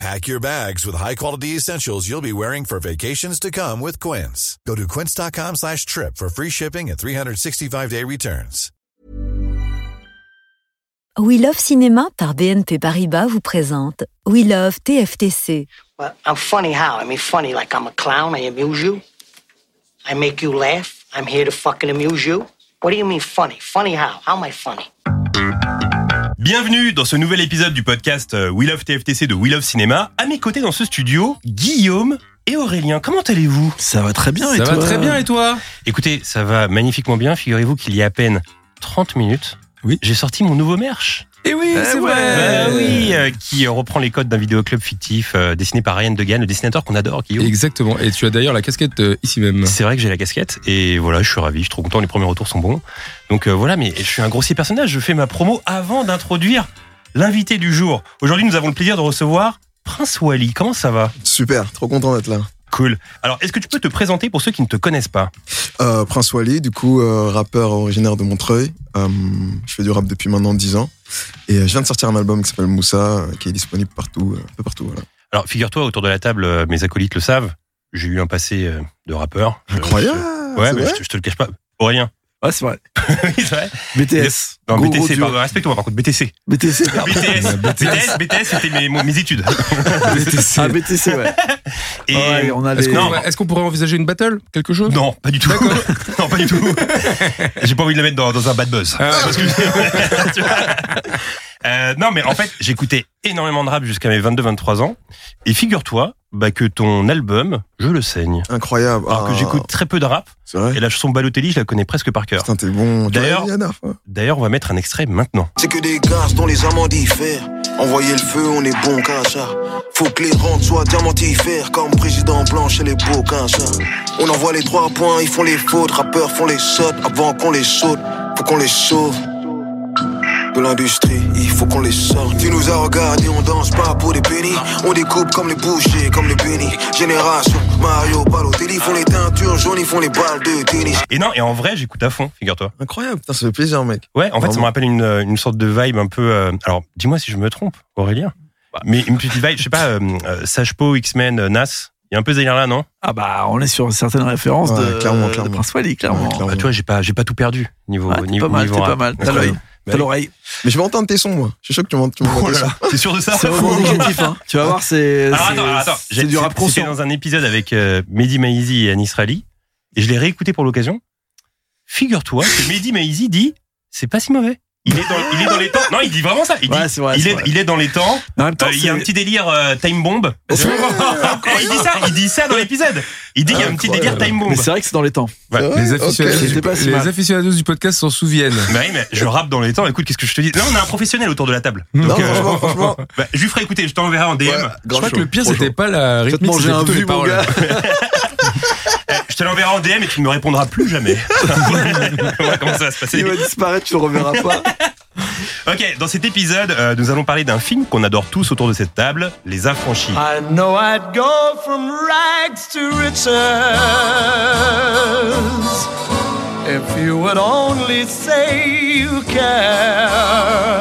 Pack your bags with high-quality essentials you'll be wearing for vacations to come with Quince. Go to quince.com slash trip for free shipping and 365-day returns. We Love Cinéma par BNP Paribas vous présente We Love TFTC. Well, I'm funny how? I mean, funny like I'm a clown. I amuse you. I make you laugh. I'm here to fucking amuse you. What do you mean funny? Funny how? How am I funny? Bienvenue dans ce nouvel épisode du podcast euh, We Love TFTC de We Love Cinéma. À mes côtés dans ce studio, Guillaume et Aurélien. Comment allez-vous Ça va très bien et Ça toi va très bien et toi Écoutez, ça va magnifiquement bien. Figurez-vous qu'il y a à peine 30 minutes, Oui. j'ai sorti mon nouveau merch. Et oui, Eh c'est ouais. vrai. Bah oui, euh, qui reprend les codes d'un vidéoclub fictif euh, dessiné par Ryan Degan, le dessinateur qu'on adore, Guillaume. Exactement. Et tu as d'ailleurs la casquette euh, ici même. C'est vrai que j'ai la casquette et voilà, je suis ravi, je suis trop content, les premiers retours sont bons. Donc euh, voilà, mais je suis un grossier personnage, je fais ma promo avant d'introduire l'invité du jour. Aujourd'hui, nous avons le plaisir de recevoir Prince Wally. Comment ça va Super, trop content d'être là. Cool. Alors, est-ce que tu peux te présenter pour ceux qui ne te connaissent pas Euh, Prince Wally, du coup, euh, rappeur originaire de Montreuil. Euh, je fais du rap depuis maintenant 10 ans. Et euh, je viens de sortir un album qui s'appelle Moussa, euh, qui est disponible partout, euh, un peu partout. Voilà. Alors, figure-toi, autour de la table, euh, mes acolytes le savent, j'ai eu un passé euh, de rappeur. Je- Incroyable je- ouais, c'est mais vrai je, te- je te le cache pas. Aurélien. Ouais, c'est vrai. oui, c'est vrai. BTS. Non, Gros, gros Ah, BTC, duo. pardon, respecte-moi par contre, BTC. BTC. pardon. BTS, BTS, BTS, c'était mes, mon- mes études. Ah, BTC, ouais. Et Ouais, on a Est-ce les- qu'on Non. pourrait- Est-ce qu'on pourrait envisager une battle Quelque chose Non, pas du tout. non, pas du tout. J'ai pas envie de la mettre dans, dans un bad buzz. Parce que- Tu vois Euh, non, mais en fait, j'écoutais énormément de rap jusqu'à mes 22-23 ans. Et figure-toi bah, que ton album, je le saigne. Incroyable. Alors que Ah, j'écoute très peu de rap. C'est vrai Et la chanson Balotelli, je la connais presque par cœur. Putain, t'es bon. Tu D'ailleurs- vois, Yana, hein. D'ailleurs, on va mettre un extrait maintenant. C'est que des gaz dont les amants diffèrent. Envoyer le feu, on est bon qu'un chat. Faut que les rentes soient diamantifères, comme président blanc chez les beaux qu'un chat. On envoie les trois points, ils font les fautes. Rappeurs font les shots avant qu'on les saute. Faut qu'on les sauve. De l'industrie, il faut qu'on les sorte. Tu nous as regardés, on danse pas pour des bénis. On découpe comme les bouchers, comme les bénis. Génération, Mario, Balotelli font les teintures jaunes, ils font les balles de tennis. Et non, et en vrai, j'écoute à fond, figure-toi. Incroyable, putain, ça fait plaisir, mec. Ouais, en fait, ça Vraiment. me rappelle une, euh, une sorte de vibe un peu. euh, alors, dis-moi si je me trompe, Aurélien. Mais une petite vibe, je sais pas, euh, euh, Sage Po, X-Men, euh, Nas. Il y a un peu ce délire là, non Ah, bah, on est sur certaines références Ouais, de, clairement, de clairement. Prince Wally, clairement. Ouais, clairement. Bah, tu vois, j'ai pas, j'ai pas tout perdu niveau. Ouais, Ah, t'es niveau pas mal, niveau t'es rap. Bah pas mal. T'as Incroyable. l'œil. T'as l'oreille. Mais je vais entendre tes sons, moi. Je suis sûr que tu m'en- tu m'envoies Oh tes là sons. là, T'es sûr de ça C'est vraiment négatif, hein. Tu vas voir, c'est. Alors c'est- attends, alors, attends. C'est J'ai- du rap hein. c'était- C'était conscient. dans un épisode avec euh, Mehdi Maizi et Anis Rali, et je l'ai réécouté pour l'occasion. Figure-toi que Mehdi Maizi dit c'est pas si mauvais. Il est, dans, il est dans les temps. Non, il dit vraiment ça. Il, dit, Ouais, c'est vrai, il, c'est est, vrai. il est dans les temps. Mais En même temps, Euh, il y a un c'est- Ah, petit délire euh, time bomb. il dit ça. Il dit ça dans l'épisode. Il dit il y a un petit délire time bomb. Mais c'est vrai que c'est dans les temps. Ouais. Ouais, Les ok. aficionados, C'était du, pas si les mal. aficionados du podcast s'en souviennent. Bah oui, mais je rappe dans les temps. Écoute, qu'est-ce que je te dis Là, on a un professionnel autour de la table. Non, Donc, Non, euh, franchement, franchement. bah, je lui ferai écouter. Je t'enverrai en DM. ouais, Je grave crois que chaud, le pire, trop c'était chaud. pas la Je vais te rythmique, manger c'était un plus les vu, mon paroles. gars. Je te l'enverrai en DM et tu ne me répondras plus jamais. Voilà comment ça va se passer. Il va disparaître, tu le reverras pas. Ok, dans cet épisode, euh, nous allons parler d'un film qu'on adore tous autour de cette table, Les Affranchis. I know I'd go from rags to riches if you would only say you care.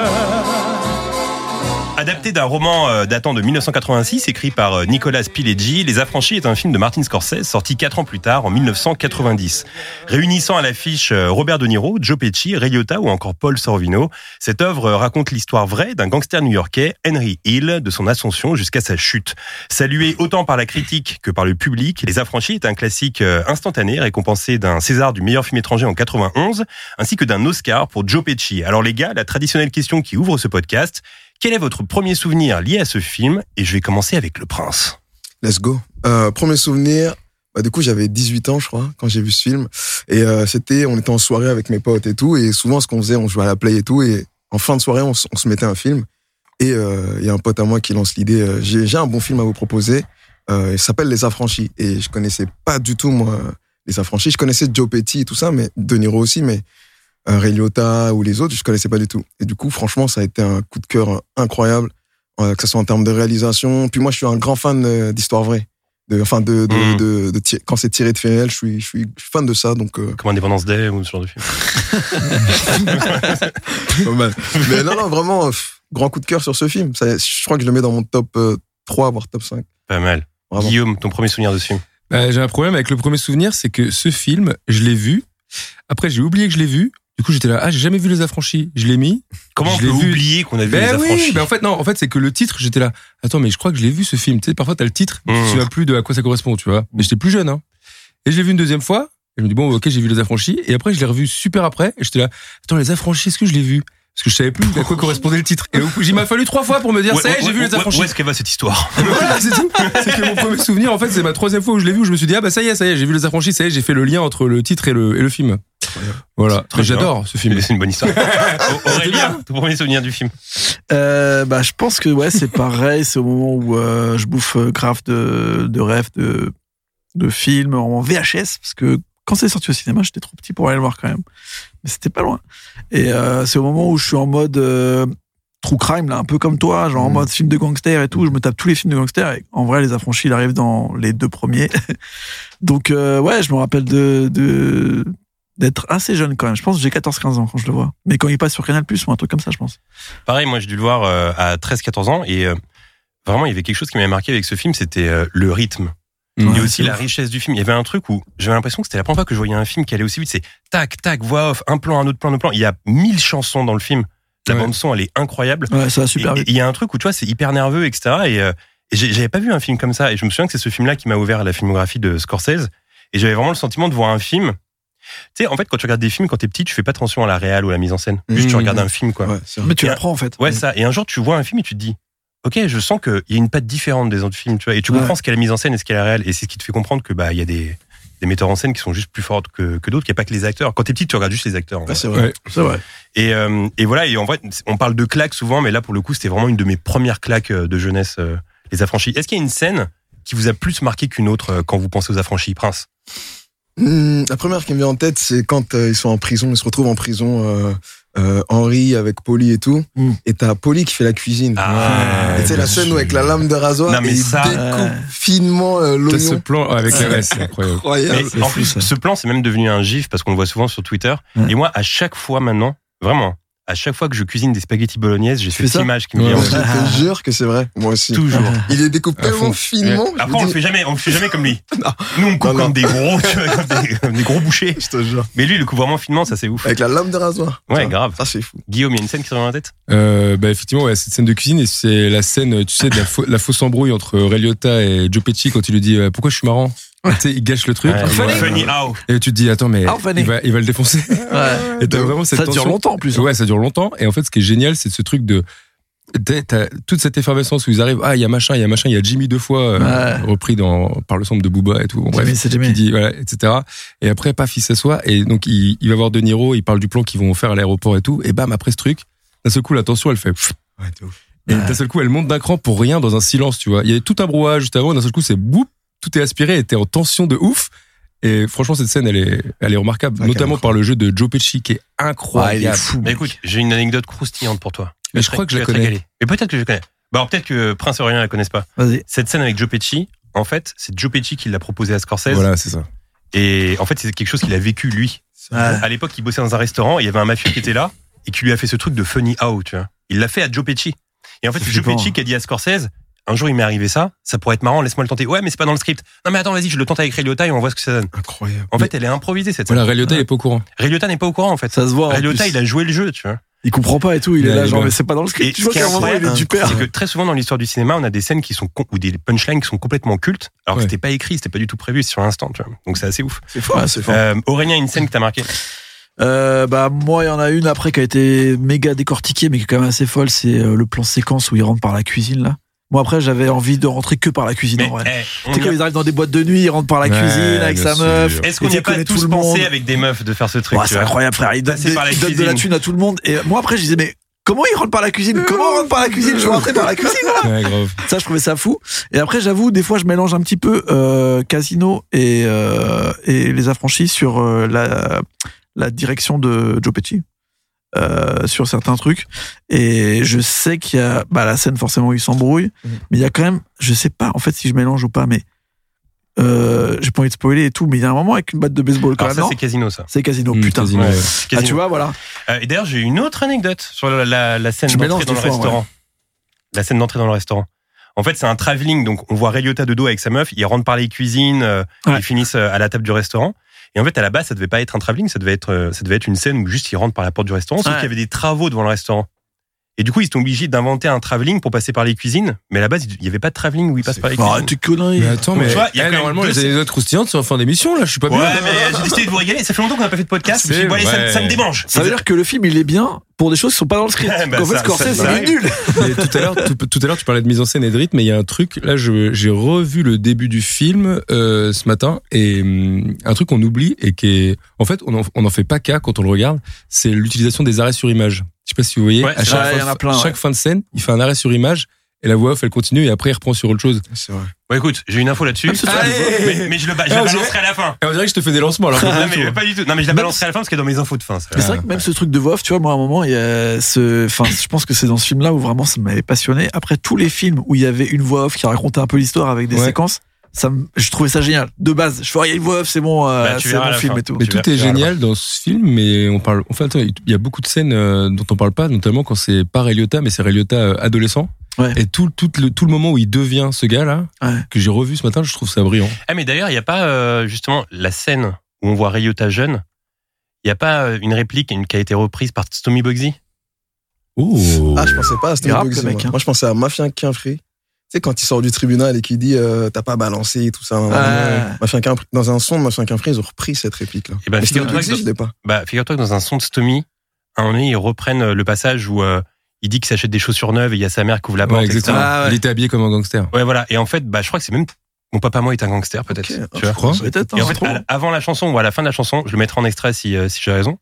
Adapté d'un roman euh, datant de 1986, écrit par euh, Nicolas Pileggi, Les Affranchis est un film de Martin Scorsese, sorti 4 ans plus tard, en 1990. Réunissant à l'affiche euh, Robert De Niro, Joe Pesci, Ray Liotta ou encore Paul Sorvino, cette œuvre euh, raconte l'histoire vraie d'un gangster new-yorkais, Henry Hill, de son ascension jusqu'à sa chute. Salué autant par la critique que par le public, Les Affranchis est un classique euh, instantané, récompensé d'un César du meilleur film étranger en 91, ainsi que d'un Oscar pour Joe Pesci. Alors les gars, la traditionnelle question qui ouvre ce podcast, quel est votre premier souvenir lié à ce film Et je vais commencer avec Le Prince. Let's go. Euh, premier souvenir, bah, du coup j'avais 18 ans je crois quand j'ai vu ce film et euh, c'était on était en soirée avec mes potes et tout et souvent ce qu'on faisait on jouait à la play et tout et en fin de soirée on, s- on se mettait un film et euh, il y a un pote à moi qui lance l'idée euh, j'ai j'ai un bon film à vous proposer euh, il s'appelle Les Affranchis et je connaissais pas du tout moi Les Affranchis je connaissais Joe Petty et tout ça mais De Niro aussi mais euh, Ray Liotta ou les autres, je connaissais pas du tout. Et du coup, franchement, ça a été un coup de cœur euh, incroyable, euh, que ce soit en termes de réalisation. Puis moi, je suis un grand fan euh, d'histoire vraie. De, enfin, de, de, Mm. de- de ti- quand c'est tiré de faits réels, je suis, je suis fan de ça, donc euh, Comme Indépendance Day ou ce genre de film. pas mal. Mais non, non, vraiment, euh, pff, grand coup de cœur sur ce film. Ça, je crois que je le mets dans mon top euh, 3, voire top 5. Pas mal. Vraiment. Guillaume, ton premier souvenir de ce film Euh, j'ai un problème avec le premier souvenir, c'est que ce film, je l'ai vu. Après, j'ai oublié que je l'ai vu. Du coup, j'étais là, ah, j'ai jamais vu Les Affranchis. Je l'ai mis. Comment on Je peut l'ai vu. oublier qu'on a vu Ben les oui, affranchis ben en fait, non, en fait, c'est que le titre, j'étais là, attends, mais je crois que je l'ai vu ce film. Tu sais, parfois, t'as le titre, tu Mmh. ne sais plus de à quoi ça correspond, tu vois. Mais j'étais plus jeune, hein. Et je l'ai vu une deuxième fois, et je me dis, bon, ok, j'ai vu Les Affranchis. Et après, je l'ai revu super après, et j'étais là, attends, Les Affranchis, est-ce que je l'ai vu Parce que je savais plus à quoi correspondait le titre. Et au coup, il m'a fallu trois fois pour me dire, Ouais, ça y est, ouais, j'ai vu ouais, Les ouais, Affranchis. Où est-ce qu'elle va cette histoire Voilà, c'est tout. C'est que mon premier souvenir, en fait, c'est ma troisième fois où je l'ai vu, où je me suis dit, ah bah ça y est, ça y est, j'ai vu Les Affranchis, ça y est, j'ai fait le lien entre le titre et le, et le film. Voilà. Très bien. J'adore ce film. Mais C'est une bonne histoire. Au- Aurélien, ton premier souvenir du film Euh, bah, je pense que ouais, c'est pareil. c'est au moment où euh, je bouffe euh, grave de, de rêves de, de films en VHS. Parce que quand c'est sorti au cinéma, j'étais trop petit pour aller le voir quand même. Mais c'était pas loin. Et euh, c'est au moment où je suis en mode euh, true crime, là, un peu comme toi, genre en Mmh. mode film de gangster et tout. Je me tape tous les films de gangster. Et en vrai, Les Affranchis, il arrive dans les deux premiers. Donc, euh, ouais, je me rappelle de. de d'être assez jeune quand même. Je pense que j'ai 14-15 ans quand je le vois. Mais quand il passe sur Canal+, ou un truc comme ça, je pense. Pareil, moi j'ai dû le voir euh, à 13-14 ans et euh, vraiment il y avait quelque chose qui m'avait marqué avec ce film, c'était euh, le rythme. Ouais, et aussi la richesse du film. Il y avait un truc où j'avais l'impression que c'était la première fois que je voyais un film qui allait aussi vite. C'est tac, tac, voix off, un plan, un autre plan, un autre plan. Il y a mille chansons dans le film. La Ouais. bande son, elle est incroyable. Ouais, ça va Et- super et vite. Il y a un truc où tu vois, c'est hyper nerveux, etc. Et, euh, et j'ai- j'avais pas vu un film comme ça. Et je me souviens que c'est ce film-là qui m'a ouvert à la filmographie de Scorsese. Et j'avais vraiment le sentiment de voir un film. Tu sais, en fait, quand tu regardes des films, quand t'es petit, tu fais pas attention à la réal ou à la mise en scène. Juste, tu Mmh. regardes un film, quoi. Ouais, c'est vrai. Mais tu Et- l'apprends en fait. Ouais, ça. Et un jour, tu vois un film et tu te dis, ok, je sens qu'il y a une patte différente des autres films, tu vois. Et tu Ouais. comprends ce qu'est la mise en scène et ce qu'est la réelle. Et c'est ce qui te fait comprendre que bah il y a des, des metteurs en scène qui sont juste plus fortes que, que d'autres, qu'il n'y a pas que les acteurs. Quand t'es petit, tu regardes juste les acteurs. en Ouais, vrai. c'est vrai. Ouais. C'est vrai. Et, euh, et voilà. Et en vrai, on parle de claques souvent, mais là pour le coup, c'était vraiment une de mes premières claques euh, de jeunesse. euh, les affranchis. Est-ce qu'il y a une scène qui vous a plus marqué qu'une autre euh, quand vous pensez aux affranchis, Prince Hmm, la première qui me vient en tête, c'est quand euh, ils sont en prison, ils se retrouvent en prison, euh, euh, Henri avec Polly et tout. Hmm. Et t'as Polly qui fait la cuisine. Hum. Ah, Et c'est la bien scène sûr. où avec la lame de rasoir, Non, mais et il ça- découpe finement euh, Putain, ce l'oignon. plan avec la ouais, c'est incroyable. Incroyable. Mais en plus, ce plan, c'est même devenu un gif parce qu'on le voit souvent sur Twitter. Ouais. Et moi, à chaque fois maintenant, vraiment, à chaque fois que je cuisine des spaghettis bolognaises, j'ai fais cette ça image qui me Ouais, vient. Je en ouais. tête. te jure que c'est vrai. Moi aussi. Toujours. Il les découpe À tellement fond. finement. je Après, on me le dis, fait jamais, on le fait jamais comme lui. Nous, on coupe Non, non. comme des gros, tu vois, comme des, comme des gros bouchers. Je te jure. Mais lui, il le coupe vraiment finement, ça c'est ouf. Avec la lame de rasoir. Ouais, Ça, grave. Ça, c'est fou. Guillaume, il y a une scène qui te revient en tête Euh, bah effectivement, ouais, cette scène de cuisine, et c'est la scène, tu sais, de la, fau- la fausse embrouille entre Ray Liotta et Joe Pesci quand il lui dit euh, pourquoi je suis marrant. Tu sais, il gâche le truc. Ouais, Et Funny, voilà. how Et tu te dis attends mais Ah, funny. il va, il va le défoncer. Ouais. Et t'as vraiment cette Ça dure tension. longtemps en plus. Ouais, ça dure longtemps. Et en fait, ce qui est génial, c'est ce truc de t'as- t'as toute cette effervescence où ils arrivent. Ah, il y a machin, il y a machin, il y a Jimmy deux fois euh, Ouais. repris dans par le sombre de Booba et tout. Bon, bref. Jimmy, c'est Jimmy. qui dit voilà, etc. Et après, paf, il s'assoit et donc il, il va voir De Niro. Il parle du plan qu'ils vont faire à l'aéroport et tout. Et bam, après ce truc, d'un seul coup, la tension, elle fait. pfff, Ouais, t'es ouf. et d'un seul coup, elle monte d'un cran pour rien dans un silence, tu vois. Il y avait tout un brouhaha juste avant, d'un seul coup, c'est boum, tout est aspiré, et t'es en tension de ouf. Et franchement, cette scène, elle est, elle est remarquable, Ouais, notamment carrément. par le jeu de Joe Pesci qui est incroyable. Bah écoute, j'ai une anecdote croustillante pour toi. Mais je Tu vas crois te- tu que je la vas te connais. régaler. Mais peut-être que je la connais. Bah alors peut-être que Prince Aurélien la connaisse pas. Vas-y. Cette scène avec Joe Pesci, en fait, c'est Joe Pesci qui l'a proposé à Scorsese. Voilà, c'est ça. Et en fait, c'est quelque chose qu'il a vécu lui. À l'époque, il bossait dans un restaurant, et il y avait un mafieux qui était là et qui lui a fait ce truc de funny how, tu vois. Il l'a fait à Joe Pesci. Et en fait, C'est c'est Joe flippant, hein. Pesci qui a dit à Scorsese un jour, il m'est arrivé ça, ça pourrait être marrant, laisse-moi le tenter. Ouais, mais c'est pas dans le script. Non, mais attends, vas-y, je le tente avec Ray Liotta et on voit ce que ça donne. Incroyable. En fait, elle est improvisée cette scène. Voilà, Ray Liotta, il est pas au courant. Ray Liotta n'est pas au courant en fait. Ça se voit. en Ray Liotta, plus. il a joué le jeu, tu vois. Il comprend pas et tout. Il Il est a là, les genre, gars. mais c'est pas dans le Et script. Tu ce vois qui est qu'à un moment, il est incroyable, du père. C'est que très souvent dans l'histoire du cinéma, on a des scènes qui sont con- ou des punchlines qui sont complètement cultes, alors Ouais. que c'était pas écrit, c'était pas du tout prévu, c'est sur l'instant, tu vois. Donc c'est assez ouf. C'est fort. Ah, c'est fort. Euh, Aurélien, une scène que t'as marqué. Euh, bah, moi, il y en a une après qui a été méga décortiquée, mais qui est quand même assez folle. C'est euh, le plan séquence où il rentre par la cuisine, là. Moi, après, j'avais envie de rentrer que par la cuisine, Mais, en vrai. eh, on Tu sais, y quand a- ils arrivent dans des boîtes de nuit, ils rentrent par la Ouais, cuisine avec bien sa meuf. sûr. Est-ce qu'on Et n'y a tu pas connais tous tout le pensé monde. avec des meufs de faire ce truc Ouah, tu c'est vois incroyable, frère. Il donne, Passer des- par la il donne de cuisine. la thune à tout le monde. Et moi, après, je disais, mais comment ils rentrent par la cuisine Comment on rentre par la cuisine Je veux rentrer par la cuisine, moi. Ouais, grave. Ça, je trouvais ça fou. Et après, j'avoue, des fois, je mélange un petit peu euh, Casino et, euh, et Les Affranchis sur euh, la, la direction de Joe Pesci euh, sur certains trucs. Et je sais qu'il y a bah, la scène forcément où il s'embrouille, Mhm. mais il y a quand même, je sais pas en fait si je mélange ou pas, mais euh, j'ai pas envie de spoiler et tout, mais il y a un moment avec une batte de baseball quand Alors même. ça, non c'est Casino, ça. c'est Casino, Mmh, putain. Casino, Ouais, ouais. Ah, Casino. tu vois, voilà. Euh, et d'ailleurs, j'ai une autre anecdote sur la, la- la scène Tu d'entrée mélanges dans des le fois, restaurant. La scène d'entrée dans le restaurant. En fait, c'est un travelling, donc on voit Ray Liotta de dos avec sa meuf, ils rentrent par les cuisines, euh, Ouais. ils finissent euh, à la table du restaurant. Et en fait, à la base, ça devait pas être un travelling, ça devait être, euh, ça devait être une scène où juste ils rentrent par la porte du restaurant, sauf Ouais. qu'il y avait des travaux devant le restaurant. Et du coup, ils sont obligés d'inventer un travelling pour passer par les cuisines, mais à la base, il n'y avait pas de travelling où ils passent par les cuisines. Arrête tes conneries. Mais attends, Donc, mais tu vois, il y a eh, quand même normalement, deux les scènes. anecdotes croustillantes, c'est en fin d'émission, là, je suis pas Ouais, bien. mais euh, j'ai essayé de vous régaler. Ça fait longtemps qu'on n'a pas fait de podcast. Je C'est me suis dit, bon, allez, ça, vrai. ça me démange. Ça veut dire que le film, il est bien pour des choses qui sont pas dans le script. Eh ben, Donc, en fait, ça- Scorsese, ça- il ça est arrive. nul. Mais tout à l'heure, tout, tout à l'heure, tu parlais de mise en scène et de rythme, mais il y a un truc. Là, je- j'ai revu le début du film euh, ce matin et hum, un truc qu'on oublie et qui est, en fait, on n'en on en fait pas cas quand on le regarde. C'est l'utilisation des arrêts sur image. Je sais pas si vous voyez. Ouais, à c'est chaque, vrai, fois- il y en a plein, chaque ouais. fin de scène, il fait un arrêt sur image et la voix off elle continue et après il reprend sur autre chose. C'est vrai. Bon, écoute, j'ai une info là-dessus. Ah, c'est ça. Allez. Mais, mais je le, ba- je la Ah, balancerai à la fin. Et on dirait que je te fais des lancements. Alors que pas Non, du mais tout. pas du tout. Non, mais je la Même balancerai à la fin parce qu'elle est dans mes infos de fin. ça. Mais c'est vrai que même ce truc de voix off, tu vois, moi, à un moment, il y a ce, enfin, je pense que c'est dans ce film-là où vraiment ça m'avait passionné. Après tous les films où il y avait une voix off qui racontait un peu l'histoire avec des Ouais. séquences, ça me- je trouvais ça génial. De base, je fais, Ah, il y a une voix off, c'est bon, euh, Bah, tu c'est verras à mon la film fin. et tout. Mais Tu verras- tout est tu verras la génial dans ce film, mais on parle. Enfin, attends, il y a beaucoup de scènes euh, dont on parle pas, notamment quand c'est pas Ray Liotta, mais c'est Ray Liotta euh, adolescent. Ouais. Et tout, tout, le, tout le moment où il devient ce gars-là, Ouais. que j'ai revu ce matin, je trouve ça brillant. Ah, mais d'ailleurs, il n'y a pas euh, justement la scène où on voit Ryota jeune. Il n'y a pas euh, une réplique une- qui a été reprise par Tommy Bugsy. Oh. Ah, je pensais pas à ce Il rappe, Bugsy, le mec, moi. hein. Moi, je pensais à Mafia Quinfré. Tu sais, quand il sort du tribunal et qu'il dit euh, T'as pas balancé et tout ça. Ouais. Mafia Quinfré- Dans un son de Mafia Quinfré, ils ont repris cette réplique-là. Eh ben, Mais c'était figure-toi Bugsy, que- je l'ai pas. Bah, figure-toi que dans un son de Tommy, à un moment donné, ils reprennent euh, le passage où euh, il dit qu'il s'achète des chaussures neuves et il y a sa mère qui ouvre la Ouais, porte. etc. exactement. Ah ouais. Il était habillé comme un gangster. Ouais, voilà. Et en fait, bah, je crois que c'est même mon papa, moi, est un gangster, peut-être. Ok. Tu vois crois Peut-être, Et hein, en fait, c'est trop. à la- avant la chanson ou à la fin de la chanson, je le mettrai en extrait si, euh, si j'ai raison.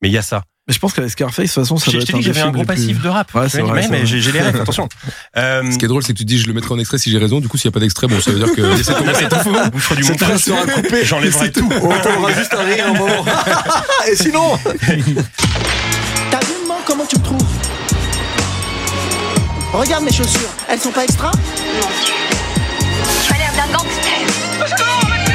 Mais il y a ça. Mais je pense qu'avec Scarface, de toute façon, ça Je doit je t'ai être dit un que j'avais un gros gros passif de rap. Ouais, Tu c'est vois, vrai, mais c'est mais vrai. j'ai j'ai les rêves, attention. Euh, Ce qui est drôle, c'est que tu dis je le mettrai en extrait si j'ai raison. Du coup, s'il n'y a pas d'extrait, bon, ça veut dire que c'est non, mais tout faux. vous ferez du Cette montage. phrase sera coupée. J'enlèverai C'est tout. On entendra juste un rire à un moment. et sinon, T'as vu, maman, comment tu me trouves Regarde mes chaussures, elles sont pas extra Tu as l'air d'un gangster.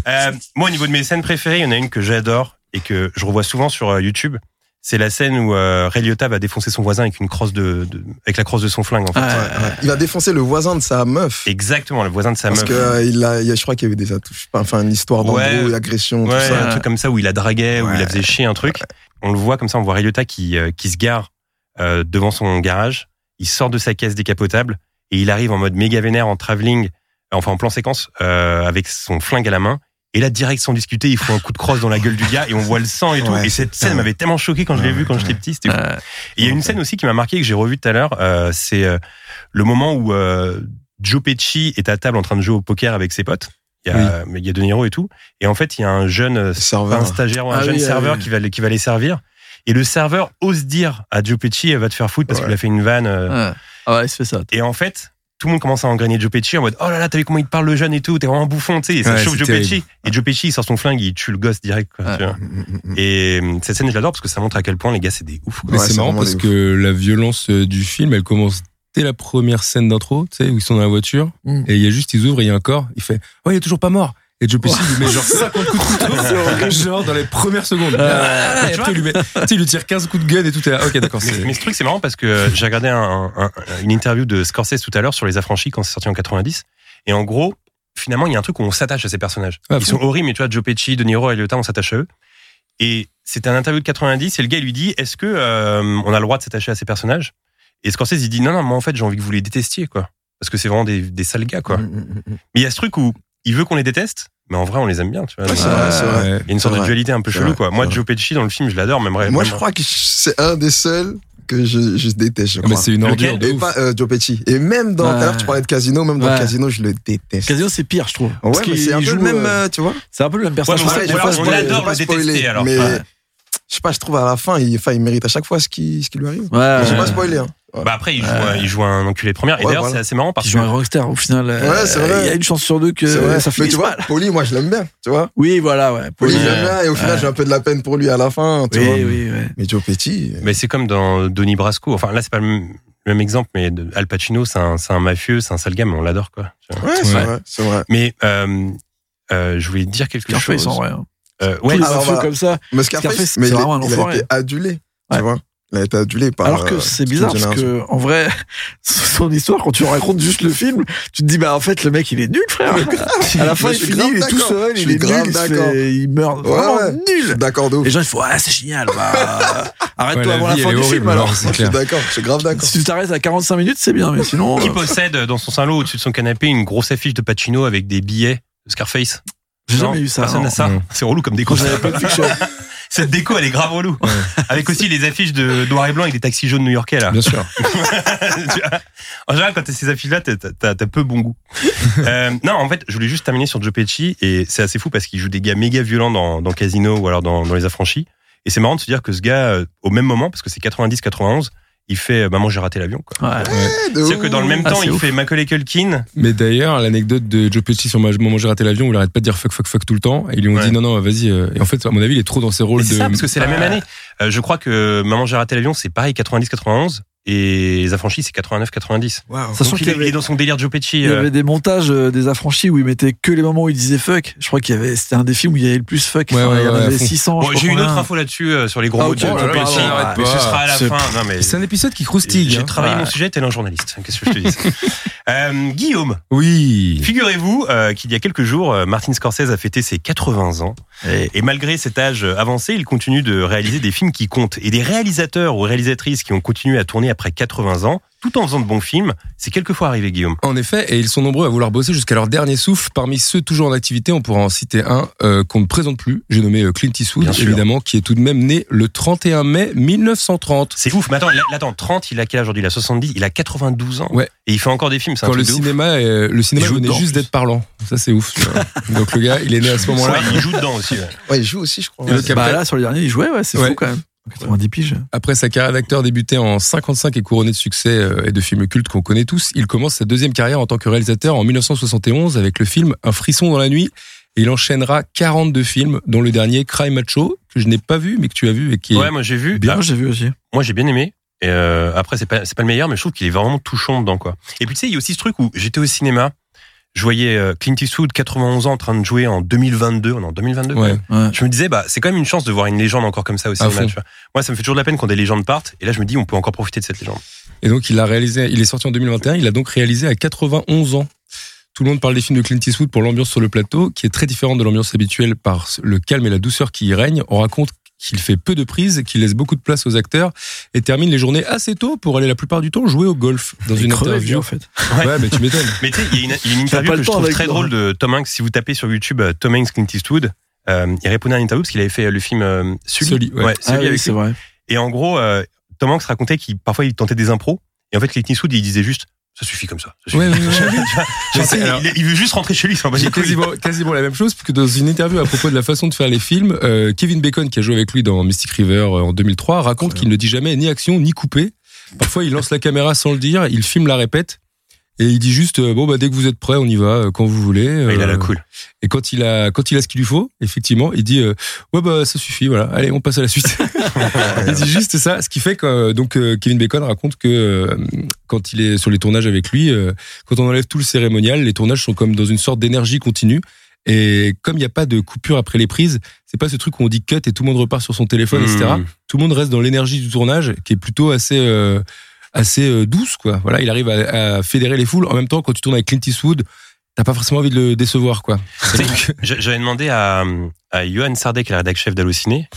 Euh, moi, au niveau de mes scènes préférées, il y en a une que j'adore et que je revois souvent sur euh, YouTube. C'est la scène où euh, Ray Liotta va défoncer son voisin avec une crosse de, de- avec la crosse de son flingue. En fait. Ouais. Ouais, ouais. Il va défoncer le voisin de sa meuf. Exactement, le voisin de sa Parce meuf. que euh, il a, il y a- je crois qu'il y avait des atouts, enfin une histoire d'embrouille, Ouais. agression, Ouais, tout ça. un truc comme ça où il la draguait, où il la Ouais. faisait chier, un truc. On le voit comme ça, on voit Ray Liotta qui, euh, qui se gare euh, devant son garage. Il sort de sa caisse décapotable et il arrive en mode méga vénère en travelling, euh, enfin en plan séquence, euh, avec son flingue à la main. Et là, direct, sans discuter, il faut un coup de crosse dans la gueule du gars et on voit le sang et tout. Ouais, et cette scène ouais. m'avait tellement choqué quand je l'ai Ouais, vu quand ouais. j'étais petit. C'était et il y a une scène aussi qui m'a marqué que j'ai revue tout à l'heure, euh, c'est euh, le moment où euh, Joe Pesci est à table en train de jouer au poker avec ses potes. Il y a, mais il y a De Niro et tout. Et en fait, il y a un jeune, euh, pas Serveur. un stagiaire ou un Ah jeune oui, ah serveur oui. qui va les- qui va les servir. Et le serveur ose dire à Joe Pesci, va te faire foutre parce Ouais. qu'il a fait une vanne. euh. Ouais. Ah ouais, il se fait ça. Et en fait, tout le monde commence à engrainer Joe Pesci en mode Oh là là, t'as vu comment il te parle le jeune et tout, t'es vraiment un bouffon, tu sais. Et ça Ouais, chauffe c'est Joe terrible. Pesci. Et Joe Pesci, il sort son flingue, il tue le gosse direct. quoi, Ouais. tu vois. Mm, Et euh, cette scène, je l'adore parce que ça montre à quel point les gars, c'est des ouf. Mais Ouais, c'est c'est marrant vraiment parce des que la violence euh, du film, elle commence dès la première scène d'intro, tu sais, où ils sont dans la voiture, Mm. et il y a juste, ils ouvrent et il y a un corps, il fait, ouais, il est toujours pas mort. Et Joe Pesci lui met genre 50 coups de couteau, genre dans les premières secondes. Ah, et après, il lui, met, tu sais, il lui tire 15 coups de gun et tout est là. Ok, d'accord, Mais, c'est. mais ce truc, c'est marrant parce que euh, j'ai regardé un- un- un- une interview de Scorsese tout à l'heure sur Les Affranchis quand c'est sorti en 90. Et en gros, finalement, il y a un truc où on s'attache à ces personnages. Ah, Ils sont horribles, mais tu vois, Joe Pesci, De Niro et Liotta, on s'attache à eux. Et c'est un interview de 90 et le gars il lui dit Est-ce que euh, on a le droit de s'attacher à ces personnages Et Scorsese il dit Non, non, moi en fait j'ai envie que vous les détestiez, quoi. Parce que c'est vraiment des, des sales gars, quoi. Mm-hmm. Mais il y a ce truc où il veut qu'on les déteste, mais en vrai on les aime bien, tu vois. Ouais, c'est Donc, vrai, c'est vrai. Ouais. il y a une sorte de vrai. dualité un peu C'est chelou, vrai, quoi. c'est Moi, vrai. Joe Pesci dans le film, je l'adore, même Moi, je même- crois que c'est un des seuls que je, je déteste. Je Ah, mais crois. c'est une Lequel ordure de et ouf. pas euh, Joe Pesci. Et même dans, tout à l'heure, tu parlais de Casino, même dans Ouais. Casino, je le déteste. Casino, c'est pire, je trouve. Ouais, Parce mais qu'il c'est un peu joue, le même, euh, euh, tu vois. C'est un peu le même personnage. Ouais, mais Je sais on pas, l'adore, je on sais pas, l'adore. le je sais détester, alors. Mais Ouais. je sais pas, je trouve à la fin, il, enfin, il mérite à chaque fois ce qui, ce qui lui arrive. Ouais. Je vais pas spoiler. Hein. Bah après, il joue, un- il joue un enculé de première. Et Ouais, d'ailleurs, voilà. c'est assez marrant parce Puis que. joue un rockstar au final. euh, c'est vrai. Il y a une chance sur deux que C'est vrai. ça Mais finisse tu vois, mal. Poli, moi, je l'aime bien. Tu vois, Oui, voilà, ouais. Poli, je Ouais. l'aime bien. Et au final, j'ai un peu de la peine pour lui à la fin. Tu vois. Oui, oui, ouais. Mais Joe euh, Petit. Mais c'est comme dans Donnie Brasco. Enfin, là, c'est pas le même, le même exemple, mais de- Al Pacino, c'est un, c'est un mafieux, c'est un sale gamin, on l'adore, quoi. Tu vois. Ouais, c'est Ouais. vrai. C'est vrai. Mais euh, euh, je voulais te dire quelque Scarface, chose. en vrai. hein. Euh, Tous ouais, les alors, mafieux voilà. comme ça. Mais Scarface, Scarface, mais c'est il, est- vraiment un il a enfoiré. été adulé. Ouais. Tu vois, il a été adulé par. Alors que euh, c'est toute bizarre une parce génération. que en vrai, son histoire quand tu racontes juste le film, tu te dis bah en fait le mec il est nul frère. À la fin Mais il je suis finit, grave il est tout d'accord. seul, Je il suis est nul, grave il, se d'accord. fait- il meurt Ouais, vraiment ouais. nul. Je suis d'accord de ouf. Les gens ils font ah c'est génial bah arrête-toi Ouais, la avant la vie, fin elle du est film horrible, alors. alors, c'est Je suis clair. d'accord. Je suis grave d'accord. Si tu t'arrêtes à 45 minutes c'est bien mais sinon. qui euh, possède dans son salon au-dessus de son canapé une grosse affiche de Pacino avec des billets de Scarface J'ai Non, jamais eu ça. Personne non. n'a ça. Non. C'est relou comme déco. Quand j'avais pas de fiction. Cette déco, elle est grave relou. Avec aussi les affiches de noir et blanc et des taxis jaunes new-yorkais, là. Ah, Bien sûr. Tu vois en général, quand t'as ces affiches-là, t'as- t'as t'as- t'as peu bon goût. Euh, non, en fait, je voulais juste terminer sur Joe Pesci et c'est assez fou parce qu'il joue des gars méga violents dans, dans Casino ou alors dans, dans Les Affranchis. Et c'est marrant de se dire que ce gars, euh, au même moment, parce que c'est 90-91, il fait euh, Maman, j'ai raté l'avion. quoi. Ouais. C'est-à-dire que dans le même Ah, temps, c'est il ouf. fait Macaulay Culkin. Mais d'ailleurs, l'anecdote de Joe Pesci sur ma moment j'ai raté l'avion, où il arrête pas de dire fuck, fuck, fuck tout le temps. Et ils lui ont Ouais. dit non, non, vas-y. euh, Et en fait, à mon avis, il est trop dans ses Et rôles C'est de. ça, parce que c'est la Ah. même année. Euh, je crois que Maman, j'ai raté l'avion, c'est pareil, 90-91. Et Les Affranchis, c'est 89-90. Waouh. Sachant Donc, qu'il il y est- il avait- est dans son délire Joe Pesci. Il y euh, avait des montages euh, des affranchis où ils mettaient que les moments où ils disaient fuck. Je crois qu'il y avait c'était un des films où il y avait le plus fuck. Ouais, Enfin, ouais, il y en ouais, à avait fond. 600. je Bon, crois j'ai une qu'on a autre un. info là-dessus euh, sur les gros Ah, mots ok, de Joe pardon, Pesci. pardon, arrête Mais ce pas. sera à la C'est- fin. Non, mais C'est un épisode qui croustille. J'ai hein. travaillé Ouais. mon sujet, t'es un journaliste. Qu'est-ce que je te dis Euh, Guillaume, Oui. figurez-vous euh, qu'il y a quelques jours, euh, Martin Scorsese a fêté ses 80 ans. Et, malgré cet âge euh, avancé, il continue de réaliser des films qui comptent. Et des réalisateurs ou réalisatrices qui ont continué à tourner après 80 ans, tout en faisant de bons films, c'est quelquefois arrivé, Guillaume. En effet, et ils sont nombreux à vouloir bosser jusqu'à leur dernier souffle. Parmi ceux toujours en activité, on pourra en citer un euh, qu'on ne présente plus. J'ai nommé euh, Clint Eastwood, Bien sûr. évidemment, qui est tout de même né le 31 mai 1930. C'est ouf, mais attends, il a- attends, 30, il a quel âge aujourd'hui Il a 70, il a 92 ans. Ouais. Et il fait encore des films, c'est un Quand le truc de ouf. cinéma, est- euh, le cinéma Il joue venait dedans, juste en plus. d'être parlant. Ça, c'est ouf. tu vois. Donc le gars, il est né à ce moment-là. Ouais, il joue dedans aussi. ouais. Ouais, il joue aussi, je crois. Et l'autre qui Bah appelle- là sur le dernier il jouait ouais c'est Ouais. fou quand même. 90 piges. Après sa carrière d'acteur débutée en 55 et couronnée de succès euh, et de films cultes qu'on connaît tous, il commence sa deuxième carrière en tant que réalisateur en 1971 avec le film Un frisson dans la nuit. Et il enchaînera 42 films, dont le dernier Cry Macho, que je n'ai pas vu, mais que tu as vu et qui est Ouais, moi j'ai vu. Bah, Bien j'ai vu aussi. moi j'ai bien aimé. Et euh, après, c'est pas, c'est pas le meilleur, mais je trouve qu'il est vraiment touchant dedans, quoi. Et puis, tu sais, il y a aussi ce truc où j'étais au cinéma, je voyais euh, Clint Eastwood, 91 ans, en train de jouer en 2022. On est en 2022, quand Ouais. même. Ouais. Je me disais, bah, c'est quand même une chance de voir une légende encore comme ça au cinéma, fond. tu vois. Moi, ça me fait toujours de la peine quand des légendes partent. Et là, je me dis, on peut encore profiter de cette légende. Et donc, il a réalisé, il est sorti en 2021, il a donc réalisé à 91 ans. Tout le monde parle des films de Clint Eastwood pour l'ambiance sur le plateau, qui est très différente de l'ambiance habituelle par le calme et la douceur qui y règne. On raconte qu'il fait peu de prises, qu'il laisse beaucoup de place aux acteurs et termine les journées assez tôt pour aller la plupart du temps jouer au golf dans Il une crevait, lui, interview. en fait. Ouais. Ouais, mais tu m'étonnes. Mais tu sais, il y a une, il y a une T'as interview que pas le je temps trouve avec très lui, drôle de Tom Hanks. Si vous tapez sur YouTube euh, Tom Hanks, Clint Eastwood, euh, il répondait à une interview parce qu'il avait fait euh, le film euh, Sully. Sully, ouais. Ah Sully oui, avec c'est vrai. Et en gros, euh, Tom Hanks racontait qu'il parfois il tentait des impros. Et en fait, Clint Eastwood, il disait juste, ça suffit comme ça. ça suffit. Ouais, ouais, ouais. Tu Mais sais, c'est- alors- il, il veut juste rentrer chez lui. sans C'est bah, quasiment, quasiment la même chose, puisque dans une interview à propos de la façon de faire les films, euh, Kevin Bacon, qui a joué avec lui dans Mystic River euh, en 2003, raconte qu'il ne dit jamais ni action ni coupé. Parfois, il lance la caméra sans le dire, il filme la répète, et il dit juste euh, bon bah dès que vous êtes prêt, on y va euh, quand vous voulez. euh, Ah, il a la cool. Et quand il a quand il a ce qu'il lui faut, effectivement, il dit euh, ouais bah ça suffit, voilà, allez on passe à la suite. il dit juste ça, ce qui fait que euh, donc euh, Kevin Bacon raconte que euh, quand il est sur les tournages avec lui, euh, quand on enlève tout le cérémonial, les tournages sont comme dans une sorte d'énergie continue. Et comme il n'y a pas de coupure après les prises, c'est pas ce truc où on dit cut et tout le monde repart sur son téléphone, etc. Mmh. Tout le monde reste dans l'énergie du tournage, qui est plutôt assez euh, assez euh, douce, quoi. Voilà, il arrive à, à fédérer les foules. En même temps, quand tu tournes avec Clint Eastwood, t'as pas forcément envie de le décevoir, quoi. Tu sais, j'a- J'avais demandé à, à Johan Sardet, qui est rédacteur chef d'Allociné.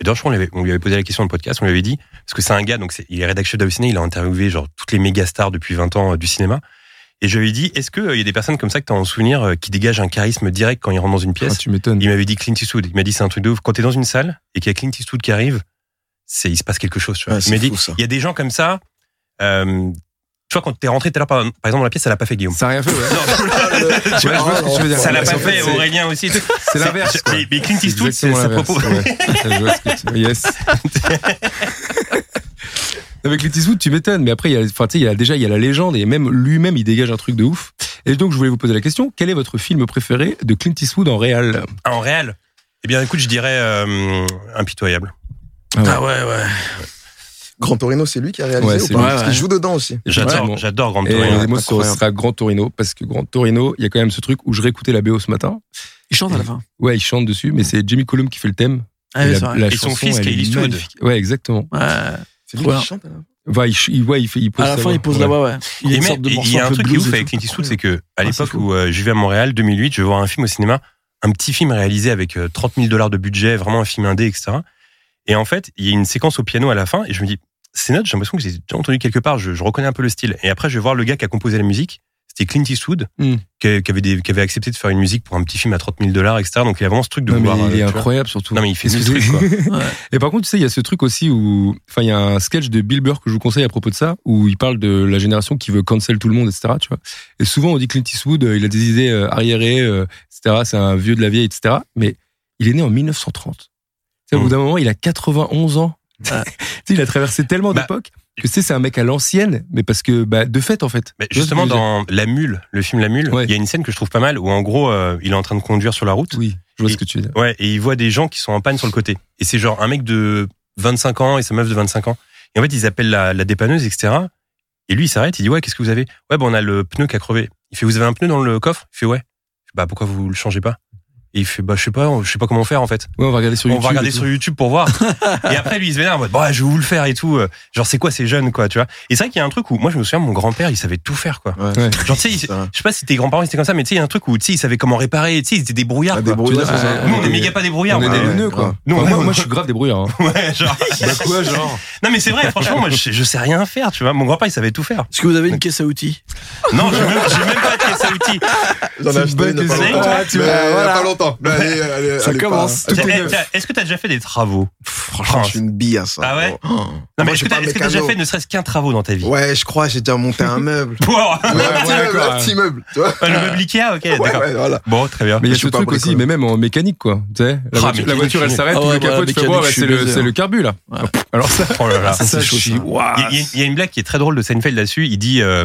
Et d'ailleurs, je crois qu'on lui avait- on lui avait posé la question dans le podcast. On lui avait dit, parce que c'est un gars, donc c'est- il est rédacteur chef d'Allociné, il a interviewé genre toutes les méga stars depuis 20 ans euh, du cinéma. Et je lui ai dit, est-ce qu'il y a des personnes comme ça que tu as en souvenir euh, qui dégagent un charisme direct quand ils rentrent dans une Ah, pièce tu m'étonnes. Il m'avait dit Clint Eastwood. Il m'a dit c'est un truc de ouf. Quand t'es dans une salle et qu'il y a Clint Eastwood qui arrive, c'est il se passe quelque chose. Tu vois. Ouais, il m'a c'est dit fou, ça. il y a des gens comme ça euh, Tu vois, quand t'es rentré tout à l'heure, par, par exemple, dans la pièce, ça l'a pas fait Guillaume. Ça a rien fait, ouais. Non, Tu vois, je vois ce que tu veux dire. ça l'a Ouais, pas c'est- fait c'est- Aurélien aussi. C'est l'inverse. quoi. Mais, mais Clint C'est Eastwood, c'est exactement sa propos. l'inverse, ouais. Je vois ce que tu- Yes. Avec Clint Eastwood, tu m'étonnes, mais après, il y a, enfin, tu sais, il y a déjà, il y a la légende, et même lui-même, il dégage un truc de ouf. Et donc, je voulais vous poser la question, quel est votre film préféré de Clint Eastwood en réel Ah, en réel Eh bien, écoute, je dirais euh, impitoyable. Ah ouais, ouais. Grand Torino, c'est lui qui a réalisé Ouais, ou c'est pas lui. Parce qu'il joue dedans aussi. J'adore, Ouais. j'adore Grande Et euh, Tourine. moi, ce incroyable. sera Grand Torino, parce que Grand Torino, il y a quand même ce truc où je réécoutais la BO ce matin. Il chante à la fin. Ouais, il chante dessus, mais c'est Jimmy Colum qui fait le thème. Ah ouais, la- c'est vrai. la Et son chanson, fils, elle Clint est Eastwood. magnifique. Ouais, exactement. Ouais. À C'est lui Voilà. qui chante. alors Enfin, il, ch- il- ouais, il, fait- il pose la sa fin, voix. il pose Ouais. la voix, ouais. Il y a Et une mais- sorte de et morceau il y a un peu truc qui est blues euh. ouf et avec tout. Clint Eastwood, c'est que à Ah, c'est l'époque fou. où euh, je vivais à Montréal, 2008, je vais voir un film au cinéma, un petit film réalisé avec euh, 30 000 dollars de budget, vraiment un film indé, etc. Et en fait, il y a une séquence au piano à la fin, et je me dis, ces notes, j'ai l'impression que j'ai déjà entendu quelque part, je, je reconnais un peu le style. Et après, je vais voir le gars qui a composé la musique, c'était Clint Eastwood, Hmm. qui, qui avait des- qui avait accepté de faire une musique pour un petit film à 30 000 dollars, etc. Donc il a vraiment ce truc de Non, mais vouloir. euh, il est tu vois. incroyable surtout. Non, mais il fait Parce mille que trucs, c'est- Ouais. Et par contre, tu sais, il y a ce truc aussi où, enfin, il y a un sketch de Bill Burr que je vous conseille à propos de ça, où il parle de la génération qui veut cancel tout le monde, etc. Tu vois. Et souvent, on dit Clint Eastwood, euh, il a des idées euh, arriérées, euh, etc. C'est un vieux de la vieille, etc. Mais il est né en 1930. Tu sais, au bout Mm. d'un moment, il a 91 ans. tu sais, il a traversé tellement Bah, d'époques que tu sais, c'est un mec à l'ancienne, mais parce que, bah, de fait, en fait. Mais Tu vois ce que justement, je veux dire dans La Mule, le film La Mule, Ouais. il y a une scène que je trouve pas mal où en gros, euh, il est en train de conduire sur la route. Oui, je vois ce que tu veux dire. Ouais, et il voit des gens qui sont en panne sur le côté. Et c'est genre un mec de 25 ans et sa meuf de 25 ans. Et en fait, ils appellent la, la dépanneuse, etc. Et lui, il s'arrête, il dit Ouais, qu'est-ce que vous avez Ouais, bah, on a le pneu qui a crevé. Il fait Vous avez un pneu dans le coffre Il fait Ouais. Je fais, Bah, pourquoi vous le changez pas Et il fait Bah, je sais pas, je sais pas comment faire en fait. Ouais, on va regarder sur on YouTube. va regarder et tout. sur YouTube pour voir. et après, lui, il se vénère en mode Bah, je vais vous le faire et tout. Euh, Genre, c'est quoi ces jeunes, quoi, tu vois Et c'est vrai qu'il y a un truc où, moi, je me souviens, mon grand-père, il savait tout faire, quoi. Ouais. Ouais. Genre, tu sais, il- C'est vrai. je sais pas si tes grands-parents étaient comme ça, mais tu sais, il y a un truc où, tu sais, ils savaient comment réparer, tu sais, ils étaient débrouillards. Ah, quoi. des brouilles, veux dire, c'est ça. euh, Nous, on est Ouais. méga pas débrouillards. on est quoi. des ouais, neuneux, quoi. grave. Nous, Enfin, on- moi, moi, je suis grave débrouillard. hein. Ouais, Bah, genre. quoi, genre Non, mais c'est vrai, franchement, moi, je, je sais rien faire, tu vois. Mon grand-père, il savait tout faire. Est-ce que vous avez une caisse à outils Non, j'ai même, j'ai même pas de caisse à outils. J'en ai C'est une acheté il y a bonne pas question. longtemps. Ah, tu Mais vois, il y a voilà. pas longtemps. Mais allez, allez, Ça allez, pas- commence. allez, Tout Eh, est neuf. tiens, Est-ce que t'as déjà fait des travaux Franchement, je suis une bille à ça. Ah ouais Oh. Non, mais Moi, je est-ce suis que pas t'as est-ce que t'as déjà mécano. fait ne serait-ce qu'un travaux dans ta vie Ouais, je crois, j'ai déjà monté un meuble. Wow. Un ouais, petit meuble, d'accord, un ouais. petit meuble, tu vois. Ah, Le meuble Ikea, ok, Ouais, d'accord. ouais, voilà. Bon, très bien. Mais il y a Je ce suis pas truc aussi, bricolo. mais même en mécanique, quoi. Tu sais, la, Ah, voiture, la mécanique, voiture, elle mécanique. s'arrête, Ah tout ouais, le voilà, capot te fait mécanique, boire, bah, je suis c'est le, baiser, c'est hein. le carbu, là. Ouais. Alors ça, Oh là là. Ça, c'est chaud, ça. Il y a- il y, a- il y a une blague qui est très drôle de Seinfeld là-dessus. Il dit euh,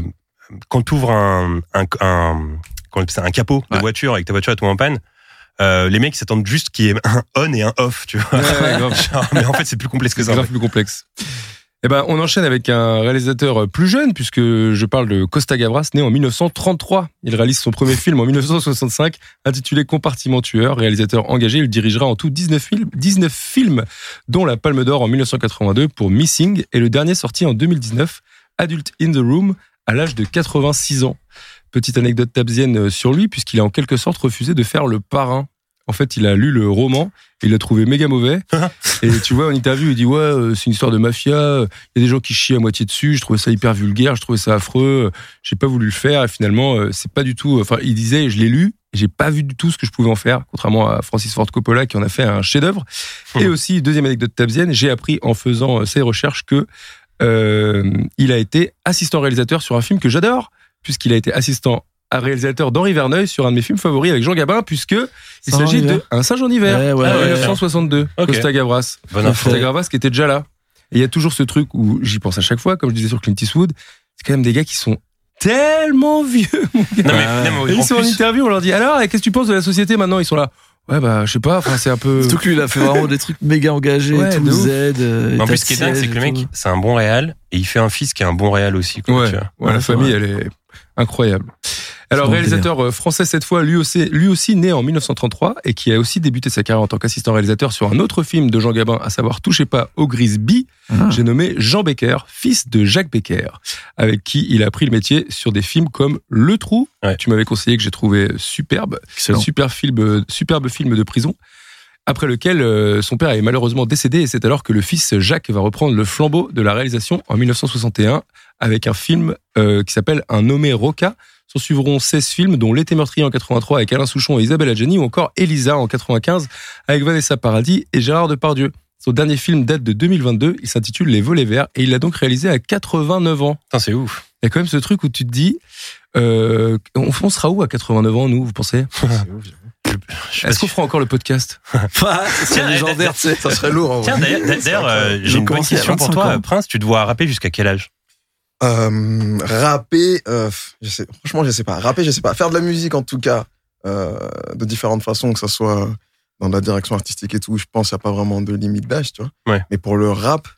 quand tu ouvres un, un, un- comment on appelle ça, un capot de Ouais. voiture et que ta voiture est tombée en panne, euh, les mecs s'attendent juste qu'il y ait un on et un off, tu vois. Ouais, ouais, grave. Genre, mais en fait, c'est plus complexe que c'est ça. en grave plus complexe. Eh ben, on enchaîne avec un réalisateur plus jeune, puisque je parle de Costa Gavras, né en 1933. Il réalise son premier film en 1965, intitulé Compartiment Tueur. Réalisateur engagé, il dirigera en tout 19 films, 19 films dont la Palme d'Or en 1982 pour Missing, et le dernier sorti en 2019, Adult in the Room, à l'âge de 86 ans. Petite anecdote tabzienne sur lui, puisqu'il a en quelque sorte refusé de faire le parrain. En fait, il a lu le roman, et il l'a trouvé méga mauvais. et tu vois, en interview, il dit Ouais, euh, c'est une histoire de mafia, euh, il y a des gens qui chient à moitié dessus, je trouvais ça hyper vulgaire, je trouvais ça affreux, euh, j'ai pas voulu le faire, et finalement, euh, c'est pas du tout. Enfin, il disait Je l'ai lu, et j'ai pas vu du tout ce que je pouvais en faire, contrairement à Francis Ford Coppola qui en a fait un chef-d'œuvre. Mmh. Et aussi, deuxième anecdote tabzienne, j'ai appris en faisant euh, ces recherches que euh, il a été assistant réalisateur sur un film que j'adore, puisqu'il a été assistant à réalisateur d'Henri Verneuil sur un de mes films favoris avec Jean Gabin, puisque il Singe en s'agit de hiver. Un singe en hiver. Eh Ouais, ouais, Ah, ouais. 1962, Ok. Costa Gavras. Bonne info. Costa Gavras qui était déjà là. Et il y a toujours ce truc où j'y pense à chaque fois, comme je disais sur Clint Eastwood, c'est quand même des gars qui sont tellement vieux. Non, mais, Ouais. non, mais Et en ils sont en plus- interview, on leur dit alors, qu'est-ce que tu penses de la société maintenant Ils sont là. Ouais, bah, je sais pas, enfin, c'est un peu. Surtout que lui, il a fait vraiment des trucs méga engagés, Ouais, et tout de ouf. Z. euh, mais en état plus, ce qui est de dingue, c'est siège que le et mec, tout. c'est un bon réal et il fait un fils qui est un bon réal aussi. Quoi, Ouais, tu vois. ouais, la Ouais, c'est famille, elle est incroyable. Alors, dans le réalisateur euh, français cette fois, lui aussi, lui aussi né en 1933 et qui a aussi débuté sa carrière en tant qu'assistant réalisateur sur un autre film de Jean Gabin, à savoir Touchez pas au Grisby, Ah. j'ai nommé Jean Becker, fils de Jacques Becker, avec qui il a pris le métier sur des films comme Le Trou, Ouais. tu m'avais conseillé que j'ai trouvé superbe, Excellent. Super film, euh, superbe film de prison. Après lequel euh, son père est malheureusement décédé et c'est alors que le fils Jacques va reprendre le flambeau de la réalisation en 1961 avec un film euh, qui s'appelle Un nommé Roca. S'en suivront 16 films dont L'été meurtrier en 83 avec Alain Souchon et Isabelle Adjani ou encore Elisa en 95 avec Vanessa Paradis et Gérard Depardieu. Son dernier film date de 2022, il s'intitule Les volets verts et il l'a donc réalisé à 89 ans. Putain, c'est ouf. il y a quand même ce truc où tu te dis, euh, on, on sera où à 89 ans, nous, vous pensez Est-ce qu'on fera encore le podcast C'est légendaire, tu sais. Ça serait lourd. en vrai. Tiens, d'ailleurs, d'ailleurs, euh, j'ai J'ai une bonne commencé à question pour 25 toi, ans. Prince. Tu te vois rapper jusqu'à quel âge Euh, rapper, euh, je sais, franchement, je sais pas. Rapper, je sais pas. Faire de la musique, en tout cas, euh, de différentes façons, que ça soit dans la direction artistique et tout, je pense qu'il n'y a pas vraiment de limite d'âge, tu vois. Ouais. Mais pour le rap,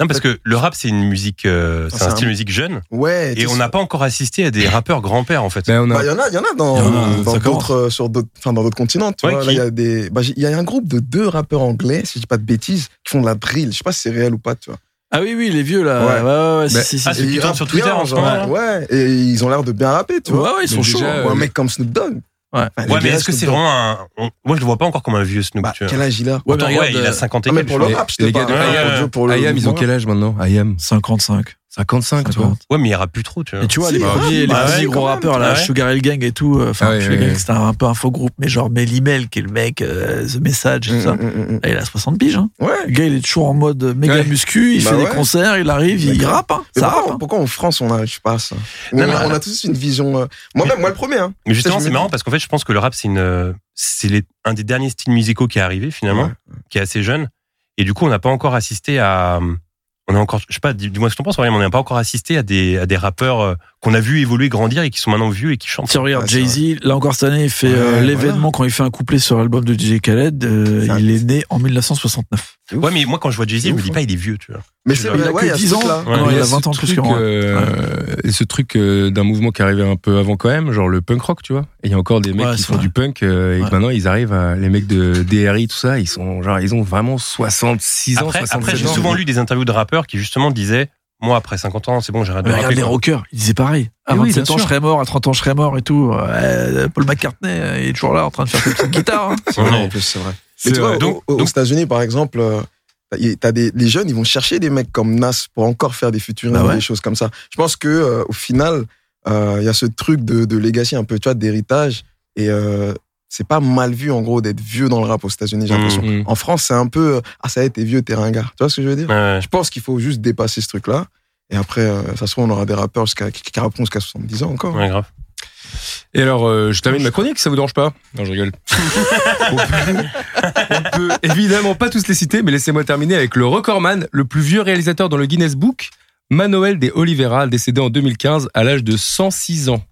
Non, parce que le rap, c'est une musique, euh, c'est c'est un un- style de musique jeune. ouais. Et tu on sais, n'a pas encore assisté à des rappeurs grands-pères, en fait. Ben, on a- Bah, y en a, y en a dans Y en a, dans ça d'autres euh, sur d'autres, enfin dans d'autres continents. Tu Ouais, vois, qui là il y a des, bah, j'ai- y a un groupe de deux rappeurs anglais, si je dis pas de bêtises, qui font de la drill. Je sais pas si c'est réel ou pas, tu vois. Ah oui, oui, les vieux, là. Ouais. Ouais, ouais, ouais. Bah, si, si, ah, si. ceux qui tournent rappent sur Twitter bien, en ce genre, moment. Ouais, et ils ont l'air de bien rapper, tu vois. Ouais, ouais, ils Mais déjà, sont chauds. euh, Ou un mec comme Snoop Dogg. Ouais. Enfin, les Ouais, mais gars, est-ce que Snoop c'est Dogg- vraiment un. on- Moi, je le vois pas encore comme un vieux Snoop. Bah, tu vois. quel âge il a Ouais, Attends, mais ouais, regarde, il euh, a 50 et Ah, mais quelques, pour je le crois. les- rap, je les te gars de parle. IAM, Pour Dieu, pour le- IAM, ils ont pour quel âge maintenant IAM 55. 55, tu vois. 50. Ouais, mais il rappe plus trop, tu vois. Et tu vois, Si, les bah oui, premiers, les bah premiers ouais, gros quand même. rappeurs, là, Ouais. Sugar Hill Gang et tout, euh, enfin, Ah ouais, Sugar ouais, Hill Gang, ouais. c'était un peu un faux groupe, mais genre Melly Mel, qui est le mec, euh, The Message et tout ça. Mm, mm, mm, mm. Là, il a 60 piges, hein. Ouais. Le gars, il est toujours en mode méga Ouais. muscu, il Bah fait des ouais. concerts, il arrive, il D'accord. rappe, hein. Mais Ça rappe. pourquoi, pourquoi en France on n'arrive pas à ça on, Non, a, mais- on a tous une vision. euh, Moi-même, moi le premier. Hein. Mais justement, Ça, je c'est me marrant dis- parce qu'en fait, je pense que le rap, c'est une, euh, c'est les- un des derniers styles musicaux qui est arrivé finalement, Ouais. qui est assez jeune. Et du coup, on n'a pas encore assisté à, on a encore, je sais pas, dis- dis-moi ce que t'en penses, Aurélien, mais on n'a pas encore assisté à des, à des rappeurs euh, qu'on a vu évoluer, grandir et qui sont maintenant vieux et qui chantent. Tiens, regarde, Ah, c'est Jay-Z, là encore cette année, il fait euh, Ouais, l'événement quand il fait un couplet sur l'album de DJ Khaled. euh, C'est un- il est né en 1969. Ouais, mais moi, quand je vois Jay-Z, C'est je me ouf, dis hein. pas, il est vieux, tu vois. Mais Il c'est a vrai, que ouais, il y a 10 ce ans. truc-là. Ah non, Mais il a ce 20 ans de plus truc, que moi. euh, Et ce truc euh, d'un mouvement qui arrivait un peu avant quand même, genre le punk rock, tu vois. Et il y a encore des mecs Ouais, qui c'est font vrai. du punk euh, et que Ouais. maintenant ils arrivent à les mecs de DRI, tout ça, ils sont genre ils ont vraiment 66 ans, Après, 67 après, j'ai ans. souvent lu des interviews de rappeurs qui justement disaient, moi, après 50 ans, c'est bon, j'arrête de Mais regarde rapper. les quoi. rockers, ils disaient pareil. À Eh oui, 27 bien ans, sûr. je serais mort, à 30 ans, je serais mort et tout. Euh, Paul McCartney, euh, il est toujours là en train de faire ses petites guitares. hein. C'est vrai, Ouais. en plus, c'est vrai. C'est Mais tu vois, vrai. au- Donc- au- aux donc- États-Unis, par exemple, euh, y- t'as des, les jeunes, ils vont chercher des mecs comme Nas pour encore faire des futurs Bah ouais. des choses comme ça. Je pense que euh, au final, euh, il y a ce truc de, de legacy un peu, tu vois, d'héritage. Et euh, c'est pas mal vu, en gros, d'être vieux dans le rap aux États-Unis, j'ai Mhm. l'impression. Mm. En France, c'est un peu, euh, ah, ça y est, t'es vieux, t'es ringard. Tu vois ce que je veux dire Ouais. Je pense qu'il faut juste dépasser ce truc-là. Et après, euh, ça se trouve, on aura des rappeurs jusqu'à- qui, qui rapperont jusqu'à 70 ans encore. Ouais, grave. Et alors, euh, je termine ma chronique, ça vous dérange pas Non, je rigole. on, peut, on peut évidemment pas tous les citer, mais laissez-moi terminer avec le recordman, le plus vieux réalisateur dans le Guinness Book, Manuel de Oliveira, décédé en 2015 à l'âge de 106 ans.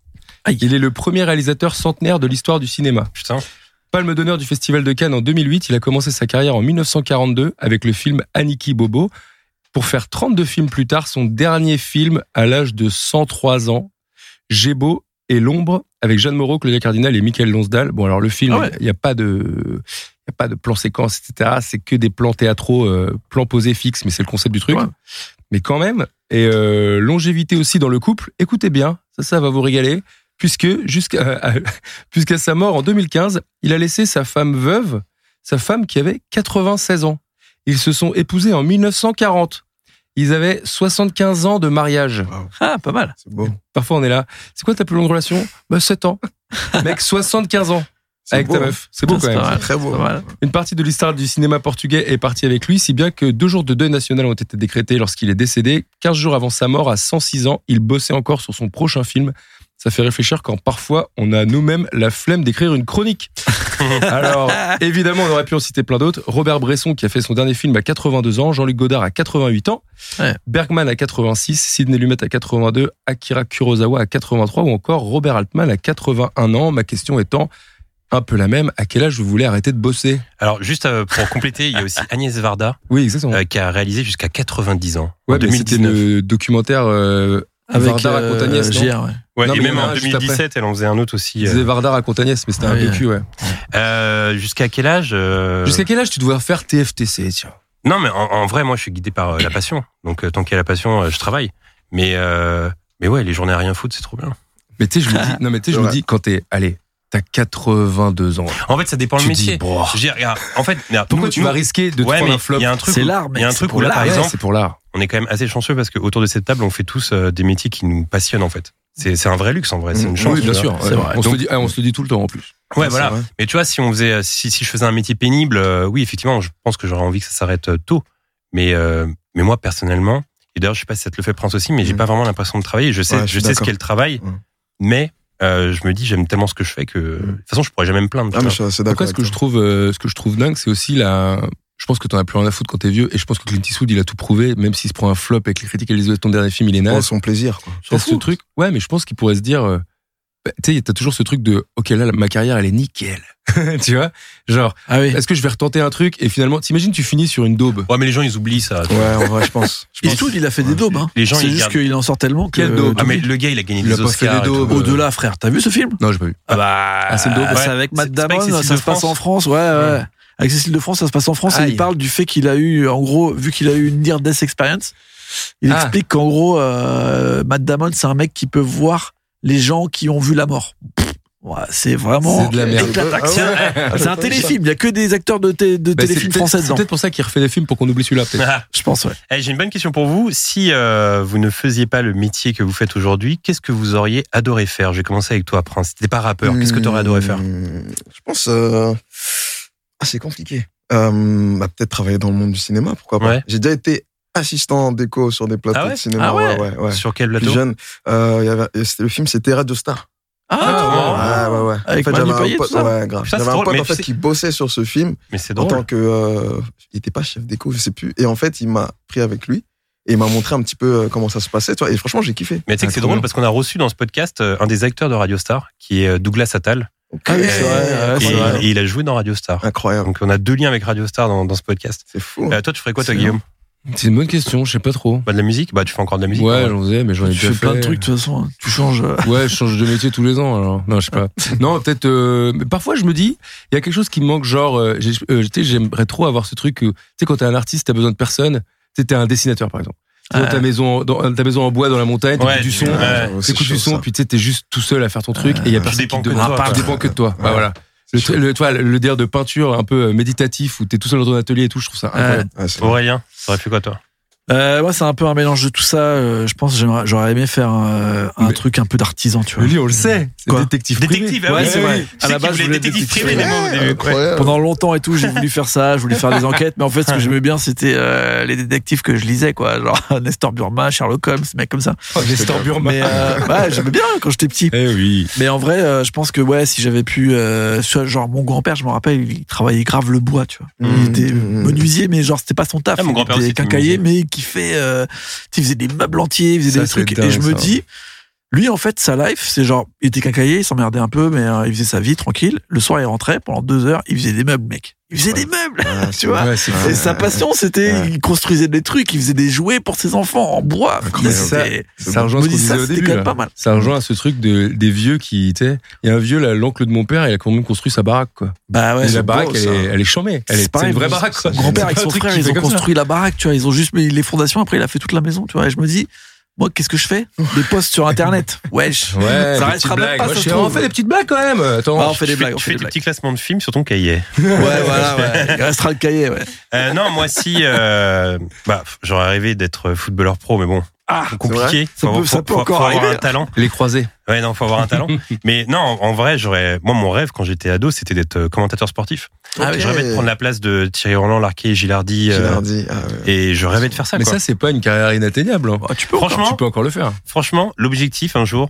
Il est le premier réalisateur centenaire de l'histoire du cinéma. Putain. Palme d'honneur du Festival de Cannes en 2008, il a commencé sa carrière en 1942 avec le film Aniki Bobo, pour faire 32 films plus tard son dernier film à l'âge de 103 ans, J'ai beau et l'ombre, avec Jeanne Moreau, Claudia Cardinal et Michael Lonsdal. Bon, alors le film, il Ah ouais. n'y a pas de... Il n'y a pas de plan séquence, etc. C'est que des plans théâtraux, euh, plans posés fixes, mais c'est le concept du truc. Ouais. Mais quand même, et euh, longévité aussi dans le couple, écoutez bien, ça, ça va vous régaler, puisque jusqu'à jusqu'à sa mort en 2015, il a laissé sa femme veuve, sa femme qui avait 96 ans. Ils se sont épousés en 1940. Ils avaient 75 ans de mariage. Ah, pas mal. C'est beau. Parfois, on est là. C'est quoi ta plus longue relation Bah, 7 ans. Mec, 75 ans C'est avec beau, ta hein. meuf. C'est beau Ça, quand même. pas mal. Très beau. Pas mal. Une partie de l'histoire du cinéma portugais est partie avec lui, si bien que deux jours de deuil national ont été décrétés lorsqu'il est décédé. 15 jours avant sa mort, à 106 ans, il bossait encore sur son prochain film. Ça fait réfléchir quand parfois on a nous-mêmes la flemme d'écrire une chronique. Alors, évidemment, on aurait pu en citer plein d'autres. Robert Bresson qui a fait son dernier film à 82 ans, Jean-Luc Godard à 88 ans, Ouais. Bergman à 86, Sidney Lumet à 82, Akira Kurosawa à 83 ou encore Robert Altman à 81 ans. Ma question étant un peu la même, à quel âge vous voulez arrêter de bosser Alors, juste euh, pour compléter, il y a aussi Agnès Varda oui, exactement. euh, qui a réalisé jusqu'à 90 ans. en ouais, mais c'était 2019. le documentaire euh, Avec Varda raconte euh, Agnès, non GR, ouais. Ouais, Non, et mais même il y en a en un juste 2017, elle en faisait un autre aussi. qui euh, disait Varda raconte Agnès, mais c'était Ah un oui, vécu, ouais. Bah euh, jusqu'à quel âge euh, Jusqu'à quel âge tu devrais faire TFTC, tiens Non, mais en, en vrai, moi, je suis guidé par euh, la passion. Donc, euh, tant qu'il y a la passion, euh, je travaille. Mais, euh, mais ouais, les journées à rien foutre, c'est trop bien. Mais tu sais, je me dis, Ah, non, mais tu sais, je me Ouais. dis, quand t'es, allez, t'as 82 ans, En fait, ça dépend tu le te dis, métier. bon, Je veux dire, regarde, en fait, regarde, pourquoi nous- tu nous- vas risquer de te Ouais, prendre mais un flop il y a un truc C'est où- l'art, Il y a un mec, truc c'est où pour là, l'art. par Ouais, exemple, c'est pour l'art. on est quand même assez chanceux parce que autour de cette table, on fait tous euh, des métiers qui nous passionnent, en fait. C'est c'est un vrai luxe, en vrai. C'est une Oui, chance. Mm. oui, bien tu vois. sûr. C'est ouais. vrai. On, se Donc- le dit, ah, on se le dit tout le temps, en plus. Ouais, Ouais, voilà. c'est vrai. Mais tu vois, si on faisait, euh, si, si je faisais un métier pénible, euh, oui, effectivement, je pense que j'aurais envie que ça s'arrête euh, tôt. Mais, euh, mais moi, personnellement, Et d'ailleurs, je sais pas si ça te le fait, Prince aussi, mais j'ai pas vraiment l'impression de travailler. Je sais, Mm. Ouais, je je suis sais ce d'accord. Mm. qu'est le travail, Ouais. mais euh, je me dis, j'aime tellement ce que je fais que de toute façon, je pourrais jamais me plaindre. Ah, Mm. putain. mais je suis assez Après, d'accord. ce avec que je trouve, euh, ce que je trouve dingue, c'est aussi la. Je pense que t'en as plus rien à foutre quand t'es vieux, et je pense que Clint Eastwood, il a tout prouvé, même s'il se prend un flop avec les critiques, elle disent ton dernier film, il est toi. Prends naze. son plaisir, quoi. T'as ce truc. Ouais, mais je pense qu'il pourrait se dire, euh, bah, tu sais, t'as toujours ce truc de, ok, là, ma carrière, elle est nickel. tu vois? Genre, Ah oui. est-ce que je vais retenter un truc, et finalement, t'imagines, tu finis sur une daube. Ouais, mais les gens, ils oublient ça. Ouais, en vrai, je pense. Je Et pense. tout, il a fait des daubes. Hein. Les gens, c'est ils juste gardent- qu'il en sort tellement que. Quel daube. Ah, mais le gars, il a gagné Il a des pas fait Oscars. des et tout. daubes. Au-delà, frère, t'as vu ce film Non, j'ai pas vu. Ah bah. Ah, c'est le daube. ouais. C'est avec Matt C'est- c'est pas Damon, avec Cécile ça de se passe France. en France, ouais, ouais. Avec Cécile de France, ça se passe en France et Aïe. il parle du fait qu'il a eu, en gros, vu qu'il a eu une near death experience, il Ah. explique qu'en gros, euh, Matt Damon, c'est un mec qui peut voir les gens qui ont vu la mort. Pff, ouais, c'est vraiment C'est de la merde. éclataxe. Ah ouais. C'est un téléfilm, il y a que des acteurs de, té- de Bah, c'est téléfilms peut-être- français C'est dedans. peut-être pour ça qu'il refait des films pour qu'on oublie celui-là, peut-être. Ah. Je pense, ouais. Eh, J'ai une bonne question pour vous. Si euh, vous ne faisiez pas le métier que vous faites aujourd'hui, qu'est-ce que vous auriez adoré faire Je vais commencer avec toi, Prince. T'es pas rappeur. Qu'est-ce que t'aurais adoré faire Mmh, Je pense. euh, Ah, c'est compliqué. Euh, bah, peut-être travailler dans le monde du cinéma, pourquoi pas. Ouais. J'ai déjà été assistant en déco sur des plateaux Ah ouais de cinéma. Ah ouais ouais, ouais. Sur quel Plus plateau jeune, euh, il y avait- c'était- le film c'était Radio Star. Ah. ouais, ouais, ouais. Avec Manu j'avais un Payet, tout pote, ça ouais, grave. Putain, c'est J'avais un drôle, pote mais en fait c'est- qui bossait sur ce film Mais c'est en drôle. tant que euh, il était pas chef déco, je sais plus. Et en fait, il m'a pris avec lui et il m'a montré un petit peu euh, comment ça se passait, tu vois. Et franchement, j'ai kiffé. Mais tu sais que c'est drôle parce qu'on a reçu dans ce podcast euh, un des acteurs de Radio Star, qui est euh, Douglas Attal, Ah oui, c'est vrai, Ah, et, c'est vrai. et il a joué dans Radio Star. Incroyable, Donc on a deux liens avec Radio Star dans, dans ce podcast. c'est fou. hein. Euh, toi, tu ferais quoi, toi, C'est Guillaume C'est une bonne question, je sais pas trop. bah, De la musique Bah, tu fais encore de la musique Ouais, en vrai. j'en faisais, mais j'en ai Tu déjà fais fait. plein de trucs, de toute façon. hein. Tu changes. euh, Ouais, je change de métier tous les ans. Alors. Non, je sais pas. Non, peut-être. euh, mais parfois, je me dis, il y a quelque chose qui me manque. Genre, euh, j'ai- euh, tu sais, j'aimerais trop avoir ce truc. euh, Tu sais, quand t'es un artiste, t'as besoin de personne. Tu sais, t'es un dessinateur, par exemple. Tu sais, dans Ah. ta maison, en- dans ta maison en bois, dans la montagne, t'écoutes Ouais, du son. ouais. J'avoue, c'est T'écoutes du chaud, son, ça. puis tu sais, t'es juste tout seul à faire ton truc. et il y a personne dépends qui te que de toi, demande. Ah, quoi. tu dépends que de toi. Bah, Ouais. voilà. Le, chaud. le, toi, le délire de peinture un peu euh, méditatif où t'es tout seul dans ton atelier et tout, je trouve ça incroyable. Ouais, c'est- Aurélien, t'aurais fait quoi, toi Euh, moi, c'est un peu un mélange de tout ça. euh, je pense que j'aimerais- j'aurais aimé faire euh, un Mais- truc un peu d'artisan, tu vois. Le lit, on le sait. C'est Quoi détective privé. Détective, ah oui, Ouais, c'est oui, vrai. oui. À Tu la sais qu'il base, je voulait voulais être détective détective privé, les privé. mots, au début. Ouais. euh, Incroyable. Pendant longtemps et tout, j'ai voulu faire ça, je voulais faire des enquêtes, mais en fait, ce que j'aimais bien, c'était euh, les détectives que je lisais, quoi. Genre Nestor Burma, Sherlock Holmes, mec comme ça. Oh, Nestor Burma. Mais euh, ouais, j'aimais bien quand j'étais petit. Eh oui. Mais en vrai, euh, je pense que ouais, si j'avais pu, euh, soit- genre mon grand-père, je me rappelle, il travaillait grave le bois, tu vois. Il Mm, Mmh, était mmh, mmh. menuisier, mais genre c'était pas son taf. Ah, mon grand-père il aussi était était quincaillier, mais qui fait, euh, tu sais, il faisait des meubles entiers, il faisait Ça, des c'est trucs. dingue, et je me ça. dis, lui en fait, sa life, c'est genre, il était quincaillier, il s'emmerdait un peu, mais euh, il faisait sa vie tranquille. Le soir, il rentrait pendant deux heures, il faisait des meubles, mec. Il faisait des meubles. Ouais, Tu vois Ouais, c'est Ouais. Et sa passion, c'était, Ouais. il construisait des trucs, il faisait des jouets pour ses enfants en bois. Incroyable. C'était- C'est Ça bon. rejoint Je ce me qu'on dis, ça, disait au c'était début. quand même là. pas mal. Ça rejoint à ce truc de, des vieux qui, tu sais, il y a un vieux, là, l'oncle de mon père, il a quand même construit sa baraque, quoi. Bah ouais. Et c'est la beau, baraque, elle, ça. est, elle est chambée. Elle est, c'est pareil, une vraie mon- baraque, quoi. Mon grand-père avec C'est pas son un truc frère, qui ils fait ont comme ça. construit la baraque, tu vois. Ils ont juste mis les fondations, après, il a fait toute la maison, tu vois. Et je me dis, moi, qu'est-ce que je fais Des posts sur Internet. Wesh. Ouais, Ça des restera petites même blagues. pas, Ouais, ça je se sais, On trouve. fait des petites blagues, quand même. Attends. Ah, on fait des Tu fais- blagues, on tu fait fais des des blagues. petits classements de films sur ton cahier. Ouais, voilà, ouais. Il restera le cahier, ouais. Euh, non, moi si, euh, bah, f- j'aurais rêvé d'être footballeur pro, mais bon, Ah, compliqué. Ça Faut peut- avoir- ça faut- peut faut- encore faut avoir arriver. un talent. Les croisés. Ouais, non, faut avoir un talent. mais non, en en vrai, j'aurais, moi, mon rêve quand j'étais ado, c'était d'être euh, commentateur sportif. Ah Je rêvais de prendre la place de Thierry Roland, Larquet, Gilardi, euh, Gilardi, ah ouais. et je rêvais de faire ça. Mais quoi. ça, c'est pas une carrière inatteignable. hein. Ah, tu peux Franchement, Tu peux encore le faire. franchement, l'objectif un jour,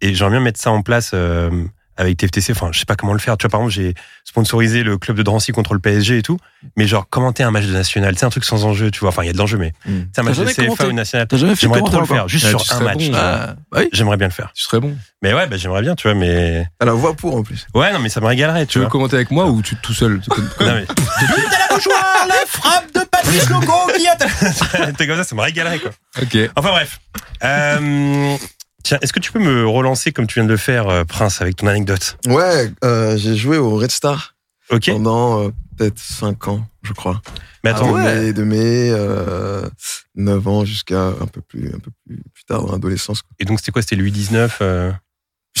et j'aimerais bien mettre ça en place euh, avec TFTC, enfin, je sais pas comment le faire. Tu vois, par exemple, j'ai sponsorisé le club de Drancy contre le PSG et tout, mais genre, commenter un match de national, c'est un truc sans enjeu, tu vois. Enfin, il y a de l'enjeu, mais Mm. c'est un match de jamais CFA commenté ou national. T'as jamais fait J'aimerais trop commentaire le faire, encore juste Ouais, sur tu un serais match. bon, tu vois. Ah, bah oui. J'aimerais bien le faire. Tu serais bon. Mais ouais, bah, j'aimerais bien, tu vois, mais. T'as la voix pour en plus. Ouais, non, mais ça me régalerait, Tu tu veux vois. commenter avec moi ou tu tout seul C'est comme- Non, mais- la Ah, frappe de Patrice Logo qui a T'es comme ça, ça me régalerait, quoi. Ok. Enfin, bref. Euh, Tiens, est-ce que tu peux me relancer comme tu viens de le faire, euh, Prince, avec ton anecdote Ouais, euh, j'ai joué au Red Star Ok Ah pendant euh, peut-être 5 ans, je crois. Mais attends, de ouais. mes, de mes, euh, 9 ans jusqu'à un peu plus, un peu plus, plus tard dans l'adolescence. quoi. et donc c'était quoi C'était Louis 19 euh,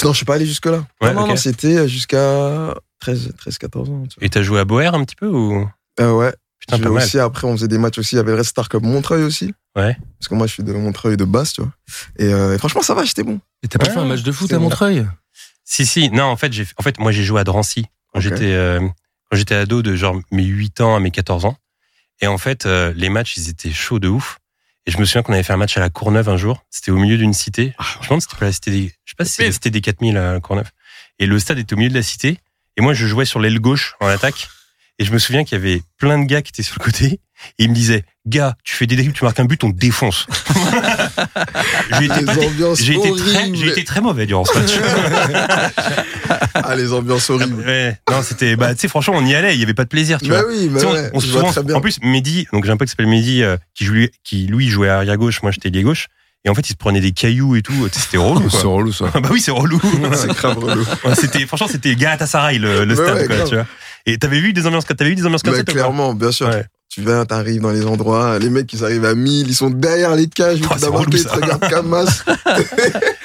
Non, je suis pas allé jusque là. Ouais, non, non, ok. non, c'était euh, jusqu'à 13, 13, 14 ans. tu Et t'as joué à Boer un petit peu ou vois. Euh, ouais. Putain, Je pas vais mal. aussi, après, on faisait des matchs aussi. Il y avait le Red Star Cup Montreuil aussi. Ouais. Parce que moi, je suis de Montreuil de base, tu vois. Et euh, franchement, ça va, j'étais bon. Et t'as pas Ouais, fait un match de foot c'est à bon. Montreuil Si, si, non, en fait, j'ai, en fait moi j'ai joué à Drancy quand Ok. j'étais euh, quand j'étais ado de genre mes 8 ans à mes 14 ans. Et en fait, euh, les matchs, ils étaient chauds de ouf. Et je me souviens qu'on avait fait un match à la Courneuve un jour. C'était au milieu d'une cité. Ah Je pense que c'était pas la cité des, je sais pas si c'était la cité des 4000 à la Courneuve. Et le stade était au milieu de la cité. Et moi, je jouais sur l'aile gauche en attaque. Et je me souviens qu'il y avait plein de gars qui étaient sur le côté. Et ils me disaient, gars, tu fais des dribbles, tu marques un but, on te défonce. j'ai été, Les pas- ambiances j'ai été très, horribles. j'ai été très mauvais durant ce match. Ah, les ambiances horribles. Ouais. Non, c'était, bah, tu sais, franchement, on y allait, il y avait pas de plaisir, tu Bah vois. oui, bah Tu sais, on- ouais, on se je vois souvent- très bien. en plus, Mehdi, donc j'ai un pote qui s'appelle Mehdi, euh, qui, lui, qui lui jouait arrière gauche, moi j'étais lié gauche. Et en fait, il se prenait des cailloux et tout. C'était relou, C'est quoi. relou, ça. bah oui, c'est relou. C'est grave relou. Ouais, c'était, franchement, c'était Galatasaray, le, le Bah stade, ouais, quoi, grave. tu vois. Et t'avais vu des ambiances, t'avais vu des ambiances comme Bah, ça, toi, quoi clairement, bien sûr. Ouais. Tu viens, t'arrives dans les endroits, les mecs, ils arrivent à 1000, ils sont derrière les cages, Oh, ils c'est t'ont marqué, relou, ils te ça. regardent comme masse.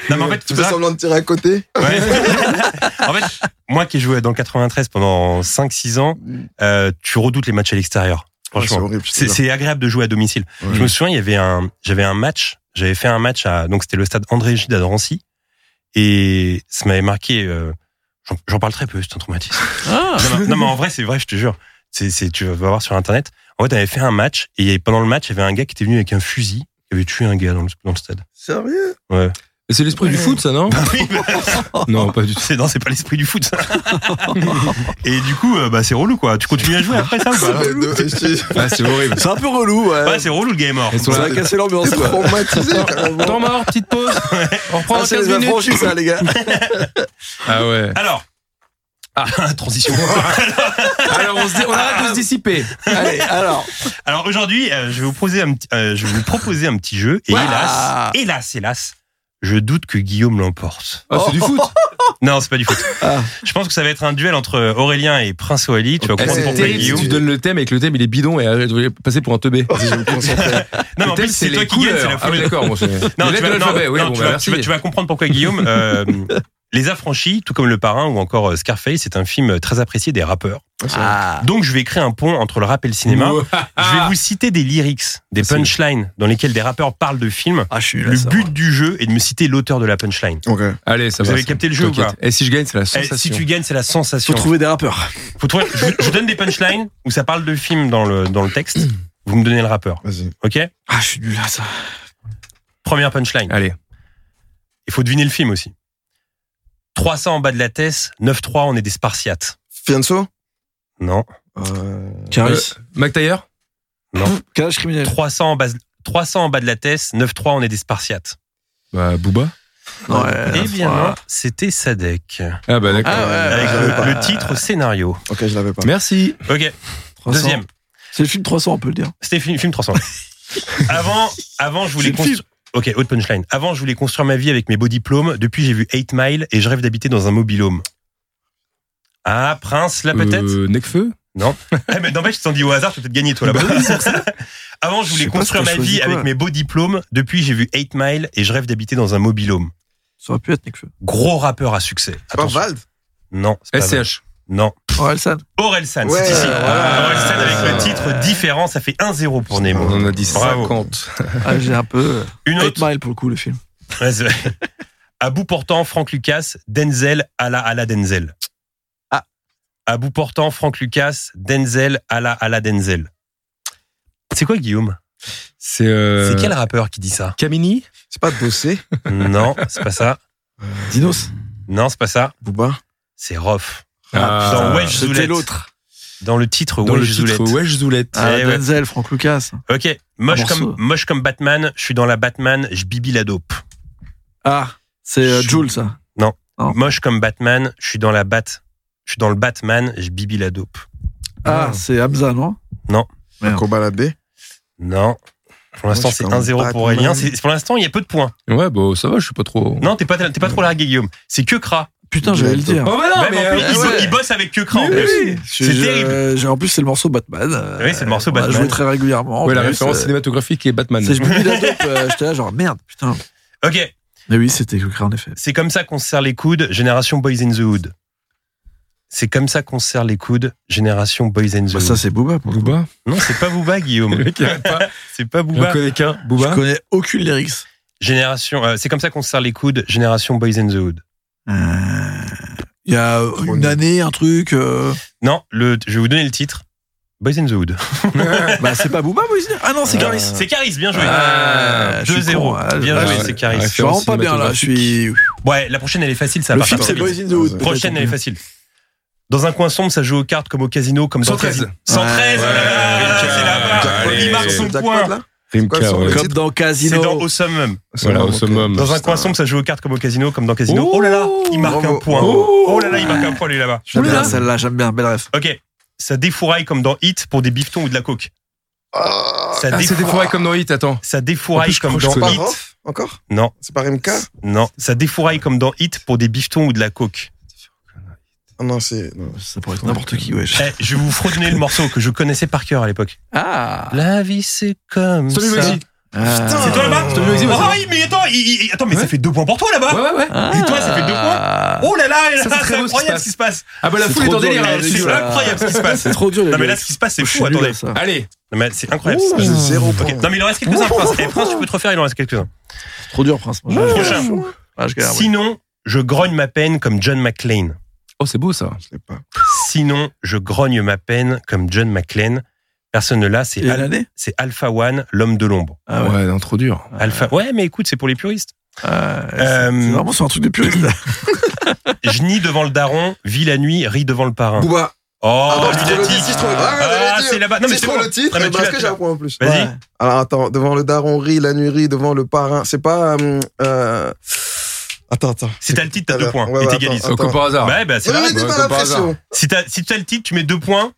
Non, mais en fait, tu tout fais ça, semblant de tirer à côté. Ah, Ouais. en fait, moi qui ai joué dans le 93 pendant 5-6 ans, Mm. euh, tu redoutes les matchs à l'extérieur. c'est Franchement, horrible. je te c'est jure. c'est agréable de jouer à domicile. Ouais. Je me souviens, il y avait un, j'avais un match, j'avais fait un match à, donc c'était le stade André Gide à Drancy, et ça m'avait marqué. euh, j'en- J'en parle très peu, c'est un traumatisme. Ah. Non, mais- non, mais en vrai, c'est vrai, je te jure. C'est, c'est, tu vas voir sur internet. En fait, avait fait un match et il y avait- pendant le match, il y avait un gars qui était venu avec un fusil, qui avait tué un gars dans le, dans le stade. Sérieux Ouais. Mais C'est l'esprit du foot, ça, non Non, pas du tout. C'est non, c'est pas l'esprit du foot. ça. et du coup, euh, bah c'est relou quoi. Tu continues à jouer après ça ou pas C'est de- je- Ah, c'est horrible. Ah, C'est un peu relou, ouais. Ouais, c'est relou le game mort. Elles sont ça là. a cassé l'ambiance, C'est quoi. traumatisé, carrément. Temps mort, petite pause. On reprend Ah, dans c'est 15 les minutes. affranchis, ça, les gars. Ah ouais. Alors. Ah, transition. Alors, on, se dit- on arrête de se dissiper. Allez, alors. Alors aujourd'hui, euh, je vais vous poser un petit, euh, je vais vous proposer un petit jeu. Et Ouah. hélas, hélas, hélas, je doute que Guillaume l'emporte. Ah, c'est du foot. Non, c'est pas du foot. Ah. Je pense que ça va être un duel entre Aurélien et Prince Oali. Tu vas Eh, comprendre c'est pourquoi terrible si Guillaume. tu donnes le thème et que le thème il est bidon et euh, tu vas passer pour un teubé. Vas-y, je vais me concentrer. Non, mais en le thème plus, c'est toi les qui gagne, couleurs. c'est la Ah oui, folie. d'accord. Bon, c'est Non, Les tu lettres vas, de l'alphabet, non, oui, non, bon, tu bah, vas- merci. tu vas- tu vas comprendre pourquoi Guillaume. euh, Les affranchis, tout comme Le Parrain ou encore euh, Scarface, c'est un film très apprécié des rappeurs. Ah. Donc je vais créer un pont entre le rap et le cinéma. Ah. Je Ah. vais vous citer des lyrics, des Facile. punchlines dans lesquels des rappeurs parlent de films. Ah, je suis nul à Le ça. but du jeu est de me citer l'auteur de la punchline. Ok. Allez, ça Vous va. avez ça. capté le jeu ou T'inquiète. Et si je gagne, c'est la Eh, Si sensation. tu gagnes, c'est la Faut sensation. trouver des rappeurs. Faut trouver- Je, je vous donne des punchlines où ça parle de films dans le, dans le texte. Vous me donnez le rappeur. Vas-y. Ok Ah, je suis nul à ça. Première punchline. Allez. Il faut deviner le film aussi. 300 en bas de la tête, 9-3, on est des Spartiates. Fianso Non. Euh, Caris. Mac Taylor Non. Caris criminel. 300 en bas, 300 en bas de la tête, 9-3, on est des Spartiates. Bah, Booba. Ouais. eh bien, voilà. non, c'était Sadek. Euh, bah, Ah, bah, d'accord. Ah Avec j'avais pas. le, le titre scénario. Ok, je l'avais pas. Merci. Ok. 300. Deuxième. C'est le film 300, on peut le dire. C'était film, film 300. avant, avant, je voulais C'est le film. construire. Ok, haute punchline. Avant, je voulais construire ma vie avec mes beaux diplômes. Depuis, j'ai vu 8 Mile et je rêve d'habiter dans un mobilhome. Ah, Prince, là peut-être Euh, Necfeu Eh, mais n'empêche, tu t'en dis au hasard, tu vas peut-être gagner, toi, Bah là-bas. Avant, je Je voulais sais pas construire ce que ma je choisis, vie quoi. avec mes beaux diplômes. Depuis, j'ai vu 8 Mile et je rêve d'habiter dans un mobilhome. Ça aurait pu être Nekfeu. Gros rappeur à succès. C'est pas bah. Attention. Vald Non, c'est pas vrai. SCH. Non. Oh, Elsan. Orelsan, Ouais, c'est ici. voilà. Orelsan avec le titre différent, ça fait 1-0 pour Nemo. On en a dit Bravo. 50. Ah, j'ai un peu. Une 8 autre. Mile pour le coup, le film. Ouais, c'est vrai. à bout portant, Franck Lucas, Denzel, à la, à la Denzel. Ah. À bout portant, Franck Lucas, Denzel, à la, à la Denzel. C'est quoi, Guillaume C'est. euh, C'est quel rappeur qui dit ça Kamini C'est pas Dossé Non, c'est pas ça. Dinos. Non, c'est pas ça. Booba C'est Rof. Ah, dans Wesh C'était Zoulette. l'autre. Dans le titre Dans le Wesh Zoulette. titre Wesh Zoulette. Ah, Eh ouais. Denzel, Franck Lucas. Ok. Moche Un comme, morceau. moche comme Batman, je suis dans la Batman, je bibi la dope. Ah, c'est euh, Chou. Jules, ça. Non. Moche comme Batman, je suis dans la Bat. Je suis dans le Batman, je bibi la dope. Ah, c'est Hamza, non Kobalade Non. Pour l'instant, Moche c'est comme 1-0 pour Batman. Aurélien. C'est- Pour l'instant, il y a peu de points. Ouais, bah, ça va, je suis pas trop. Non, t'es pas, t'es pas trop largué, Guillaume. C'est que Cra. Putain, j'allais le dire. Oh, bah, non, Même en plus, euh, il, bo- ouais. il bosse avec que Cra en Oui, plus. oui, oui. C'est Je- terrible. euh, j'ai- en plus, c'est le morceau Batman. euh, Oui, c'est le morceau on l'a Batman. joué très régulièrement. en Ouais, la plus, référence euh, cinématographique est Batman. C'est je me dis la dope, euh, j'étais là genre merde, putain. Ok. Mais oui, c'était Lucas en effet. C'est comme ça qu'on se serre les coudes, génération Boys in the Hood. C'est comme ça qu'on se serre les coudes, génération Boys in the Bah, Hood. ça c'est Booba pour le coup. Booba Non, c'est pas Booba, Guillaume. Le mec, il arrête pas. c'est pas J'en Booba. euh, connais qu'un. Je Booba connais aucune lyrics. Génération, euh, c'est comme ça qu'on se serre les coudes, génération Boys in the Hood. Euh, Il y a une Chrono. année, un truc. euh, Non, le, je vais vous donner le titre. Boys in the Hood. bah, c'est pas Booba, Moïse Ah non, c'est Euh, Caris. C'est Caris, bien joué. Ah, je suis 2-0. con, ah, bien ouais, joué, ouais. c'est Caris. Je suis vraiment pas bien là. Je suis. Ouais, la prochaine elle est facile, ça Le va film, c'est partir Boys vite. in the Hood. Prochaine elle est facile. Dans un coin sombre, ça joue aux cartes comme au casino, comme dans 113. Casino. 113, oh là là, Ouais, c'est là-bas. Jackpot, Il marque son Jackpot, point. là Rimka, Quoi, sur ouais. le Comme titre dans C'est dans Casino. Au Summum. Voilà, au Ok. summum. Dans un Putain. coin sombre, ça joue aux cartes comme au casino, comme dans Casino. Oh, là là, il marque Bravo. un point. Oh. Oh, là là, il marque un point lui là-bas. J'aime Oula. bien celle-là, j'aime bien. Belle ref. Ok. Ça défouraille comme dans Hit pour des bifetons ou de la coke. Ça, Ah, c'est des défouraille- forêts comme dans Hit, attends. ça défouraille En plus, je comme crois hein. que dans je Pas Hit. Rof, encore Non, C'est pas RMK non. Ça défouraille comme dans Hit pour des bifetons ou de la coke. Ah Non, c'est. non. Ça pourrait être n'importe qui, ouais. Eh, je vais vous fredonner le morceau que je connaissais par cœur à l'époque. Ah La vie, c'est comme Salut, ça. Maxi. C'est toi là-bas Tommy Maxi, Ah vas-y. oui, mais attends, il- il- attends mais Ouais. ça fait deux points pour toi Ouais, là-bas. ouais, ouais. Et toi, ça fait deux points Oh là là, Ça, là, c'est c'est très beau, ce qui se incroyable passe. ce qui se passe. Ah, bah la Ah. hein, C'est foule est trop en dur, délire. les là, gars, dessus, C'est dur, là. là. incroyable ce qui se passe. C'est Ah. trop dur, les Non mais gars. là, ce qui se passe, c'est Je fou. suis nul Attendez, à ça. Allez, Non, mais c'est incroyable. Ouh, j'ai zéro point. Ok. Non mais il en reste quelques-uns, Prince. Eh, Prince, tu peux te refaire, il en reste quelques-uns. C'est trop dur, Prince. Moi, je- Prochain. Ah, je galère, ouais. Sinon, je grogne ma peine comme John McClane. Oh, c'est beau ça. Je l'ai pas. Sinon, je grogne ma peine comme John McClane. Personne ne l'a, c'est Et Al- l'année c'est Alpha One, l'homme de l'ombre. Ah ouais. non, trop dur. Alpha. Ouais, mais écoute, c'est pour les puristes. Ah, c'est- Euh, C'est vraiment sur un truc de puriste. là. Je nie devant le daron, vis la nuit, ris devant le parrain. Booba. Oh, Ah non, je trouve le Ludati. titre, je trouve- Ah, j'allais Ah, dire. c'est là-bas. Non, mais Si je c'est trouve bon. le titre, Non, mais eh tu ben, l'as, est-ce que tu j'ai l'as. un point en plus Vas-y. Ouais. Alors attends, devant le daron rit, la nuit rit, devant le parrain. C'est pas. hum, euh, Attends, attends. Si t'as le titre, t'as Ouais, deux points. ouais, et ouais, t'égalises. attends. Comme par hasard. Ouais, bah, c'est Ne me pareil. mettez Ouais, pas comme la par hasard. pression. Si t'as si t'as le titre, tu mets deux points.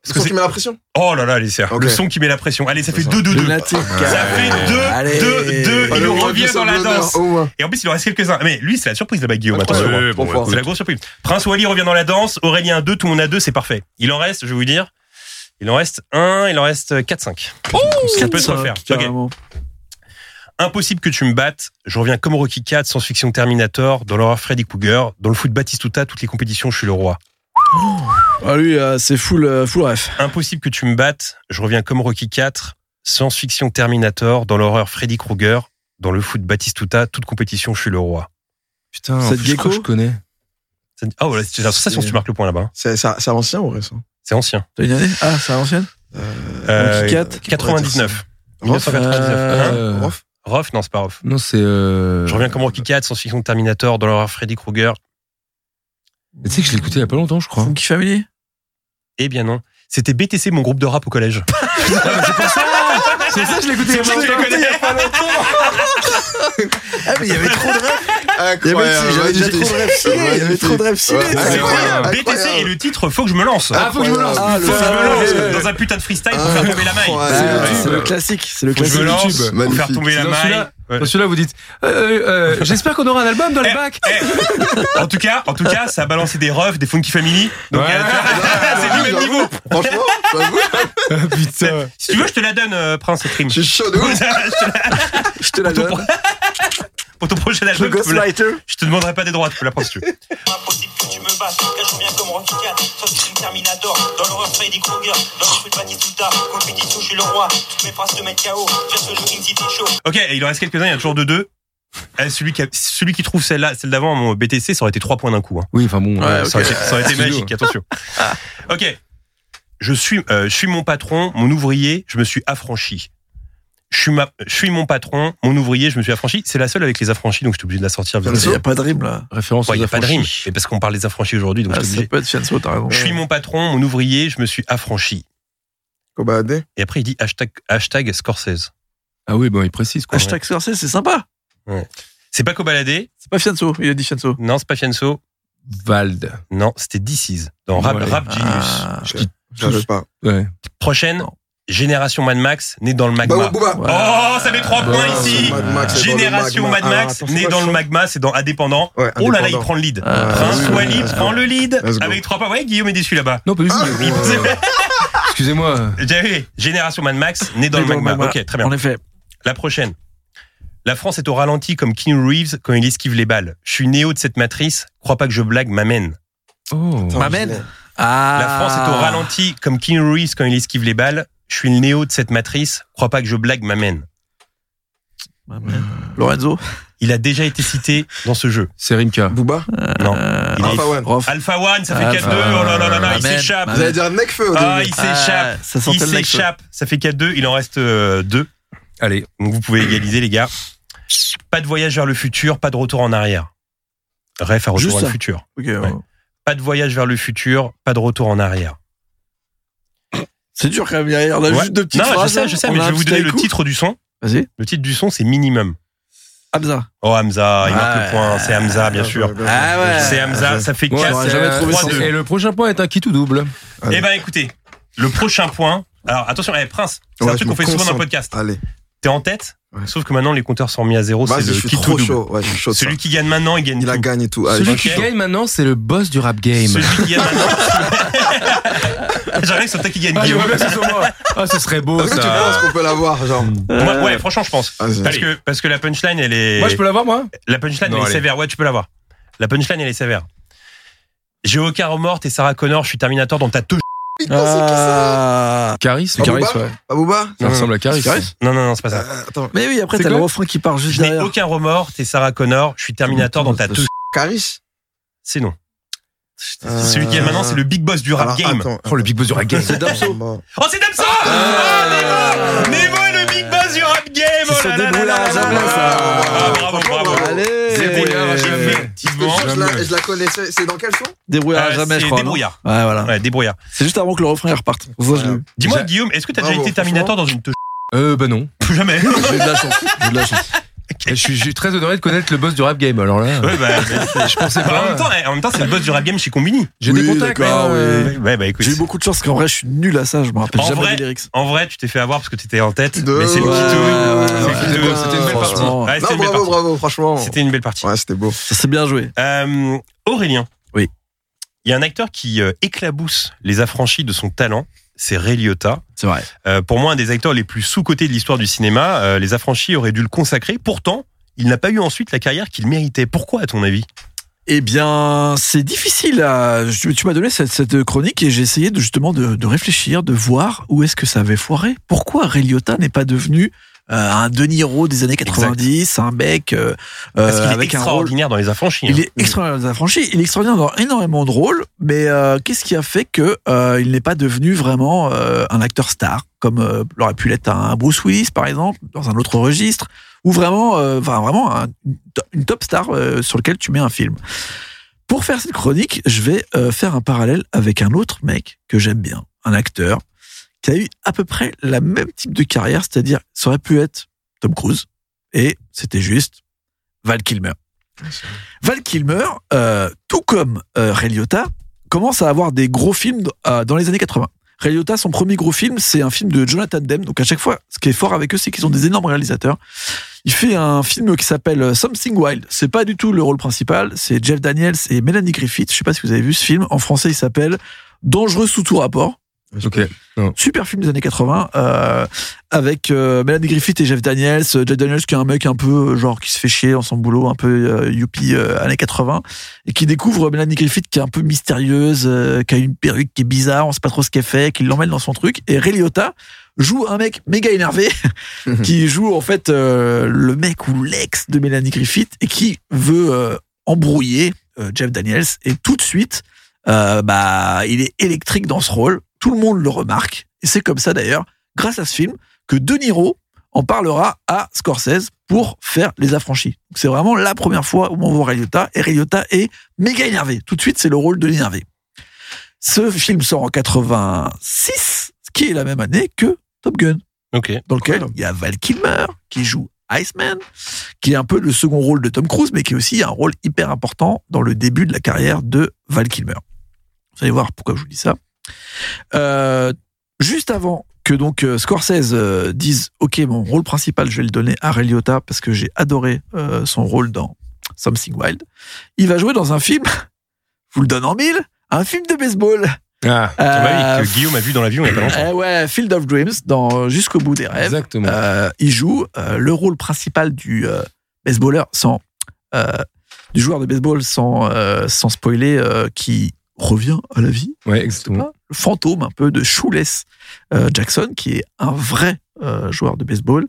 Parce que Parce que c'est. tu mets la pression. Oh là là, les serres. Ok. Le son qui met la pression. Allez, ça fait 2-2-2. Lunatique. Ça fait 2-2-2. Allez. Il Allez, Oh, nous on revient revient dans la sur l'honneur, danse. au moins. Ah, Et en plus, il en reste quelques-uns. Mais lui, c'est la surprise là-bas, Guillaume. Attends, Attention. ouais, bon, bon, C'est la grosse surprise. Prince Wally revient dans la danse. Aurélien 2, tout le monde a 2, c'est parfait. Il en reste, je vais vous dire. Il en reste 1, il en reste 4-5. Ça peut se refaire. Ok. Carrément. Impossible que tu me battes. Je reviens comme Rocky 4, science-fiction Terminator, dans l'horreur Freddy Cougar, dans le foot Batistuta, toutes les compétitions, je suis le roi. Ah, lui, euh, c'est full, euh, full ref. Impossible que tu me battes. Je reviens comme Rocky 4, science-fiction Terminator, dans l'horreur Freddy Krueger, dans le foot Batistuta, toute compétition, je suis le roi. Putain, Cette cette je crois que gecko je connais. Ça- Ah ouais, c'est j'ai l'impression que tu marques le point là-bas. hein. C'est c'est- c'est ancien ou récent C'est ancien. T'as une année Ah, c'est à l'ancienne Euh, Rocky 4. 99. Rof, 1999. Hein Euh, Rof Rof, non, c'est pas Rof. Non, c'est. euh, Je reviens comme Rocky 4, science-fiction Terminator, dans l'horreur Freddy Krueger. Tu sais que je l'ai écouté il y a pas longtemps, je crois. Funky Family Eh bien non. C'était BTC, mon groupe de rap au collège. C'est ça, je l'ai écouté il y a Je les connais. Ah, mais il y avait trop de rêves. Il y avait, Incroyable. j'avais déjà trop de rêves stylés. Il y avait trop de rêves stylés. Ouais. C'est vrai, C'est incroyable. incroyable. BTC et le titre Faut que je me lance. Ah, faut que je me lance. Ah, Faut le que je me lance fameux. dans un putain de freestyle pour faire tomber la maille. Ouais, Ah, c'est C'est vrai. le classique. C'est le Faut que je classique. me lance YouTube. pour faire Magnifique. tomber la Dans maille. celui-là- Ouais. Dans celui-là, vous dites euh, euh, euh, J'espère qu'on aura un album dans le bac. Eh, en tout cas, en tout cas, ça a balancé des refs, des funky family. Donc Ouais. euh, c'est du même niveau. Franchement, j'avoue, Ah, putain. Si tu veux, je te la donne, euh, Prince et Trim. je suis chaud de Je ouf. te la- Je te la donne. Pour ton prochain Le album, tu peux la- Ghostwriter. je te demanderai pas des droits, tu peux la prendre si tu veux. Impossible que tu me battes, car je reviens comme Rocky 4, sauf que je suis le Terminator, dans l'horreur Freddy Krueger, dans le feu de Batistuta, compétition, je suis le roi, toutes mes phrases te mettent KO, vers ce Living City Show. Ok, et il en reste quelques-uns, il y a toujours deux deux. Eh, celui, qui a- celui qui trouve celle-là, celle d'avant, mon BTC, ça aurait été trois points d'un coup. hein. Oui, enfin bon. Ouais, euh, ok. Ça, aurait été, ça aurait été Studio. magique, attention. Ok. Je suis, euh, je suis mon patron, mon ouvrier, je me suis affranchi. Je suis, ma- je suis mon patron, mon ouvrier, je me suis affranchi. C'est la seule avec les affranchis, donc je suis obligé de la sortir. bien Il sûr. n'y a pas de rime là. Référence Ouais, Il n'y aux a pas de rime. affranchis. Mais parce qu'on parle des affranchis aujourd'hui, donc Ah, je suis ça obligé. peut être Fianso, t'as raison. Je suis mon patron, mon ouvrier, je me suis affranchi. Kobadé. Et après, il dit hashtag, hashtag Scorsese. Ah oui, bon, il précise quoi. Hashtag Scorsese, c'est sympa. C'est pas Cobaladé, C'est pas Fianso, il a dit Fianso. non, c'est pas Fianso, Vald. non, c'était DC's dans Rap, Ouais. Rap Genius. Ah, J'arrive pas. Ouais. Prochaine, Non. Génération Mad Max, né dans le magma. Bah, Booba. ouais. Oh, ça fait trois Bah, points ouais, ici. Ah, c'est Mad Max, c'est dans le Génération Mad magma. Max, Ah, attends, né c'est dans quoi le le magma, c'est dans Indépendant. Ouais, Oh là là, il Indépendant. prend le lead. Ah, Prince let's go, Walid let's go. prend le lead Let's go. avec trois points. Ouais, Guillaume est déçu là-bas. Non, pas du tout. mais- Il- euh, Excusez-moi. J'ai vu. Génération Mad Max, né dans le magma. Ok, très bien. En effet. La prochaine. La France est au ralenti comme Keanu Reeves quand il esquive les balles. Je suis néo de cette matrice, crois pas que je blague, m'amène. Oh. Attends, je l'ai. M'amène. Ah. La France est au ralenti comme Keanu Reeves quand il esquive les balles. Je suis le néo de cette matrice, crois pas que je blague, m'amène. M'amène. Lorenzo. Il a déjà été cité dans ce jeu. C'est Rimka. Booba. Non. Euh, Il Alpha est- One. Alpha One, ça fait Alpha 4-2. Oh là là là là, il Amen. s'échappe. Vous allez dire Necfeu au Ah, début. il Ah, s'échappe. ça sentait il le Necfeu. s'échappe. Ça fait 4-2. Il en reste 2. Allez. Donc vous pouvez égaliser, les gars. Pas de voyage vers le futur, pas de retour en arrière. Ref à retour Juste vers le ça. futur. Ok, Ouais. ouais. Pas de voyage vers le futur, pas de retour en arrière. C'est dur quand même derrière. Là, Ouais. Bah, juste deux petites non, phrases. hein. Je sais, je sais, on mais a je un vais vous petit donner le haïku. titre du son. Vas-y. Le titre du son, c'est Minimum. Ah, Hamza. Oh Hamza, il marque le Ah, point, c'est Hamza bien sûr. Ah ouais. C'est Hamza, ça fait euh, Ouais, 4 j'aurais jamais trouvé ça. Et 3-2. le prochain point est un kit ou double. Eh ben écoutez, le prochain point. Alors attention, eh, Prince, c'est Ouais, un je truc me qu'on fait souvent dans le concentre. podcast. Allez. T'es en tête, sauf que maintenant les compteurs sont mis à zéro, Oh, c'est Vas-y, le je suis kit trop ou double. chaud. Ouais, je suis chaud de Celui ça. qui gagne maintenant, il gagne Bah, Il a tout. gagné tout. Allez, Celui je suis qui chaud. gagne maintenant, c'est le boss du rap game. Celui qui gagne maintenant. J'arrive sur toi qui gagne Ah, il Guillaume. va bien, c'est sur moi. Ah, ce serait beau Est-ce que tu ça. penses qu'on peut l'avoir, genre Moi, ouais, franchement, je pense. Vas-y. Parce que, parce que la punchline, elle est. Moi, je peux l'avoir, moi La punchline, Non, elle est allez. sévère. Ouais, tu peux l'avoir. La punchline, elle est sévère. J'ai aucun remords, t'es Sarah Connor, je suis Terminator dans ta te. Ah. Putain, c'est qui ça Ah. Caris C'est Caris, ouais. Abouba Ça ressemble à Caris. Caris Non, non, non, c'est pas ça. Euh, Attends. Mais oui, après, C'est t'as le quoi refrain qui part juste Je n'ai derrière. aucun remords, t'es Sarah Connor, je suis Terminator dans ta te. Caris C'est non. Celui qui est maintenant, c'est le big boss du rap game. Oh, le Big Boss du rap game. C'est Damso. Oh, c'est Damso Ah, Nemo Nemo est le big boss du rap game C'est Oh son là là débrouillard là à là jamais, là ça. là. Ah, Bravo, Franchement, bravo. bravo. Allez. C'est débrouillard à jamais. Effectivement. Je la- je la connaissais. C'est dans quel son Euh, Débrouillard à Euh, jamais, c'est je crois. non débrouillard. Ouais, voilà. Ouais, débrouillard. C'est juste avant que le refrain il reparte. Ça, je l'ai eu. Dis-moi, J'ai- Guillaume, est-ce que t'as déjà Bravo, été Terminator dans une te Euh, bah non. Plus jamais. J'ai eu de la chance. J'ai eu de la chance. Je suis, je suis très honoré de connaître le boss du rap game. Alors là, Ouais, bah, je pensais pas. En même temps, eh, en même temps, c'est le boss du rap game chez Combini. j'ai Oui, des contacts. d'accord, mais, oui. euh, Ouais, bah écoute. J'ai eu beaucoup de chance parce qu'en vrai, je suis nul à ça. Je me rappelle En jamais vrai, des lyrics. En vrai, tu t'es fait avoir parce que t'étais en tête. De Mais c'est le kitou. ouf. Ouais, C'est ouais, le kitou. ouais. C'était une belle partie. Franchement. Ouais, c'était Non, une belle bravo, partie. bravo, franchement. C'était une belle partie. Ouais, c'était beau. Ça, c'est bien joué. Euh, Aurélien. Oui. Il y a un acteur qui euh, éclabousse les affranchis de son talent. C'est Ray Liotta. C'est vrai. Euh, pour moi, un des acteurs les plus sous-cotés de l'histoire du cinéma. Euh, les affranchis auraient dû le consacrer. Pourtant, il n'a pas eu ensuite la carrière qu'il méritait. Pourquoi, à ton avis Eh bien, c'est difficile. À... Tu, tu m'as donné cette, cette chronique et j'ai essayé de, justement de, de réfléchir, de voir où est-ce que ça avait foiré. Pourquoi Ray Liotta n'est pas devenu euh, un De Niro des années 90, un mec euh, Parce qu'il euh, est avec un rôle extraordinaire dans les affranchis. Il hein. est extraordinaire dans affranchi, il est extraordinaire dans énormément de rôles, mais euh, qu'est-ce qui a fait que euh, il n'est pas devenu vraiment euh, un acteur star comme euh, l'aurait pu l'être un Bruce Willis par exemple dans un autre registre ou vraiment euh, enfin vraiment un- une top star euh, sur lequel tu mets un film. Pour faire cette chronique, je vais euh, faire un parallèle avec un autre mec que j'aime bien, un acteur qui a eu à peu près la même type de carrière, c'est-à-dire ça aurait pu être Tom Cruise et c'était juste Val Kilmer. Val Kilmer, euh, tout comme euh, Ray Liotta, commence à avoir des gros films euh, dans les années 80. Ray Liotta, son premier gros film, c'est un film de Jonathan Demme. Donc à chaque fois, ce qui est fort avec eux, c'est qu'ils ont des énormes réalisateurs. Il fait un film qui s'appelle euh, Something Wild. C'est pas du tout le rôle principal. C'est Jeff Daniels et Melanie Griffith. Je sais pas si vous avez vu ce film. En français, il s'appelle Dangereux sous tout rapport. Ok. Super film des années 80 euh, avec euh, Melanie Griffith et Jeff Daniels. Euh, Jeff Daniels qui est un mec un peu euh, genre qui se fait chier dans son boulot, un peu euh, youpi euh, années 80 et qui découvre Melanie Griffith qui est un peu mystérieuse, euh, qui a une perruque qui est bizarre, on sait pas trop ce qu'elle fait, qui l'emmène dans son truc. Et Ray Liotta joue un mec méga énervé qui joue en fait euh, le mec ou l'ex de Melanie Griffith et qui veut euh, embrouiller euh, Jeff Daniels et tout de suite euh, bah, il est électrique dans ce rôle. Tout le monde le remarque. Et c'est comme ça, d'ailleurs, grâce à ce film, que De Niro en parlera à Scorsese pour faire Les Affranchis. Donc, C'est vraiment la première fois où on voit Ray Liotta. Et Ray Liotta est méga énervé. Tout de suite, c'est le rôle de l'énervé. Ce film sort en 86, ce qui est la même année que Top Gun Ok. dans lequel il y a Val Kilmer qui joue Iceman, qui est un peu le second rôle de Tom Cruise, mais qui est aussi un rôle hyper important dans le début de la carrière de Val Kilmer. Vous allez voir pourquoi je vous dis ça. Euh, juste avant que donc euh, Scorsese euh, dise OK, mon rôle principal, je vais le donner à Ray Liotta parce que j'ai adoré euh, son rôle dans Something Wild. Il va jouer dans un film, je vous le donne en mille, un film de baseball. Ah, Bah oui, Euh, que Guillaume a vu dans l'avion il y a pas longtemps. eh ouais, Field of Dreams dans euh, Jusqu'au bout des rêves. exactement. Euh, il joue euh, le rôle principal du euh, baseballer sans euh, du joueur de baseball sans euh, sans spoiler euh, qui revient à la vie. ouais, je sais exactement. pas, le fantôme un peu de Shoeless euh, Jackson qui est un vrai euh, joueur de baseball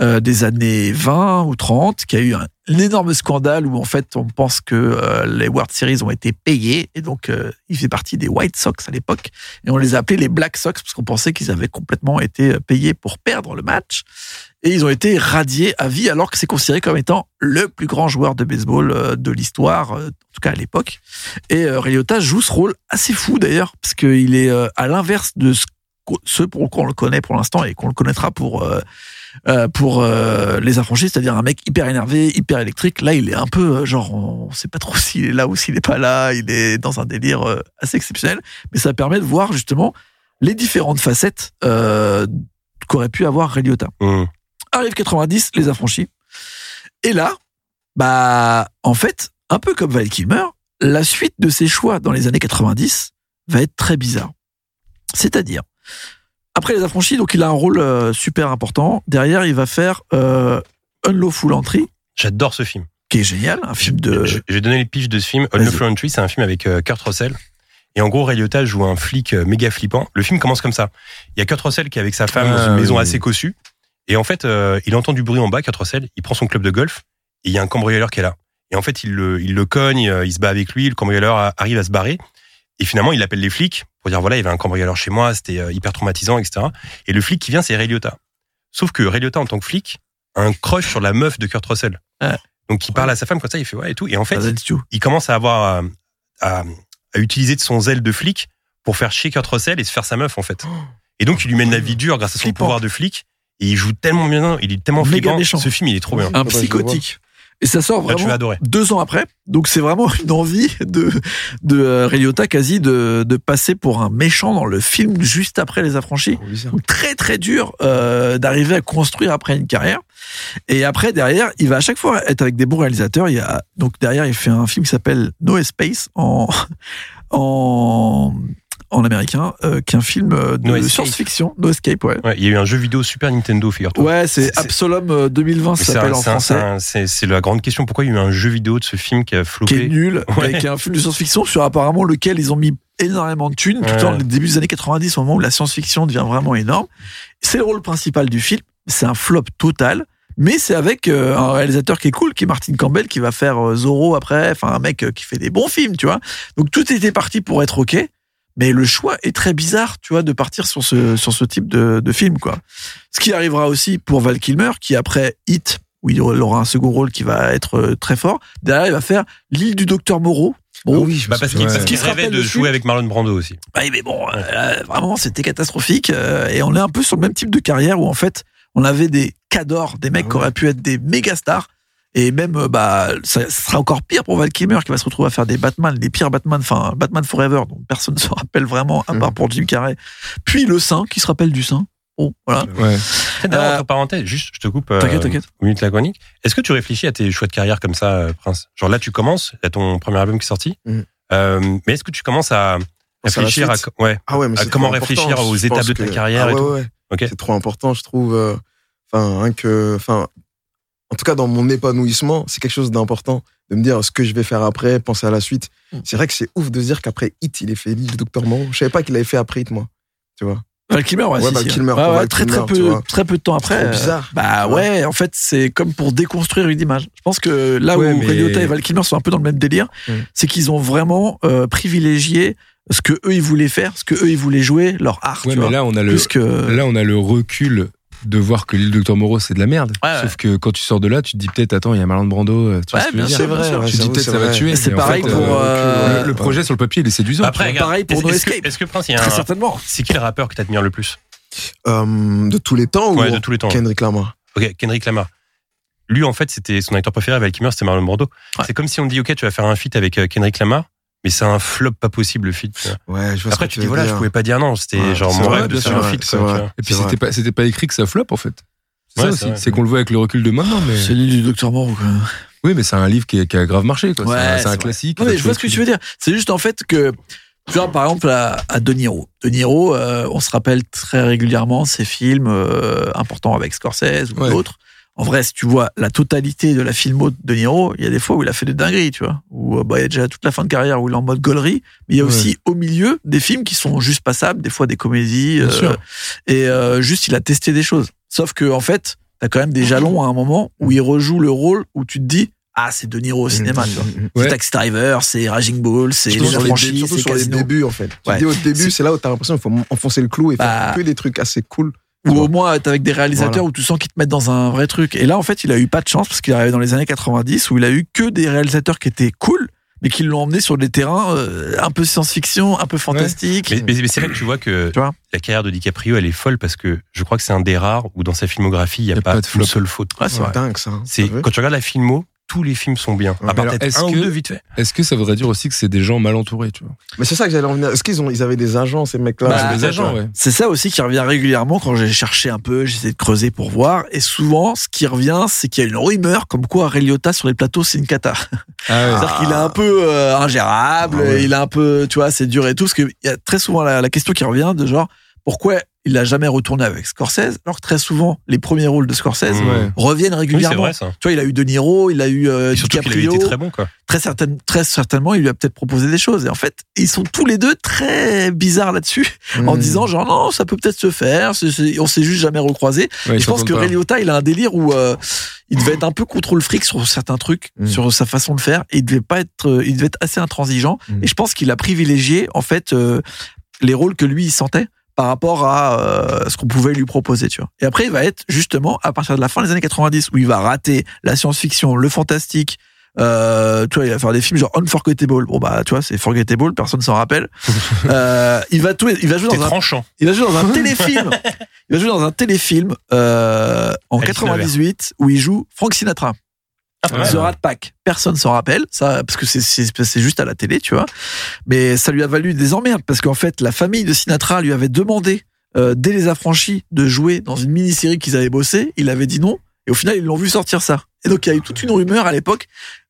euh, des années 20 ou 30 qui a eu un l'énorme scandale où en fait on pense que euh, les World Series ont été payés et donc euh, il fait partie des White Sox à l'époque et on les appelait les Black Sox parce qu'on pensait qu'ils avaient complètement été euh, payés pour perdre le match et ils ont été radiés à vie alors que c'est considéré comme étant le plus grand joueur de baseball euh, de l'histoire euh, en tout cas à l'époque et euh, Ray Liotta joue ce rôle assez fou d'ailleurs parce qu'il est euh, à l'inverse de ce qu'on- ce pour quoi on le connaît pour l'instant et qu'on le connaîtra pour euh, euh, pour euh, les affranchis, c'est-à-dire un mec hyper énervé, hyper électrique. Là, il est un peu euh, genre, on sait pas trop s'il est là ou s'il est pas là. Il est dans un délire euh, assez exceptionnel, mais ça permet de voir justement les différentes facettes euh, qu'aurait pu avoir Ray Liotta. Mmh. Arrive 90, les affranchis. Et là, bah, en fait, un peu comme Val Kilmer, la suite de ses choix dans les années 90 va être très bizarre. C'est-à-dire, après les affranchis, donc il a un rôle euh, super important. Derrière, il va faire euh, Unlawful Entry, J'adore ce film. qui est génial, un film de. Je- J'ai donné les pitch de ce film. Unlawful Entry, c'est un film avec euh, Kurt Russell. Et en gros, Ray Liotta joue un flic euh, méga flippant. Le film commence comme ça. Il y a Kurt Russell qui est avec sa femme dans Ah, une maison oui. assez cossue. Et en fait, euh, il entend du bruit en bas, Kurt Russell. Il prend son club de golf et il y a un cambrioleur qui est là. Et en fait, il le, il le cogne, euh, il se bat avec lui. Le cambrioleur a- arrive à se barrer. Et finalement, il appelle les flics pour dire voilà, il y avait un cambrioleur chez moi, c'était euh, hyper traumatisant, etc. Et le flic qui vient, c'est Ray Liotta. Sauf que Ray Liotta, en tant que flic, a un crush sur la meuf de Kurt Russell. Ouais. Donc, il parle à sa femme comme ça, il fait ouais et tout. Et en fait, Pas du tout. il commence à avoir euh, à, à utiliser de son zèle de flic pour faire chier Kurt Russell et se faire sa meuf en fait. Et donc il lui mène la vie dure grâce à son Flippant. pouvoir de flic. Et il joue tellement bien, il est tellement Méga flippant. méchant. Ce film, il est trop bien. un bah, je le psychotique. Et ça sort Là, tu vraiment vas adorer. deux ans après. Donc c'est vraiment une envie de, de euh, Ray Liotta quasi de, de passer pour un méchant dans le film juste après Les Affranchis. Oh, Trop bizarre. Donc, très très dur euh, d'arriver à construire après une carrière. Et après derrière, il va à chaque fois être avec des bons réalisateurs. Il y a donc derrière, il fait un film qui s'appelle No Space en en en américain, euh, qui est un film euh, de No Escape. science-fiction, No Escape, ouais. Ouais, il y a eu un jeu vidéo Super Nintendo, figure-toi. Ouais, c'est C'est- Absolum euh, 2020, ça C'est s'appelle un- en c'est un- c'est français. un- c'est- c'est la grande question. Pourquoi il y a eu un jeu vidéo de ce film qui a qui est flopé nul, Ouais. et qui est un film de science-fiction sur apparemment lequel ils ont mis énormément de thunes, tout Ouais. dans le début des années 90, au moment où la science-fiction devient vraiment énorme. C'est le rôle principal du film, c'est un flop total, mais c'est avec euh, un réalisateur qui est cool, qui est Martin Campbell, qui va faire euh, Zorro après, enfin un mec euh, qui fait des bons films, tu vois. Donc tout était parti pour être ok, mais le choix est très bizarre, tu vois, de partir sur ce, sur ce type de, de film, quoi. Ce qui arrivera aussi pour Val Kilmer, qui après Hit, où il aura un second rôle qui va être euh, très fort, derrière il va faire L'île du docteur Moreau. Bon, Oh, Ah oui, je me Bah, parce souviens. qu'il Ouais. parce qu'il Qui se rêvait rappelle de dessus jouer avec Marlon Brando aussi. Ouais, mais bon, euh, là, vraiment, c'était catastrophique. euh, et on est un peu sur le même type de carrière où, en fait, on avait des cadors, des Ah mecs qui auraient pu être des méga stars. Et même, euh, bah, ça, ça sera encore pire pour Val Kilmer qui va se retrouver à faire des Batman, les pires Batman, enfin, Batman Forever, dont personne ne se rappelle vraiment, à part Mhm. pour Jim Carrey. Puis le Saint, qui se rappelle du Saint. Bon, voilà. Ouais. Peut-être D'ailleurs, Euh, entre parenthèses, juste, je te coupe. euh, T'inquiète, t'inquiète. une minute laconique. Est-ce que tu réfléchis à tes choix de carrière comme ça, euh, Prince Genre là, tu commences, t'as ton premier album qui est sorti. Mhm. Euh, mais est-ce que tu commences à Pense à la réfléchir à, suite. co- ouais, Ah ouais, mais à c'est comment trop réfléchir important. aux Je étapes pense de ta que- carrière Ah et ouais, tout ouais. Ok. C'est trop important, je trouve. euh, Enfin, rien que, enfin, en tout cas dans mon épanouissement, c'est quelque chose d'important de me dire ce que je vais faire après, penser à la suite. Mm. C'est vrai que c'est ouf de se dire qu'après Hit, il est fait l'île du Docteur Moreau. Je savais pas qu'il avait fait après Hit, moi. Tu vois. Val Kilmer, ouais, Ouais, si, Val si. Kilmer, Ouais, pour ouais, Val très, Kilmer, très tu peu, vois. très peu de temps après. trop euh, bizarre, Bah tu vois. ouais, en fait, c'est comme pour déconstruire une image. Je pense que là Ouais, où mais- Ray Liotta et Val Kilmer sont un peu dans le même délire, Mm. c'est qu'ils ont vraiment euh, privilégié ce que eux ils voulaient faire, ce que eux ils voulaient jouer, leur art, Ouais, tu mais vois. là, on a le, plus que là, on a le recul de voir que l'île Docteur Moreau, c'est de la merde. Ouais, ouais. Sauf que quand tu sors de là, tu te dis peut-être, attends, il y a Marlon Brando. euh, Tu vois Ouais, ce que je bien veux dire sûr, bien sûr. ouais, Tu te dis j'avoue, peut-être c'est ça va vrai. tuer. C'est mais en pareil fait, pour, euh, le, le projet sur le papier, il est séduisant. Après, tu vois. regarde, Pareil pour est-ce- No est-ce que- Escape. Est-ce que Prince, il y a très un- certainement. c'est qui le rappeur que t'admires le plus Euh, de tous les temps ou hein. Ouais, de tous les temps. Kendrick Lamar. Ok, Kendrick Lamar. Lui, en fait, c'était son acteur préféré, Val Kilmer, c'était Marlon Brando. Ouais. C'est comme si on dit, ok, tu vas faire un feat avec euh, Kendrick Lamar, mais c'est un flop pas possible le feat. tu vois. Ouais, je vois ce Après, que tu veux dis, voilà, dire. je pouvais pas dire non, c'était Ouais, genre c'est mon vrai, rêve de bien faire sûr, un ouais, feat. c'est quoi, vrai. tu vois. Et puis, C'est c'était pas, c'était pas écrit que ça flop, en fait. C'est Ouais, ça c'est aussi. vrai. C'est qu'on le voit avec le recul de maintenant, mais. C'est l'île du Docteur Moreau, quoi. Oui, mais c'est un livre qui, est- qui a grave marché, quoi. C'est Ouais, un- c'est c'est vrai. un classique. Non, mais je vois ce que tu veux dire. C'est juste en fait que, tu vois, par exemple, à, à De Niro. De Niro, euh, on se rappelle très régulièrement ses films euh, importants avec Scorsese ou Ouais. d'autres. En vrai, si tu vois la totalité de la filmo de De Niro, il y a des fois où il a fait des dingueries, tu vois. Où euh, bah, il y a déjà toute la fin de carrière où il est en mode gaulerie. Mais il y a Ouais. aussi au milieu des films qui sont juste passables, des fois des comédies. Bien euh, sûr. Et euh, juste, il a testé des choses. Sauf que, en fait, t'as quand même des jalons à un moment où il rejoue le rôle où tu te dis ah c'est De Niro au cinéma tu vois c'est Taxi Driver c'est Raging Bull c'est Mm, Surtout sur les les dé- affranchis surtout c'est sur les Casino débuts, en fait. Tu Ouais. dis au début, c'est là où t'as l'impression qu'il faut enfoncer le clou et Bah. Ah, faire que des trucs assez cool. ou au moins t'es avec des réalisateurs Voilà. où tu sens qu'ils te mettent dans un vrai truc et là en fait il a eu pas de chance parce qu'il est arrivé dans les années 90 où il a eu que des réalisateurs qui étaient cool mais qui l'ont emmené sur des terrains euh, un peu science-fiction un peu fantastique Mais, mais- mais c'est là que tu vois que Tu vois la carrière de DiCaprio, elle est folle parce que je crois que c'est un des rares où dans sa filmographie, il n'y a, pas, de une flop. seule faute. Ouais, c'est vrai. dingue, ça. hein. C'est T'as vu quand tu regardes la filmo, tous les films sont bien. Ouais, à part mais alors, peut-être est-ce un ou que- deux vite fait. Est-ce que ça voudrait dire aussi que c'est des gens mal entourés, tu vois Mais c'est ça que j'allais en venir. Est-ce qu'ils ont, ils avaient des agents, ces mecs-là Bah, Je Des sais pas. agents, ouais. C'est ça aussi qui revient régulièrement quand j'ai cherché un peu, j'essaie de creuser pour voir. Et souvent, ce qui revient, c'est qu'il y a une rumeur comme quoi Réliota sur les plateaux, c'est une cata. Ah ouais. C'est-à-dire qu'il est un peu euh, ingérable, Ah il est un peu, tu vois, c'est dur et tout. Parce qu'il y a très souvent la, la question qui revient de genre, pourquoi il n'a jamais retourné avec Scorsese Alors que très souvent, les premiers rôles de Scorsese Mmh. Ouais. reviennent Oui, c'est régulièrement. vrai ça. tu vois, il a eu De Niro, il a eu euh, Et surtout qu'il avait DiCaprio. été très bon quoi. Très, certaine- très certainement, il lui a peut-être proposé des choses. Et en fait, ils sont tous les deux très bizarres là-dessus euh, en Hmm. disant genre non ça peut peut-être se faire c'est- c'est- on s'est juste jamais recroisé Ouais, ils je pense s'entendent que pas. Reliota il a un délire où euh, il devait être un peu contrôle fric sur certains trucs Mm. sur sa façon de faire et il devait pas être euh, il devait être assez intransigeant Mm. et je pense qu'il a privilégié en fait euh, les rôles que lui il sentait par rapport à euh, ce qu'on pouvait lui proposer tu vois et après il va être justement à partir de la fin des années 90 où il va rater la science-fiction le fantastique euh, tu vois, il va faire des films genre Unforgettable. Bon bah, tu vois, c'est Forgettable, personne s'en rappelle. Euh, il va tout, il va jouer T'es dans un tranchant. il va jouer dans un téléfilm. Il va jouer dans un téléfilm euh, en Alice Ah, 98 où il joue Frank Sinatra. ouais. The Rat Pack. Personne s'en rappelle, ça, parce que c'est- c'est c'est juste à la télé, tu vois. Mais ça lui a valu des emmerdes parce qu'en fait, la famille de Sinatra lui avait demandé euh, dès les affranchis de jouer dans une mini-série qu'ils avaient bossé. Il avait dit non. Et au final, ils l'ont vu sortir ça. Et donc, il y a eu toute une rumeur à l'époque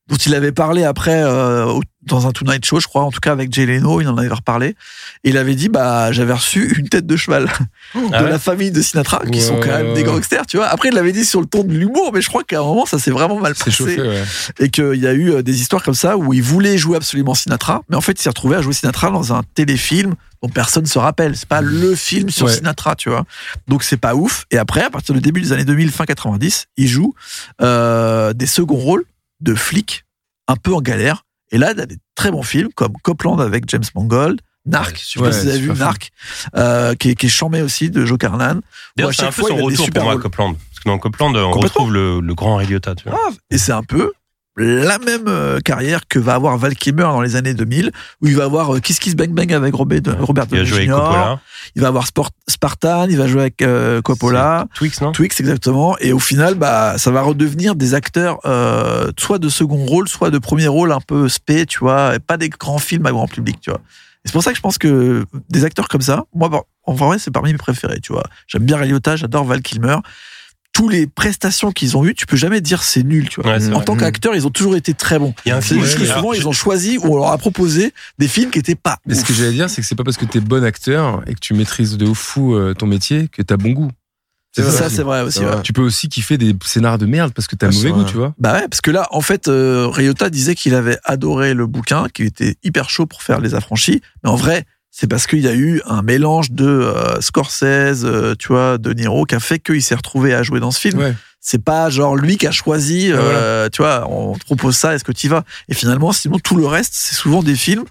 dont il avait parlé après euh, au- dans un Tonight Show, je crois, en tout cas avec Jay Leno, il en avait reparlé. Et il avait dit, bah, j'avais reçu une tête de cheval de Ah ouais la famille de Sinatra, qui Ouais. sont quand même des gangsters, tu vois. Après, il l'avait dit sur le ton de l'humour, mais je crois qu'à un moment, ça s'est vraiment mal C'est passé chauffé, ouais. et qu'il y a eu euh, des histoires comme ça où il voulait jouer absolument Sinatra, mais en fait il s'est retrouvé à jouer Sinatra dans un téléfilm dont personne se rappelle. C'est pas le film sur Mmh. Ouais. Sinatra, tu vois. Donc c'est pas ouf. Et après, à partir du début des années 2000, fin 90, il joue euh, des seconds rôles de flics un peu en galère. Et là, il a des très bons films comme Copland avec James Mangold. Narc, je sais pas Ouais, si vous avez vu super film. Narc, euh, qui, est, qui est chambé aussi de Joe Carnan. Où à D'ailleurs, c'est un chaque peu fois, son il a des retour super pour moi à rôles. Copland. Parce que dans Copland, on Complètement. retrouve le, le grand Ray Liotta, tu vois. grave. Et c'est un peu la même euh, carrière que va avoir Val Kilmer dans les années 2000, où il va avoir euh, Kiss Kiss Bang Bang avec Robert, Robert Il a Downey joué avec Jr., Coppola. il va avoir Sport- Spartan, il va jouer avec euh, Coppola, Twix, non Hein Twix exactement, et au final, bah, ça va redevenir des acteurs euh, soit de second rôle, soit de premier rôle un peu spé, tu vois, et pas des grands films à grand public, tu vois. Et C'est pour ça que je pense que des acteurs comme ça, moi, bon, en vrai, c'est parmi mes préférés, tu vois. J'aime bien Réliota, j'adore Val Kilmer. Tous les prestations qu'ils ont eues, tu peux jamais dire c'est nul, tu vois. Ouais, c'est en vrai. Mm. tant qu'acteur, ils ont toujours été très bons. Il y a un C'est film. juste que alors, souvent, je- ils ont choisi ou on leur a proposé des films qui étaient pas. Mais ce ouf. que j'allais dire, c'est que c'est pas parce que t'es bon acteur et que tu maîtrises de ouf fou euh, ton métier que t'as bon goût. C'est vrai. ça, c'est vrai aussi. C'est ouais. vrai. Tu peux aussi kiffer des scénars de merde parce que t'as Ah, mauvais c'est goût, vrai. tu vois. Bah ouais, parce que là, en fait, euh, Ryota disait qu'il avait adoré le bouquin, qu'il était hyper chaud pour faire Les Affranchis. Mais en vrai, c'est parce qu'il y a eu un mélange de euh, Scorsese, euh, tu vois, de Niro, qui a fait qu'il s'est retrouvé à jouer dans ce film. Ouais. C'est pas genre lui qui a choisi, Ah, euh, tu vois, on te propose ça, est-ce que tu vas Et finalement, sinon, tout le reste, c'est souvent des films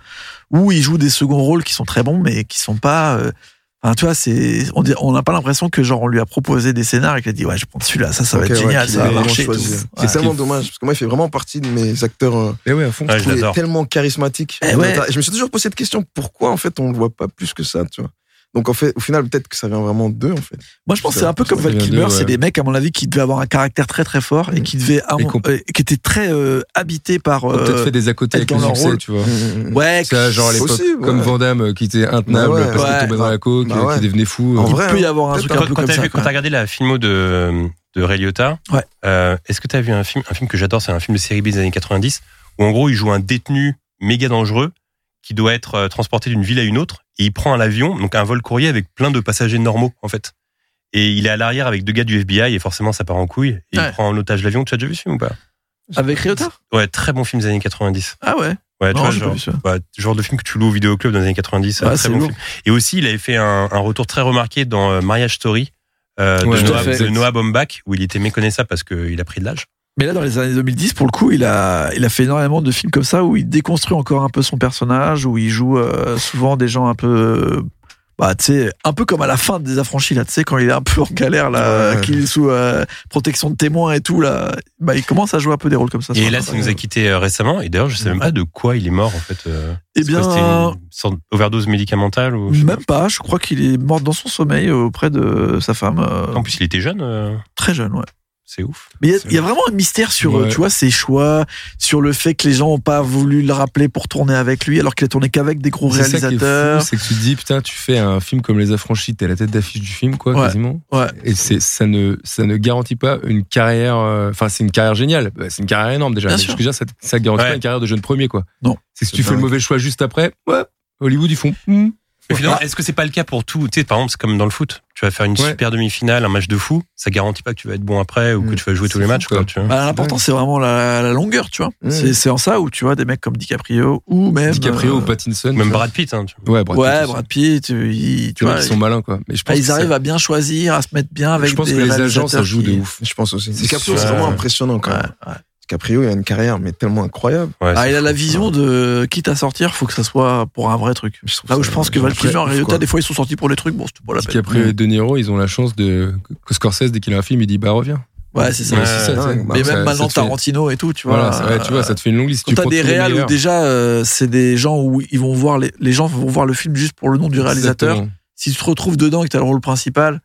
où il joue des seconds rôles qui sont très bons, mais qui sont pas. euh, Enfin, tu vois, c'est on dit- on n'a pas l'impression que genre on lui a proposé des scénars et qu'il a dit ouais, je prends celui-là, ça, ça va Ok, être ouais, génial, qu'il ça ait va vraiment marcher. et tout. choisi. C'est Ouais. tellement dommage, parce que moi, il fait vraiment partie de mes acteurs. euh, Et Eh ouais, à fond. Ah, je je trouvais l'adore. tellement charismatique. Eh ouais. Je me suis toujours posé cette question pourquoi en fait on le voit pas plus que ça, tu vois. Donc en fait, au final, peut-être que ça vient vraiment d'eux en fait. Moi, je pense que c'est un peu Ça comme vient Val d'eux, Kilmer. C'est ouais. des mecs, à mon avis, qui devaient avoir un caractère très très fort et qui devaient, à Et mon- qu'on- euh, qui étaient très euh, habités par. T'as peut-être euh, fait des à côté être avec dans le leur succès, rôle. tu vois. ouais, Ça, genre à qui- l'époque, Possible, ouais. comme Van Damme euh, qui était intenable Bah ouais, parce qu'il ouais. tombait dans la coke, Bah ouais. qui devenait fou. En il vrai, peut y hein. avoir un Peut-être truc Quand, un peu quand comme t'as ça. vu- quand quoi. t'as regardé la filmo de, de Ray Liotta, Ouais. euh, est-ce que t'as vu un film, un film que j'adore, c'est un film de série B des années 90, où en gros il joue un détenu méga dangereux qui doit être euh, transporté d'une ville à une autre, et il prend un avion, donc un vol courrier avec plein de passagers normaux en fait. Et il est à l'arrière avec deux gars du FBI, et forcément ça part en couille, et Ouais. il prend en otage l'avion. Tu as déjà vu ce film ou pas Avec Ryota Ouais, très bon film des années 90. Ah ouais. Ouais, tu Non, vois, j'ai pas genre, vu ça. ouais, genre de film que tu loues au vidéoclub dans les années 90, Ouais, un très c'est bon lourd. film. Et aussi, il avait fait un, un retour très remarqué dans euh, Marriage Story, euh, de, Ouais, tout Noah, à fait. de Noah Baumbach, où il était méconnaissable parce qu'il a pris de l'âge. Mais là, dans les années 2010, pour le coup, il a, il a fait énormément de films comme ça où il déconstruit encore un peu son personnage, où il joue euh, souvent des gens un peu. euh, Bah, tu sais, un peu comme à la fin des affranchis, là, tu sais, quand il est un peu en galère, là, Ouais. qu'il est sous euh, protection de témoins et tout, là, bah, il commence à jouer un peu des rôles comme ça. Et là, ça nous a quitté euh, récemment. Et d'ailleurs, je sais même pas de quoi il est mort, en fait. euh, Eh c'est quoi, bien- C'était une sorte d'overdose médicamentale ou... Même pas, je crois qu'il est mort dans son sommeil auprès de sa femme. euh, En plus, il était jeune. euh, Très jeune, ouais. C'est ouf. Mais il y a- il y, a vraiment un mystère sur, euh, Ouais. tu vois, ses choix, sur le fait que les gens n'ont pas voulu le rappeler pour tourner avec lui, alors qu'il a tourné qu'avec des gros C'est ça qui est réalisateurs. fou, c'est que tu te dis, putain, tu fais un film comme Les Affranchis, t'es la tête d'affiche du film, quoi, Ouais. quasiment. Ouais. Et c'est, ça ne, ça ne garantit pas une carrière, euh, enfin, c'est une carrière géniale. Bah, C'est une carrière énorme, déjà. Bien Mais sûr. ce que je veux dire, ça, ça garantit pas une carrière de jeune premier, quoi. Non. C'est que si C'est tu fais le dingue. mauvais choix juste après, ouais, Hollywood, ils font, hmm. Mais finalement, Ah. est-ce que c'est pas le cas pour tout Tu sais, par exemple, c'est comme dans le foot. Tu vas faire une Ouais. super demi-finale, un match de fou. Ça garantit pas que tu vas être bon après Hmm. ou que tu vas jouer tous les matchs, quoi. tu vois. Bah, L'important, c'est vraiment la, la longueur, tu vois. Ouais. C'est- C'est en ça où tu vois des mecs comme DiCaprio ou même. DiCaprio euh, ou Pattinson. Même tu vois. Brad Pitt, hein, tu vois. Ouais, Brad Pitt ouais, aussi. Brad Pitt, euh, ils- tu Tu vois, vois, ils sont malins, quoi. Mais je pense bah, que ils ça- arrivent à bien choisir, à se mettre bien avec Je pense des que les agents, ça réalisateurs joue de qui- ouf. Je pense aussi. C'est DiCaprio, sûr. c'est vraiment impressionnant quand Ouais, même. ouais. DiCaprio, il a une carrière, mais tellement incroyable. Ouais, Ah, c'est il a fou. la vision de quitte à sortir, faut que ça soit pour un vrai truc. Je trouve Là où ça- je pense que Val Après, Kilmer et ouf, Réota, quoi. des fois, ils sont sortis pour les trucs, bon, c'était pas la peine. DiCaprio et De Niro, ils ont la chance de, que Scorsese, dès qu'il a un film, il dit, bah, reviens. Ouais, c'est ça. Ouais, Mais c'est ça, dingue. c'est- ça- Mais Bah, ça même te maintenant, fait- Tarantino et tout, tu vois. euh, Voilà, ça- ouais, tu vois, ça te fait une longue liste. Quand Tu t'as prends des tous les réals où meilleurs. déjà euh, c'est des gens où ils vont voir les, les gens vont voir le film juste pour le nom du réalisateur. Exactement. Si tu te retrouves dedans et que t'as le rôle principal,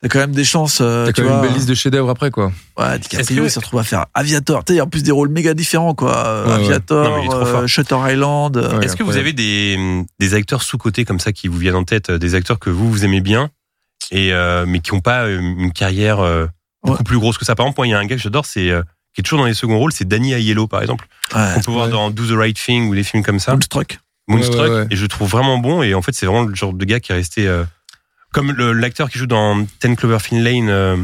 t'as quand même des chances. euh, T'as tu quand même une vois. belle liste de chefs-d'œuvre après, quoi. Ouais, DiCaprio Est-ce que- il se retrouve à faire Aviator. Tu sais, il y a en plus des rôles méga différents quoi. Euh, Ouais, ouais. Aviator, Non, mais il est trop euh, fort. Shutter Island. euh, Ouais, Est-ce que incroyable. vous avez des, des acteurs sous-cotés comme ça qui vous viennent en tête, euh, des acteurs que vous, vous aimez bien, et, euh, mais qui n'ont pas euh, une carrière euh, beaucoup plus grosse que ça Par exemple, moi, il y a un gars que j'adore, c'est, euh, qui est toujours dans les seconds rôles, c'est Danny Aiello, par exemple. Ouais. On peut voir Ouais. dans Do the Right Thing ou des films comme ça. Moonstruck. Moonstruck, Ouais, ouais, ouais. et je le trouve vraiment bon, et en fait, c'est vraiment le genre de gars qui est resté. euh, comme le- l'acteur qui joue dans Ten Cloverfield Lane, euh,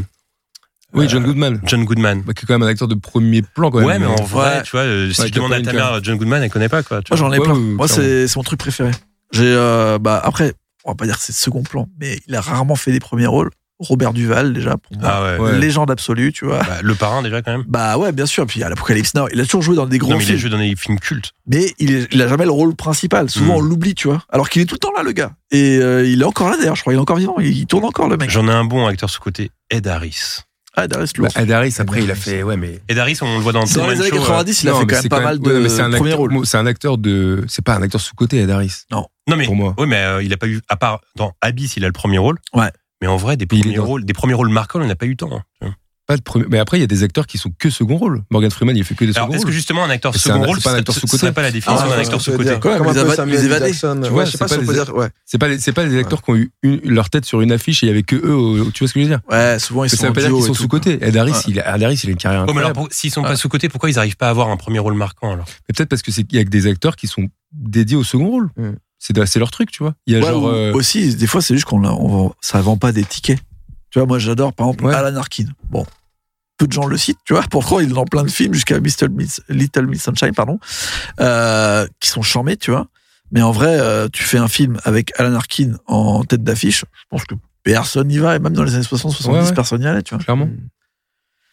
Oui, John Goodman. John Goodman. Bah, qui est quand même un acteur de premier plan, quand Ouais, même. Bah, mais en vrai, Euh, Ouais. tu vois, euh, si Ouais, je demande à Captain ta America. mère John Goodman, elle connaît pas, quoi. tu vois. Moi j'en ai Ouais, plein. ouais, ouais, Moi clairement. c'est c'est mon truc préféré. J'ai euh, bah après on va pas dire que c'est second plan, mais il a rarement fait des premiers rôles. Robert Duval déjà pour moi. Ah ouais. ouais. Légende absolue, tu vois. Bah, le parrain, déjà, quand même. Bah ouais, bien sûr. Puis il y a l'Apocalypse Now. Il a toujours joué dans des gros non, mais il a films. joué dans des films cultes. mais il, est- il a jamais le rôle principal. Souvent, Hmm. Mm. on l'oublie, tu vois. Alors qu'il est tout le temps là, le gars. Et euh, il est encore là, d'ailleurs. Je crois qu'il est encore vivant. Il, il tourne encore, le mec. J'en ai un bon acteur sous-côté, Ed Harris. Ah, Darius Bah, Lourdes. Ed Harris, après, il a fait. Ouais, mais. Ed Harris, on le voit dans dans Truman les années Show, euh, 90, il a Non, fait mais quand c'est même pas mal ouais, non, mais de c'est un premiers acteur- rôles. moi, C'est un acteur de. C'est pas un acteur sous-côté, Ed Harris. euh, Non, mais, pour moi. ouais, mais euh, il a pas eu, à part dans Abyss, il a le premier rôle. Ouais. Mais en vrai, des Puis il est premiers dans- rôles, des premiers rôles marquants, on n'a pas eu tant. hein. Pas de premier. Mais après, il y a des acteurs qui sont que second rôle. Morgan Freeman, il fait que des Alors, second est-ce que rôles. justement un acteur Mais c'est un- second c'est rôle, pas un ce acteur ce- sous-côté. ce serait pas la Ah, définition Ah, d'un acteur sous-côté Quoi, Comme comme un les peu ava- Samuel les L. évadés. Jackson. Tu Ouais, vois, c'est je sais pas pas si on les- peut dire. Ouais. C'est pas, les- c'est pas les acteurs qui ont eu une- leur tête sur une affiche et il y avait que eux. au- Tu vois ce que je veux dire Ouais, souvent, ils Mais sont ça en veut pas dire duo qu'ils et sont tout. sous-côté. Ed Harris, Ouais. il a, Ed Harris, il a une carrière Ouais, mais alors, incroyable. pour- s'ils sont pas sous-côtés, pourquoi ils n'arrivent pas à avoir un premier rôle marquant alors Mais peut-être parce que c'est qu'il y a que des acteurs qui sont dédiés au second rôle. Mm. C'est c'est leur truc, tu vois. Il y a Ouais, genre. ou- euh, Aussi, des fois, c'est juste qu'on l'a- on vend- ça vend pas des tickets. Tu vois, moi, j'adore, par exemple, Ouais. Alan Arkin. Bon. Peu de gens le citent, tu vois. Pourquoi il est dans plein de films jusqu'à Mr. Miss- Little Miss Sunshine, pardon, euh, qui sont charmés, tu vois. Mais en vrai, euh, tu fais un film avec Alan Arkin en tête d'affiche. Je pense que personne n'y va. Et même dans les années 60, 70, Ouais, ouais. personne n'y allait, tu vois. clairement.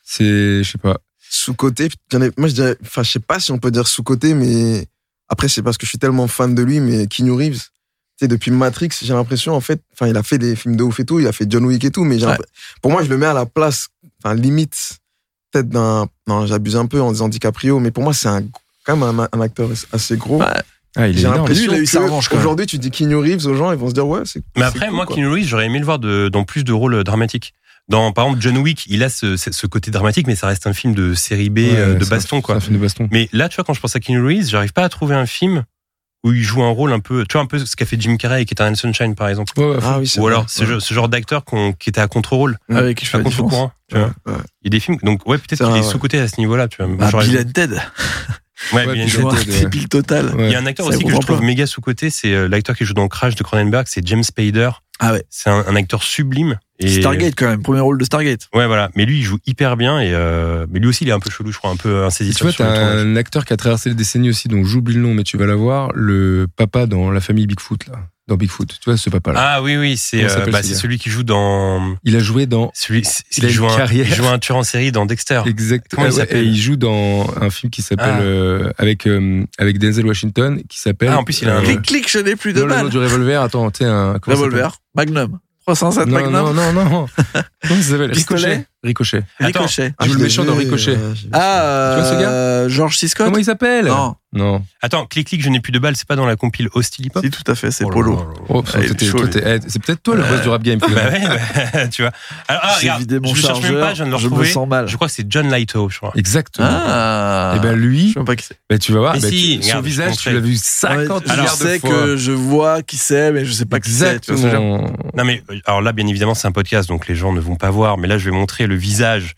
C'est, je sais pas. Sous-côté, j'en ai- moi je dirais, enfin je sais pas si on peut dire sous-côté, mais après c'est parce que je suis tellement fan de lui, mais Keanu Reeves, tu sais, depuis Matrix, j'ai l'impression en fait, enfin il a fait des films de ouf et tout, il a fait John Wick et tout, mais j'ai Ouais. l'imp- pour moi je le mets à la place, enfin limite, peut-être d'un, non j'abuse un peu en disant DiCaprio, mais pour moi c'est un, quand même un, un acteur assez gros. Ouais, Ah, il est J'ai énorme. l'impression Lui, il a eu sa que revanche, quand même. euh, aujourd'hui tu dis Keanu Reeves aux gens, ils vont se dire ouais c'est. Mais c'est après, cool, moi, quoi. Keanu Reeves, j'aurais aimé le voir de, dans plus de rôles euh, dramatiques. Dans, par exemple, John Wick, il a ce, ce- ce côté dramatique, mais ça reste un film de série B, Ouais, euh, de c'est un- baston, c'est quoi. un film de baston. Mais là, tu vois, quand je pense à Keanu Reeves, j'arrive pas à trouver un film où il joue un rôle un peu, tu vois, un peu ce qu'a fait Jim Carrey avec Eternal Sunshine, par exemple. Ouais, ouais, Ah oui, c'est Ou vrai. alors, ce, Ouais. genre- ce genre d'acteur qu'on- qui était à contre-rôle, Avec qui je fais à la différence. contre-courant. tu vois. Ouais, ouais. Il y a des films, donc ouais, peut-être Ça, qu'il est ouais. sous-côté à ce niveau-là, tu vois. Moi, Bah, j'aurais- Bill and Ted. Ouais, Ouais, Bill and puis Je Ted. vois un Ted, ouais. débile total. Il ouais. y a un acteur Ça aussi que je comprend trouve pas. méga sous-côté, c'est euh, l'acteur qui joue dans Crash de Cronenberg, c'est James Spader. Ah ouais. C'est un, un acteur sublime. Et... Stargate, quand même. Premier rôle de Stargate. Ouais, voilà. Mais lui, il joue hyper bien. Et, euh, mais lui aussi, il est un peu chelou, je crois, un peu Et tu insaisissable. vois, sur le t'as euh, tournage. un acteur qui a traversé les décennies aussi, donc j'oublie le nom, mais tu vas l'avoir, le papa dans la famille Bigfoot, là. dans Bigfoot. Tu vois, ce papa-là. Ah oui, oui, c'est Comment euh, s'appelle bah, ce c'est gars celui qui joue dans. Il a joué dans. Celui, c- Il a il, une joue un, carrière. il joue un tueur en série dans Dexter. Exactement. Ah. Comment il ouais, s'appelle et il joue dans un film qui s'appelle Ah. euh, avec euh, avec Denzel Washington qui s'appelle. Ah, en plus, il a un- euh, Clic, clic, je n'ai plus de non, le nom balles. du revolver. Attends, tu sais un comment ça Revolver, Magnum. 307 s'appelle Non, Magnum. non, non, non. Comment ça s'appelle Pistolet Ricochet. Ricochet. Attends. Ricochet. Il joue Ah, je le l'ai méchant vu, dans Ricochet. euh, j'ai- Ah, Tu vois ce gars euh, George C. Scott Comment il s'appelle Non, Non. Attends, clic clic, je n'ai plus de balles. C'est pas dans la compile Hostile Hip Hop si, tout à fait, c'est Oh là Polo. là là là. Oh, putain, Ah, il est t'es- chaud, toi, lui. t'es- eh, c'est peut-être toi le boss du rap game. Bah finalement. ouais, bah, tu vois. Alors, ah, J'ai regarde, vidé mon je le cherche même pas, chargeur, je viens de le je me retrouver. sens mal. Je crois que c'est John Lighto, je crois. Exactement. Ah. Et ben je lui, sais même pas qui c'est. ben, tu vas voir, Mais ben, tu- si, son regarde, je visage, montrais. tu l'as vu 50 Ouais, je milliards de sais fois. que je vois qui c'est, mais je sais pas qui c'est. tu vois ce que je veux dire Exactement. Non mais euh, alors là, bien évidemment, c'est un podcast, donc les gens ne vont pas voir. Mais là, je vais montrer le visage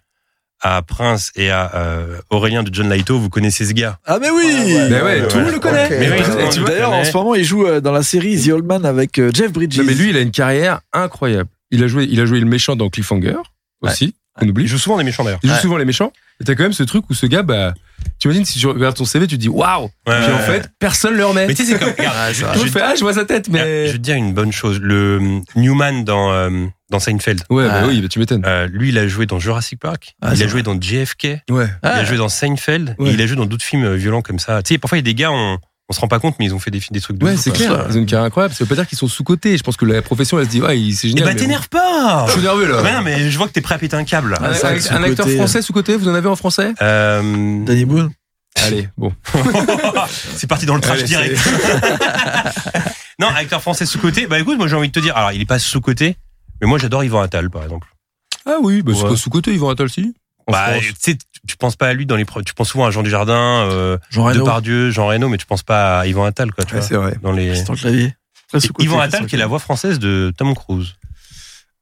à Prince et à euh, Aurélien de John Lighto. Vous connaissez ce gars Ah, mais oui! Ben ouais, Ouais, tout le monde le ok. connaît. Mais oui, tout le Et monde tu- le D'ailleurs, connaît. en ce moment, il joue euh, dans la série The Old Man avec euh, Jeff Bridges. Non, mais lui, il a une carrière incroyable. Il a joué, il a joué le méchant dans Cliffhanger aussi. On oublie. Il joue souvent des méchants d'ailleurs. Il joue souvent les méchants. Et t'as quand même ce truc où ce gars, bah, tu imagines si tu regardes ton CV, tu te dis waouh. Ouais, Puis en ouais, fait, personne le remet. Mais tu sais, c'est comme. regarde, Tout je le monde vais fait, te- ah, je vois sa tête, regarde, mais. je vais te dire une bonne chose. Le euh, Newman dans euh, dans Seinfeld. Ouais, Ah. bah oui, bah, tu m'étonnes. euh, lui, il a joué dans Jurassic Park. Ah, il c'est a joué dans JFK. Ouais. Il Ah. a joué dans Seinfeld. Ouais. Et il a joué dans d'autres films euh, violents comme ça. Tu sais, parfois il y a des gars, on, on se rend pas compte, mais ils ont fait des, des trucs de Ouais, fou, c'est quoi. clair. Ils ont une carrière incroyable. Ça veut pas dire qu'ils sont sous-cotés. Je pense que la profession, elle se dit, ouais, il- c'est Eh génial. bah mais t'énerve pas bon. Je suis nerveux, Ouais, non, là. Ah, mais je vois que t'es prêt à péter un câble. là. Un, c'est vrai que un acteur sous-coté, français sous-coté, vous en avez en français Euh, Danny Boone. Allez, bon. c'est parti dans le trash Allez, direct. non, acteur français sous-côté. Bah écoute, moi j'ai envie de te dire, alors il est pas sous-côté, mais moi j'adore Yvan Attal par exemple. Ah oui, bah c'est Ouais. pas sous-coté, Yvan Attal, si. En Bah, France. tu sais, tu penses pas à lui dans les. pro- Tu penses souvent à Jean Dujardin, euh, Jean Reno. Depardieu, Jean Reno, mais tu penses pas à Yvan Attal, quoi, tu Ouais, vois. c'est vrai. Dans les... Christian Clavier. Très sous-côté, Yvan Christian Attal qui est la Clavier. voix française de Tom Cruise.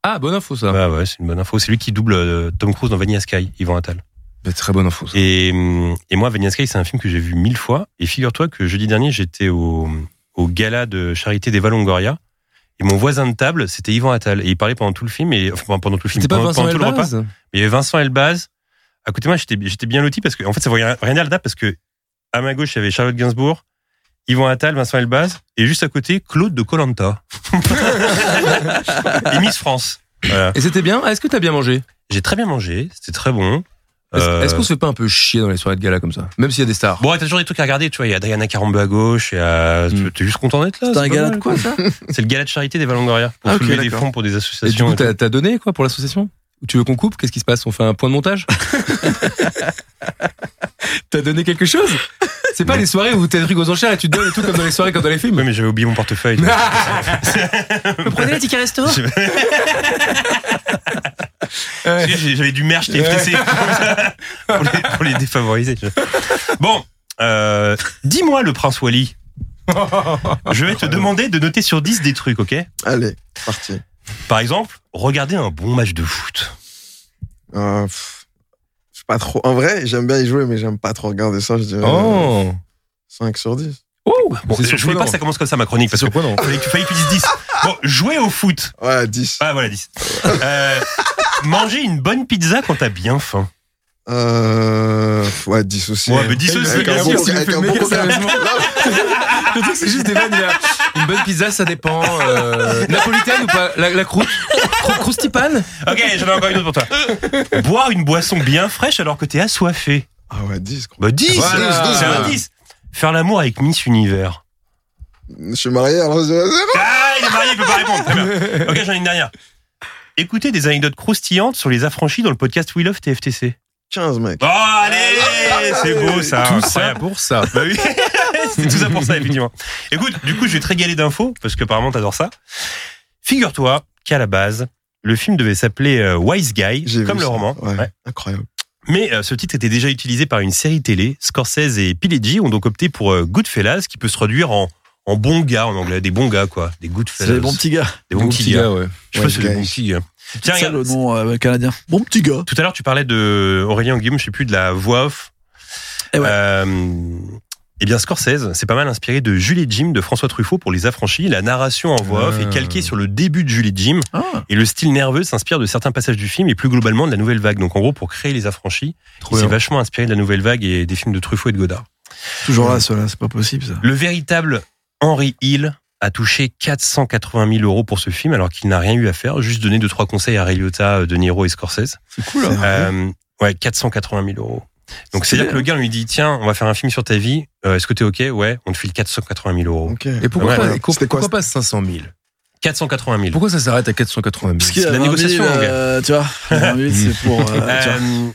Ah, bonne info, ça. Bah ouais, c'est une bonne info. C'est lui qui double euh, Tom Cruise dans Vanilla Sky, Yvan Attal. Bah, très bonne info, ça. Et, hum, et moi, Vanilla Sky, c'est un film que j'ai vu mille fois. Et figure-toi que jeudi dernier, j'étais au, au gala de charité des Longoria. Et mon voisin de table, c'était Yvan Attal. Et il parlait pendant tout le film, et, enfin, pendant tout le film, C'était pas pendant, Vincent pendant tout le repas. Elbaz Mais il y avait Vincent Elbaz. À côté de moi, j'étais j'étais bien loti parce que, en fait, ça voyait rien rien à la date parce que, à ma gauche, il y avait Charlotte Gainsbourg, Yvan Attal, Vincent Elbaz, et juste à côté, Claude de Colanta. et Miss France. Voilà. Et c'était bien Ah, Est-ce que t'as bien mangé J'ai très bien mangé, c'était très bon. Est-ce Euh, est-ce qu'on se fait pas un peu chier dans les soirées de gala comme ça Même s'il y a des stars. Bon, ouais, t'as toujours des trucs à regarder, tu vois. Il y a Diana Carambeu à gauche, et à... Mm. t'es juste content d'être là. C'est un pas gala mal. de quoi, ça? C'est le gala de charité des Valangoria pour Ah, ok, soulever des d'accord. fonds pour des et du associations. coup, et tout. t'as t'as donné quoi pour l'association Ou Tu veux qu'on coupe Qu'est-ce qui se passe On fait un point de montage T'as donné quelque chose C'est pas les soirées où t'as des trucs aux enchères et tu te donnes et tout comme dans les soirées comme dans les Ouais, films. mais j'avais oublié mon portefeuille. tu vois. Prenez les tickets resto Parce Euh, que j'ai- J'avais du merch TFTC pour, les, pour les défavoriser. tu vois. Bon, euh, dis-moi, le prince Wally. Je vais te demander de noter sur 10 des trucs, ok Allez, parti. Par exemple, regarder un bon match de foot. Euh, pff, je sais pas trop. En vrai, j'aime bien y jouer, mais j'aime pas trop regarder ça. Je dirais euh, Oh 5 sur 10. Oh Bon, je voulais pas que ça commence comme ça, ma chronique, C'est parce que surprenant. fallait que, fallait que tu dises 10. Bon, jouer au foot. Ouais, 10. Ah voilà, 10. Euh, manger une bonne pizza quand t'as bien faim. Euh, pff, ouais, 10 aussi. Ah, Ouais, mais 10 aussi, Avec un bien bon- sûr, tu le avec fais un bon méga coca. sérieusement. Le truc, c'est juste des vannes. il y a Une bonne pizza, ça dépend. Euh, napolitaine ou pas la, la croûte Crou- Croustipane Ok, j'en ai encore une autre pour toi. Boire une boisson bien fraîche alors que t'es assoiffé. Ah ouais, 10. gros. Bah 10 Voilà. C'est un 10 Faire l'amour avec Miss Univers. Je suis marié, alors je Ah, il est marié, il peut pas répondre. Très bien. Ok, j'en ai une dernière. Écoutez des anecdotes croustillantes sur les affranchis dans le podcast We Love TFTC. 15, mec. Oh, allez C'est beau ça Tout ça incroyable. pour ça. Bah oui C'est tout ça pour ça, effectivement. Écoute, du coup, je vais te régaler d'infos, parce qu'apparemment, t'adores ça. Figure-toi qu'à la base, le film devait s'appeler euh, Wise Guy, J'ai comme vu le ça. roman. Ouais, Ouais. Incroyable. Mais euh, ce titre était déjà utilisé par une série télé. Scorsese et Pileggi ont donc opté pour euh, Goodfellas, qui peut se traduire en, en bon gars en anglais. Des bons gars, quoi. Des C'est Goodfellas. les bons petits gars. Des bons petits gars. ouais. Je sais pas si c'est Wise des bons guys. petits gars. C'est Tiens, ça regarde. le nom euh, canadien. Bon petit gars. Tout à l'heure, tu parlais de Aurélien Guillaume, je sais plus, de la voix off. Eh ouais. Euh, eh bien, Scorsese, c'est pas mal inspiré de Jules et Jim de François Truffaut pour Les Affranchis. La narration en voix off Ah. est calquée sur le début de Jules et Jim Ah, et le style nerveux s'inspire de certains passages du film et plus globalement de la nouvelle vague. Donc, en gros, pour créer Les Affranchis, il s'est bien. vachement inspiré de la nouvelle vague et des films de Truffaut et de Godard. toujours là, cela, c'est pas possible ça. Le véritable Henry Hill a touché 480 000 euros pour ce film, alors qu'il n'a rien eu à faire, juste donner deux trois conseils à Ray Liotta, De Niro et Scorsese. C'est cool. hein. Euh, ouais, 480 000 euros. Donc c'est-à-dire que le gars lui dit tiens, on va faire un film sur ta vie. Euh, Est-ce que t'es ok Ouais, on te file 480 000 euros. Ok. Et pourquoi, Ouais, pas, alors, pourquoi c'était quoi, pas 500 000 480 000. Pourquoi ça s'arrête à 480 Parce 000 qu'il y a la 20 000, négociation, mon gars. euh, Tu vois, 20 000, c'est pour. euh, tu vois. Euh,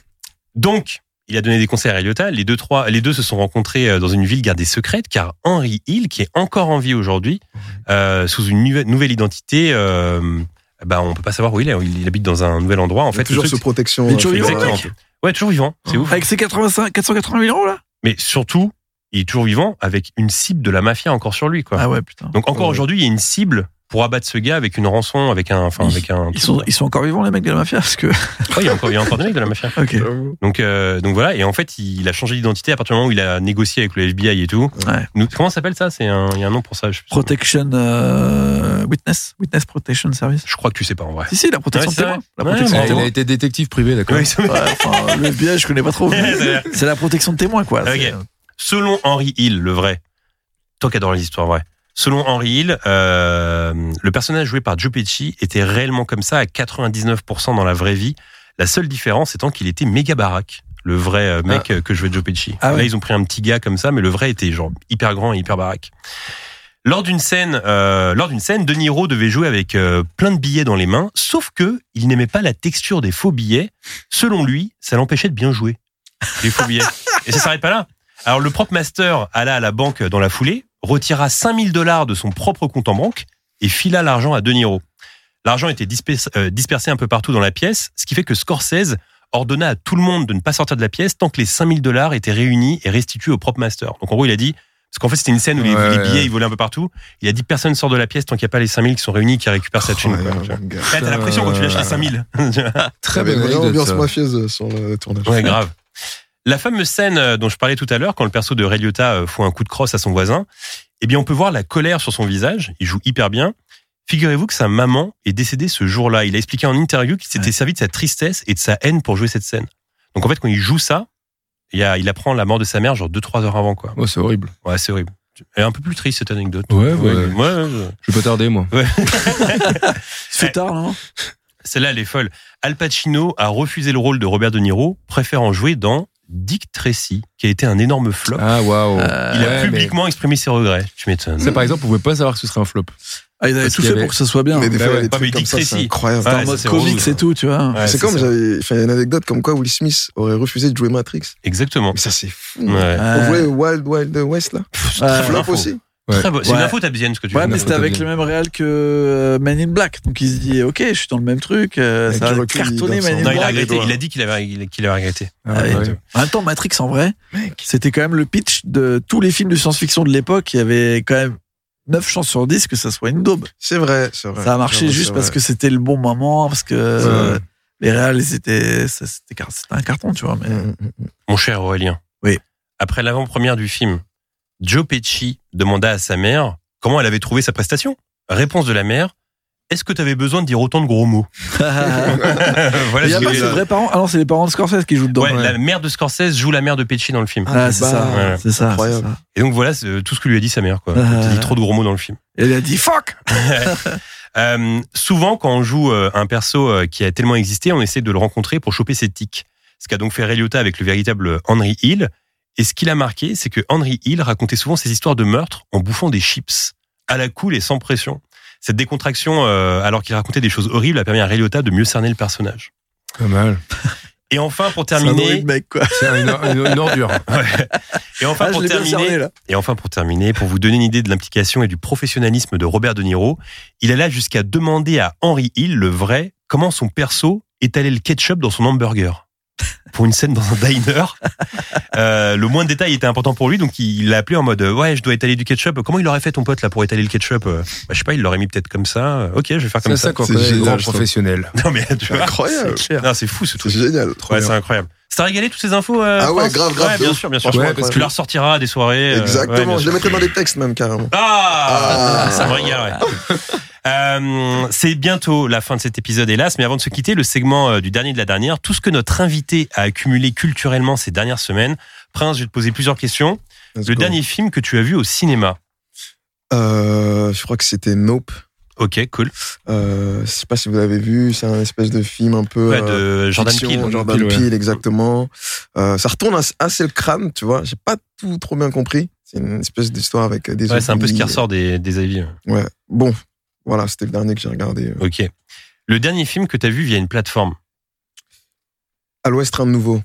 donc, il a donné des conseils à Liotta. Les deux, trois, les deux se sont rencontrés euh, dans une ville gardée secrète, car Henry Hill, qui est encore en vie aujourd'hui, euh, sous une nuve- nouvelle identité, euh, bah, on peut pas savoir où il est. Il, il habite dans un nouvel endroit. En fait, toujours Le sous truc, protection. Il est toujours euh, c'est- vivant, Ah. fédérale. Exactement. Ouais, toujours vivant. C'est ouf. Avec ses 85, 480 000 euros là Mais surtout, il est toujours vivant avec une cible de la mafia encore sur lui, quoi. Ah ouais, putain. Donc encore aujourd'hui, il y a une cible pour abattre ce gars avec une rançon, avec un, enfin, avec un. Ils sont, ils sont encore vivants les mecs de la mafia parce que. Ouais, il y a encore, il y a encore des mecs de la mafia. Ok. J'avoue. Donc, euh, donc voilà, et en fait, il a changé d'identité à partir du moment où il a négocié avec le FBI et tout. Ouais. Nous, comment ça s'appelle ça C'est un, il y a un nom pour ça. Je, Protection. euh, witness. Witness Protection Service. je crois que tu sais pas en vrai. Si, si, la protection Ouais, de c'est témoin. vrai. La Ouais, protection mais de Il témoin. a été détective privé, d'accord Ouais, ça- Ouais, enfin, le FBI, je connais pas trop. mais Ouais, C'est la protection de témoin, quoi. C'est- Selon Henry Hill, le vrai. Toi qui adore les histoires vraies. Selon Henry Hill, euh, le personnage joué par Joe Pesci était réellement comme ça à 99% dans la vraie vie. La seule différence étant qu'il était méga baraque. Le vrai euh, mec euh, que jouait Joe Pesci. Ah Là, ouais. ils ont pris un petit gars comme ça, mais le vrai était genre hyper grand et hyper baraque. Lors d'une scène, euh, lors d'une scène, De Niro devait jouer avec euh, plein de billets dans les mains, sauf que il n'aimait pas la texture des faux billets. Selon lui, ça l'empêchait de bien jouer. Les faux billets. Et ça s'arrête pas là. Alors le prop master alla à la banque dans la foulée, retira 5000 dollars de son propre compte en banque et fila l'argent à De Niro. L'argent était dispersé, euh, dispersé un peu partout dans la pièce, ce qui fait que Scorsese ordonna à tout le monde de ne pas sortir de la pièce tant que les 5000 dollars étaient réunis et restitués au prop master. Donc en gros, il a dit parce qu'en fait, c'était une scène où les, Ouais. les billets ils volaient un peu partout. Il a dit personne sort de la pièce tant qu'il n'y a pas les 5000 qui sont réunis qui récupèrent cette Oh thune. là quoi. là, Tu vois. mon gars. Ouais, T'as l'impression quand tu lâches les 5000. Très T'avais bonne une vraie anecdote. ambiance ça. mafieuse euh, sur le tournage. Ouais, grave. La fameuse scène euh, dont je parlais tout à l'heure, quand le perso de Ray Liotta euh, fout un coup de crosse à son voisin, eh bien, on peut voir la colère sur son visage. Il joue hyper bien. Figurez-vous que sa maman est décédée ce jour-là. Il a expliqué en interview qu'il s'était Ouais. servi de sa tristesse et de sa haine pour jouer cette scène. Donc, en fait, quand il joue ça, il, y a- il apprend la mort de sa mère genre 2-3 heures avant, quoi. Oh, c'est horrible. Ouais, c'est horrible. Elle est un peu plus triste, cette anecdote. Ouais, ouais. ouais. Je vais pas tarder, moi. C'est Ouais. tard, non Celle-là, elle est folle. Al Pacino a refusé le rôle de Robert De Niro, préférant jouer dans Dick Tracy, qui a été un énorme flop. Ah, waouh. Il a Ouais, publiquement exprimé ses regrets. Tu m'étonnes. mais Ça, par exemple, on pouvait pas savoir que ce serait un flop. Ah, ils avaient Parce tout qu'il y fait avait- pour que ça soit bien. Mais des Bah fois, il y a ouais. des Ah, mais trucs comme Dick ça, c'est Tracy. incroyable. Ouais, en ça, mode c'est Covid, relou, c'est ça. tout, tu vois. Ouais, c'est c'est comme ça. j'avais, enfin, il y a une anecdote comme quoi Will Smith aurait refusé de jouer Matrix. Exactement. Mais ça, c'est fou. Ouais. On Ouais, voyait Wild Wild West là. Pff, c'est Ouais. très bonne Flop info. aussi. Ouais. Très bonne- C'est Ouais. une info, t'as bien ce que tu Ouais, veux mais dire. c'était avec le même réel que euh, Man in Black. Donc il se dit, ok, je suis dans le même truc, euh, Avec ça du va recul, cartonner il Man in danse. Non, il a Black. regretté. Il a dit qu'il avait, qu'il avait regretté. Ah ouais. ouais. En même temps, Matrix, en vrai, c'était quand même le pitch de tous les films de science-fiction de l'époque. Il y avait quand même 9 chances sur 10 que ça soit une daube. C'est vrai, c'est vrai. ça a marché J'avoue, juste c'est parce vrai. que c'était le bon moment, parce que euh, Ouais. les réels, c'était ça, c'était car- c'était un carton, tu vois. Mais... Mm, mm, mm. Mon cher Aurélien. Oui. Après l'avant-première du film, Joe Pesci demanda à sa mère comment elle avait trouvé sa prestation. Réponse de la mère. Est-ce que t'avais besoin de dire autant de gros mots Voilà. Il y ce a que pas j'ai- ses vrais parents. Ah non, c'est les parents de Scorsese qui jouent dedans. Ouais, La mère de Scorsese joue la mère de Pesci dans le film. Ah, c'est ça, Ouais. c'est ça. c'est bah, Incroyable. ça. Et donc voilà c'est tout ce que lui a dit sa mère. Quoi. Ah. Elle dit trop de gros mots dans le film. Elle a dit fuck. Euh, souvent, quand on joue euh, un perso euh, qui a tellement existé, on essaie de le rencontrer pour choper ses tics. Ce qu'a donc fait Ray Liotta avec le véritable Henry Hill. Et ce qu'il a marqué, c'est que Henry Hill racontait souvent ses histoires de meurtre en bouffant des chips, à la cool et sans pression. Cette décontraction, euh, alors qu'il racontait des choses horribles, a permis à Ray Liotta de mieux cerner le personnage. Pas mal. Et enfin, pour C'est un terminer, horrible mec quoi. C'est un- une, une ordure. et enfin Ah, je pour l'ai bien terminer, cerné, là. Et enfin, pour terminer, pour vous donner une idée de l'implication et du professionnalisme de Robert De Niro, il alla jusqu'à demander à Henry Hill, le vrai, comment son perso étalait le ketchup dans son hamburger. Pour une scène dans un diner, Euh, le moins de détails était important pour lui, donc il l'a appelé en mode euh, ouais, je dois étaler du ketchup. Comment il aurait fait ton pote là pour étaler le ketchup Euh, bah, Je sais pas, il l'aurait mis peut-être comme ça. Euh, Ok, je vais faire C'est comme ça ça. qu'on C'est connaît les génial, grands je trouve. professionnels. Non mais tu vois, Incroyable. non, c'est fou ce C'est truc. génial. trop Ouais, bien. c'est incroyable. Ça t'a régalé toutes ces infos euh, Ah ouais, France grave, grave, Ouais, de bien ouf. sûr, bien sûr. Franchement, Ouais, parce Tu la ressortiras à des soirées. euh, ouais, bien Exactement. Je sûr. le mettrai dans des textes même carrément. Ah, Ah. ça me régale, ouais. Euh, c'est bientôt la fin de cet épisode, hélas, mais avant de se quitter, le segment euh, du dernier de la dernière, tout ce que notre invité a accumulé culturellement ces dernières semaines. Prince, je vais te poser plusieurs questions. Let's Le go. dernier film que tu as vu au cinéma Euh, je crois que c'était Nope. Ok, cool. Euh, je sais pas si vous l'avez vu, c'est un espèce de film un peu Ouais, de Jordan Peele. Euh, Jordan Peele, ouais. Peele, exactement. Euh, ça retourne as- assez le crâne, tu vois. J'ai pas tout trop bien compris. C'est une espèce d'histoire avec euh, des. Ouais, c'est un peu ce qui ovnis. ressort des, des avis. Ouais. Bon, voilà, c'était le dernier que j'ai regardé. euh. Ok. Le dernier film que t'as vu via une plateforme À l'Ouest, rien de nouveau.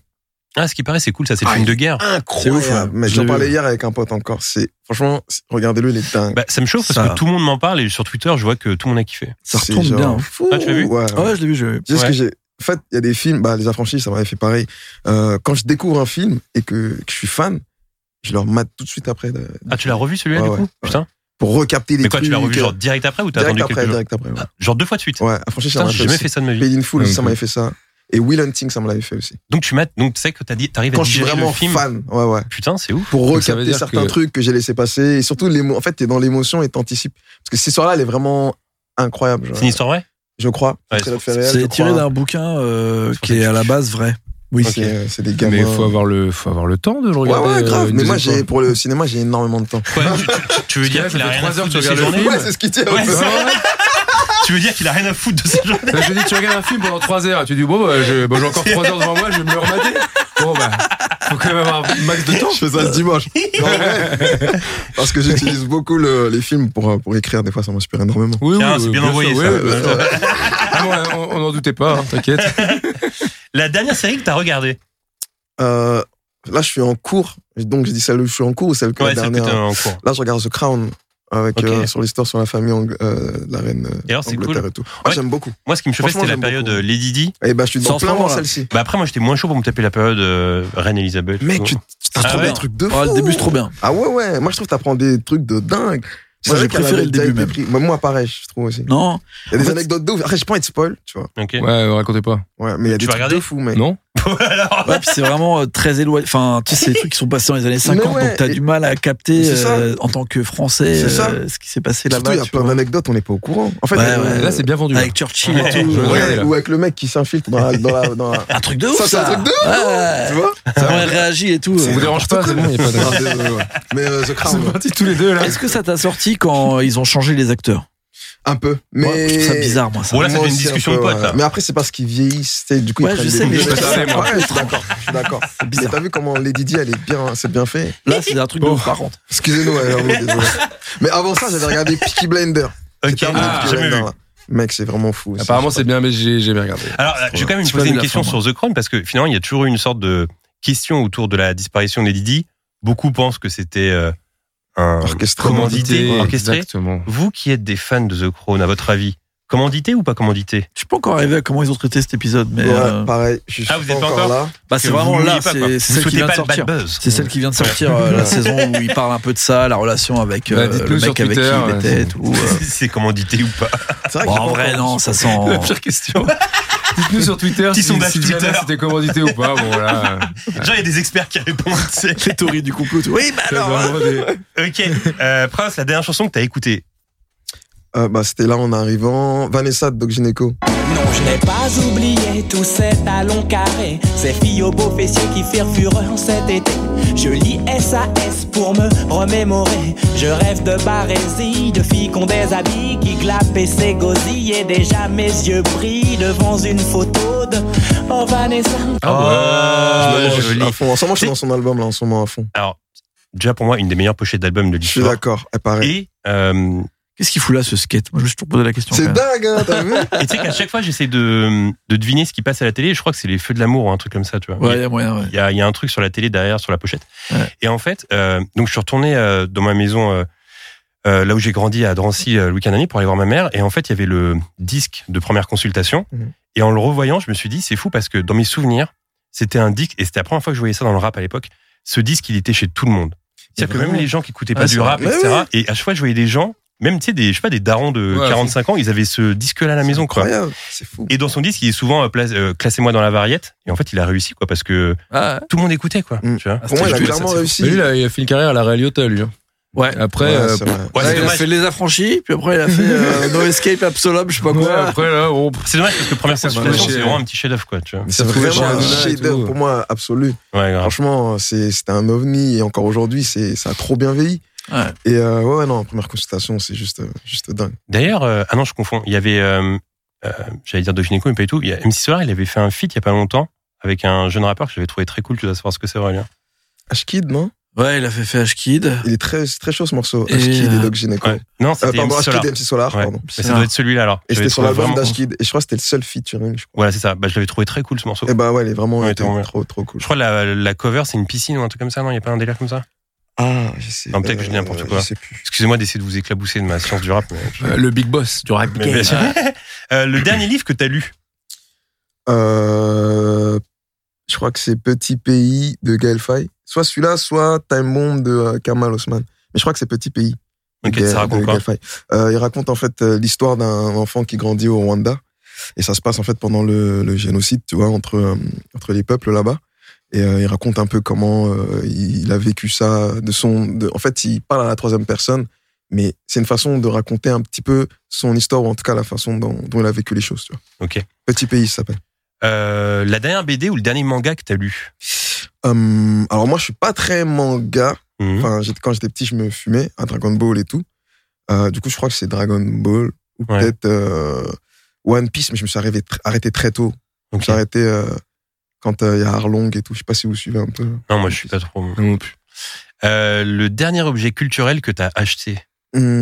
Ah, ce qui paraît, c'est cool, ça, c'est le film de guerre. Incroyable. Mais j'en parlais hier avec un pote encore. C'est franchement, c'est- regardez-le, il est dingue. Bah, ça me chauffe parce Ça- que tout le monde m'en parle et sur Twitter, je vois que tout le monde a kiffé. Ça C'est retourne genre bien. fou. Ah, tu l'as vu Ouais, Ah hein. ouais, je l'ai vu, je l'ai vu. C'est ce Ouais. que j'ai. En fait, il y a des films, bah, les affranchis, ça m'avait fait pareil. Euh, quand je découvre un film et que, que je suis fan, je le remate tout de suite après. de- Ah, tu l'as revu celui-là, Ouais, du coup ouais. Putain. Pour recapter les Mais quoi, tu l'as trucs, revu euh, genre direct après ou t'as direct attendu après, quelques jours Ah, direct après. Ouais. Genre deux fois de suite Ouais, affranchis, ça Putain, m'a J'ai jamais fait ça de ma vie. Paid in Full Ouais, aussi, ça ok. m'avait fait ça. Et Will Hunting, ça me l'avait fait aussi. Donc tu m'as, donc tu sais que t'as dit, t'arrives à Quand je suis digérer vraiment le film. fan, ouais, ouais. Putain, c'est ouf. Pour Donc, ça veut recapter dire certains que- trucs que j'ai laissé passer. Et surtout, l'émo- en fait, t'es dans l'émotion et t'anticipes. Parce que cette histoire-là, elle est vraiment incroyable. genre. C'est une histoire vraie Je crois. Ouais, Très c'est- réel, je C'est tiré crois. d'un bouquin euh, qui est à la base vrai. Oui, c'est c'est des Mais gamins. faut avoir le, faut avoir le temps de le Ouais, regarder. euh, ouais, euh, grave. une Mais moi, deuxième j'ai, fois. pour le cinéma, j'ai énormément de temps. Quoi, tu, tu- tu veux dire Parce que qu'il a là, rien à ça fait trois heures foutre que de tu ses regardes le journées film. Ouais, c'est ce qu'il dit. Ouais, c'est vrai. Tu veux dire qu'il a rien à foutre de ses journées Là, Bah, je dis, tu regardes un film pendant 3 heures. Tu dis, bon, bah, je- bon, j'ai encore 3 heures devant moi, je vais me le remater. Bon, bah, faut quand même avoir un max de temps. Je fais ça ce dimanche. Non, en vrai. Parce que j'utilise beaucoup le- les films pour, euh, pour écrire. Des fois, ça m'inspire énormément. Euh, Oui, Tiens, c'est bien sûr, envoyé, oui, ça. oui, bien sûr. Ah, bon, on on n'en doutait pas, hein, t'inquiète. La dernière série que t'as regardée Euh, là, je suis en cours. Donc, je dis celle où je suis en cours ou celle que Ouais, la celle que dernière. t'as en cours. Là, je regarde The Crown. Avec, Ok. euh, sur l'histoire sur la famille Ang- euh, de la reine euh, Et alors, c'est Angleterre cool. et tout. Ah, Ouais. j'aime beaucoup. Moi, ce qui me chauffait, Franchement, c'était la j'aime période beaucoup. euh, Lady Di. Et bah, je suis C'est en dans ce plein dans moment-là. celle-ci. Bah après, moi, j'étais moins chaud pour me taper la période euh, Reine Elisabeth. Mec, tout. tu tu t'as Ah trouvé ouais. des trucs de fou. Ah, le début, c'est trop bien. Ah ouais, ouais. Moi, je trouve que t'apprends des trucs de dingue. Je Moi, savais j'ai qu'elle préféré avait le déjà début été même. pris. Moi, moi, pareil, je trouve aussi. Non. Il y a En des fait, anecdotes de ouf. Après, je pas être spoil, tu vois. Ok. Ouais, racontez pas. Ouais, mais il y a des vas trucs regarder de fou, mec. Non Alors, Ouais, puis c'est vraiment euh, très éloigné. Enfin, tu sais, c'est des trucs qui sont passés dans les années 50, ouais, donc t'as et- du mal à capter C'est ça. euh, en tant que Français C'est ça. euh, ce qui s'est passé Surtout, là-bas. il y a tu plein vois. d'anecdotes, on n'est pas au courant. En fait, Ouais, euh, ouais. Là, c'est bien vendu. hein. là. Avec Churchill et Ouais. tout. euh, Je vais ouais, regarder, là. ou avec le mec qui s'infiltre dans la, dans la, dans la- Un truc de ouf, Ça, ça. c'est un truc de ouf. Ouais. Tu vois Comment il réagit et tout. euh, euh. On vous dérange pas, c'est bon, il n'y a pas de. Ah, désolé, ouais. Mais euh, The Crown, C'est ouais. parti tous les deux, là. Est-ce que ça t'a sorti quand ils ont changé les acteurs un peu. Mais. Ouais, Je trouve ça bizarre, moi. Ça. Bon, là, Moi c'était une aussi, un discussion peu, de potes, ouais. là. Mais après, c'est parce qu'ils vieillissent. tu sais, Du coup, ils Ouais, je prennent sais, des mais je nouvelles sais, personnes. moi. Ouais, je suis d'accord. Je suis d'accord. Mais t'as vu comment Lady Di, elle est bien, hein, c'est bien fait. Là, c'est un truc de Bon. ouf, par contre. Excusez-nous, ouais, j'avoue, désolé. Mais avant ça, j'avais regardé Peaky Blinder. Ok. C'était un Ah, Peaky jamais Blinder, vu. là. Mec, c'est vraiment fou. Apparemment, c'est bien, mais j'ai j'ai bien regardé. Alors, je vais quand même Tu vous poser l'as vu une la question fin, sur The Crown parce que finalement, il y a toujours eu une sorte de question autour de la disparition des Didi. Beaucoup pensent que c'était euh, un Orchestré. commandité, Commandité, orchestré. Exactement. Vous qui êtes des fans de The Crown, à votre avis, commandité ou pas commandité Je suis pas encore arrivé à comment ils ont traité cet épisode, mais Ouais, euh, pareil. Je suis Ah, vous pas êtes pas encore encore là. bah, c'est Que vraiment vous là, vouliez pas, c'est quoi. c'est Vous celle qui souhaitez vient de pas le bad sortir. buzz. C'est celle qui vient de sortir euh, la saison où il parle un peu de ça, la relation avec euh, Bah, dites-nous le sur mec avec qui Twitter, il ouais, était. c'est- et tout, euh. C'est commandité ou pas C'est vrai Bon, que j'ai en pas vrai, encore- non, ça sent. La pire question. Dites-nous sur Twitter Petit si, sondage si Twitter. Diana, c'était commandité ou pas. Bon, voilà. Genre, il y a des experts qui répondent. tu sais. Les théories du complot. tout. Oui, bah C'est alors. hein. vraiment des- Ok. Euh, Prince, la dernière chanson que t'as écoutée. Euh, bah, c'était là en arrivant. Vanessa de Doc Gynéco. Non, je n'ai pas oublié tous ces talons carrés, ces filles aux beaux fessiers qui firent fureur cet été. Je lis SAS pour me remémorer. Je rêve de barésie, de filles qu'on déshabille, qui glapent et s'égosillent. Et déjà mes yeux brillent devant une photo de Oh Vanessa. Ah Je me joli. à fond. En ce moment, je suis dans son album, là, en ce moment, à fond. Alors, déjà pour moi, une des meilleures pochettes d'albums de Je suis l'histoire. d'accord. Elle paraît. Et euh, Qu'est-ce qu'il fout là, ce skate Moi, je me suis toujours posé la question. C'est quand même. dingue, hein, t'as vu? et tu sais qu'à chaque fois, j'essaie de, de deviner ce qui passe à la télé. Je crois que c'est les feux de l'amour ou un truc comme ça, tu vois. Ouais, il y a moyen, ouais. Il y a, il y a un truc sur la télé derrière, sur la pochette. Ouais. Et en fait, euh, donc je suis retourné euh, dans ma maison, euh, euh, là où j'ai grandi à Drancy euh, le week-end dernier pour aller voir ma mère. Et en fait, il y avait le disque de première consultation. Mhm. Et en le revoyant, je me suis dit, c'est fou parce que dans mes souvenirs, c'était un disque, et c'était la première fois que je voyais ça dans le rap à l'époque. Ce disque, il était chez tout le monde. C'est-à-dire que même vraiment. les gens qui écoutaient pas Ouais, Ah, c'est du rap, vrai. etc. Et à chaque fois, je voyais des gens, même tu sais, des, je sais pas, des darons de Ouais, 45 ans, ils avaient ce disque-là à la maison, quoi. Incroyable. C'est fou. Et dans son disque, il est souvent euh, pla- euh, classez-moi dans la variette. Et en fait, il a réussi, quoi, parce que Ah, tout le monde écoutait, quoi. Mm. Tu vois Pour moi, il a C'était- clairement ça, c'est- réussi. Bah, lui, là, il a fait une carrière à la Réaliota, lui. hein. Ouais. Après, Ouais, euh, c'est vrai. Ouais, Ouais, c'est il a dommage. fait les affranchis, puis après il a fait euh, No Escape, Absolum, je sais pas ouais, quoi. après, là, oh, on... C'est dommage parce que première Ça m'a consultation, lâché. c'est vraiment un petit chef-d'œuvre, quoi. Tu vois. Mais C'est Surtout vraiment chez un Hanouna et chef-d'œuvre tout. pour moi absolu. Ouais, grave. Franchement, c'est- c'était un ovni et encore aujourd'hui, c'est ça a trop bien vieilli. Et euh, ouais, ouais, non, première consultation, c'est juste, euh, juste dingue. D'ailleurs, euh, ah non, je confonds. Il y avait, euh, euh, j'allais dire Dogineco, mais pas du tout. Il y a MC Solar, il avait fait un feat il y a pas longtemps avec un jeune rappeur que j'avais trouvé très cool. Tu dois savoir ce que c'est, Aurélien. Ashkid, non Ouais, il a fait, fait Ashkid. Il est très, c'est très chaud ce morceau, Et, Ashkid et euh, Doc Gineco. Ouais. Non, c'était Euh, pardon, MC Ashkid Solar. et MC Solar, Ouais. pardon. Mais ça doit être celui-là alors. Et Je c'était l'avais sur trouvé l'album vraiment- d'Ashkid. Et je crois que c'était le seul featuring, je crois. Voilà, c'est ça. Bah, je l'avais trouvé très cool ce morceau. Et bah ouais, il est vraiment Ouais, il était t'es en vrai. trop, trop cool. Je crois que la, la cover, c'est une piscine ou un truc comme ça, non Il n'y a pas un délire comme ça Ah, je sais. Non, peut-être que je dis euh, n'importe quoi. Je sais plus. Excusez-moi d'essayer de vous éclabousser de ma science du rap. mais- Euh, Le big boss du rap Mais bien sûr. Euh, le dernier livre que tu as lu Euh, je crois que c'est Petit Pays de Gaël Faye. Soit celui-là, soit Time Bomb de euh, Kamal Osman. Mais je crois que c'est Petit Pays. de Ok, Gaël- ça raconte de quoi Gaël Faye. Euh, il raconte en fait euh, l'histoire d'un enfant qui grandit au Rwanda. Et ça se passe en fait pendant le, le génocide, tu vois, entre, euh, entre les peuples là-bas. Et euh, il raconte un peu comment euh, il, il a vécu ça. De son, de- en fait, il parle à la troisième personne, mais c'est une façon de raconter un petit peu son histoire, ou en tout cas la façon dont, dont il a vécu les choses. Tu vois. Ok. Petit Pays, ça s'appelle. Euh, la dernière BD ou le dernier manga que tu as lu Hum, alors moi, je suis pas très manga. Mhm. Enfin, j'étais- quand j'étais petit, je me fumais à Dragon Ball et tout. Euh, du coup, je crois que c'est Dragon Ball ou Ouais. peut-être euh, One Piece, mais je me suis arrivé tr- arrêté très tôt. Je me Ok. suis arrêté euh, quand euh, il y a Arlong et tout. Je sais pas si vous suivez un peu. Non, moi je suis pas trop. Non plus. Euh, le dernier objet culturel que tu as acheté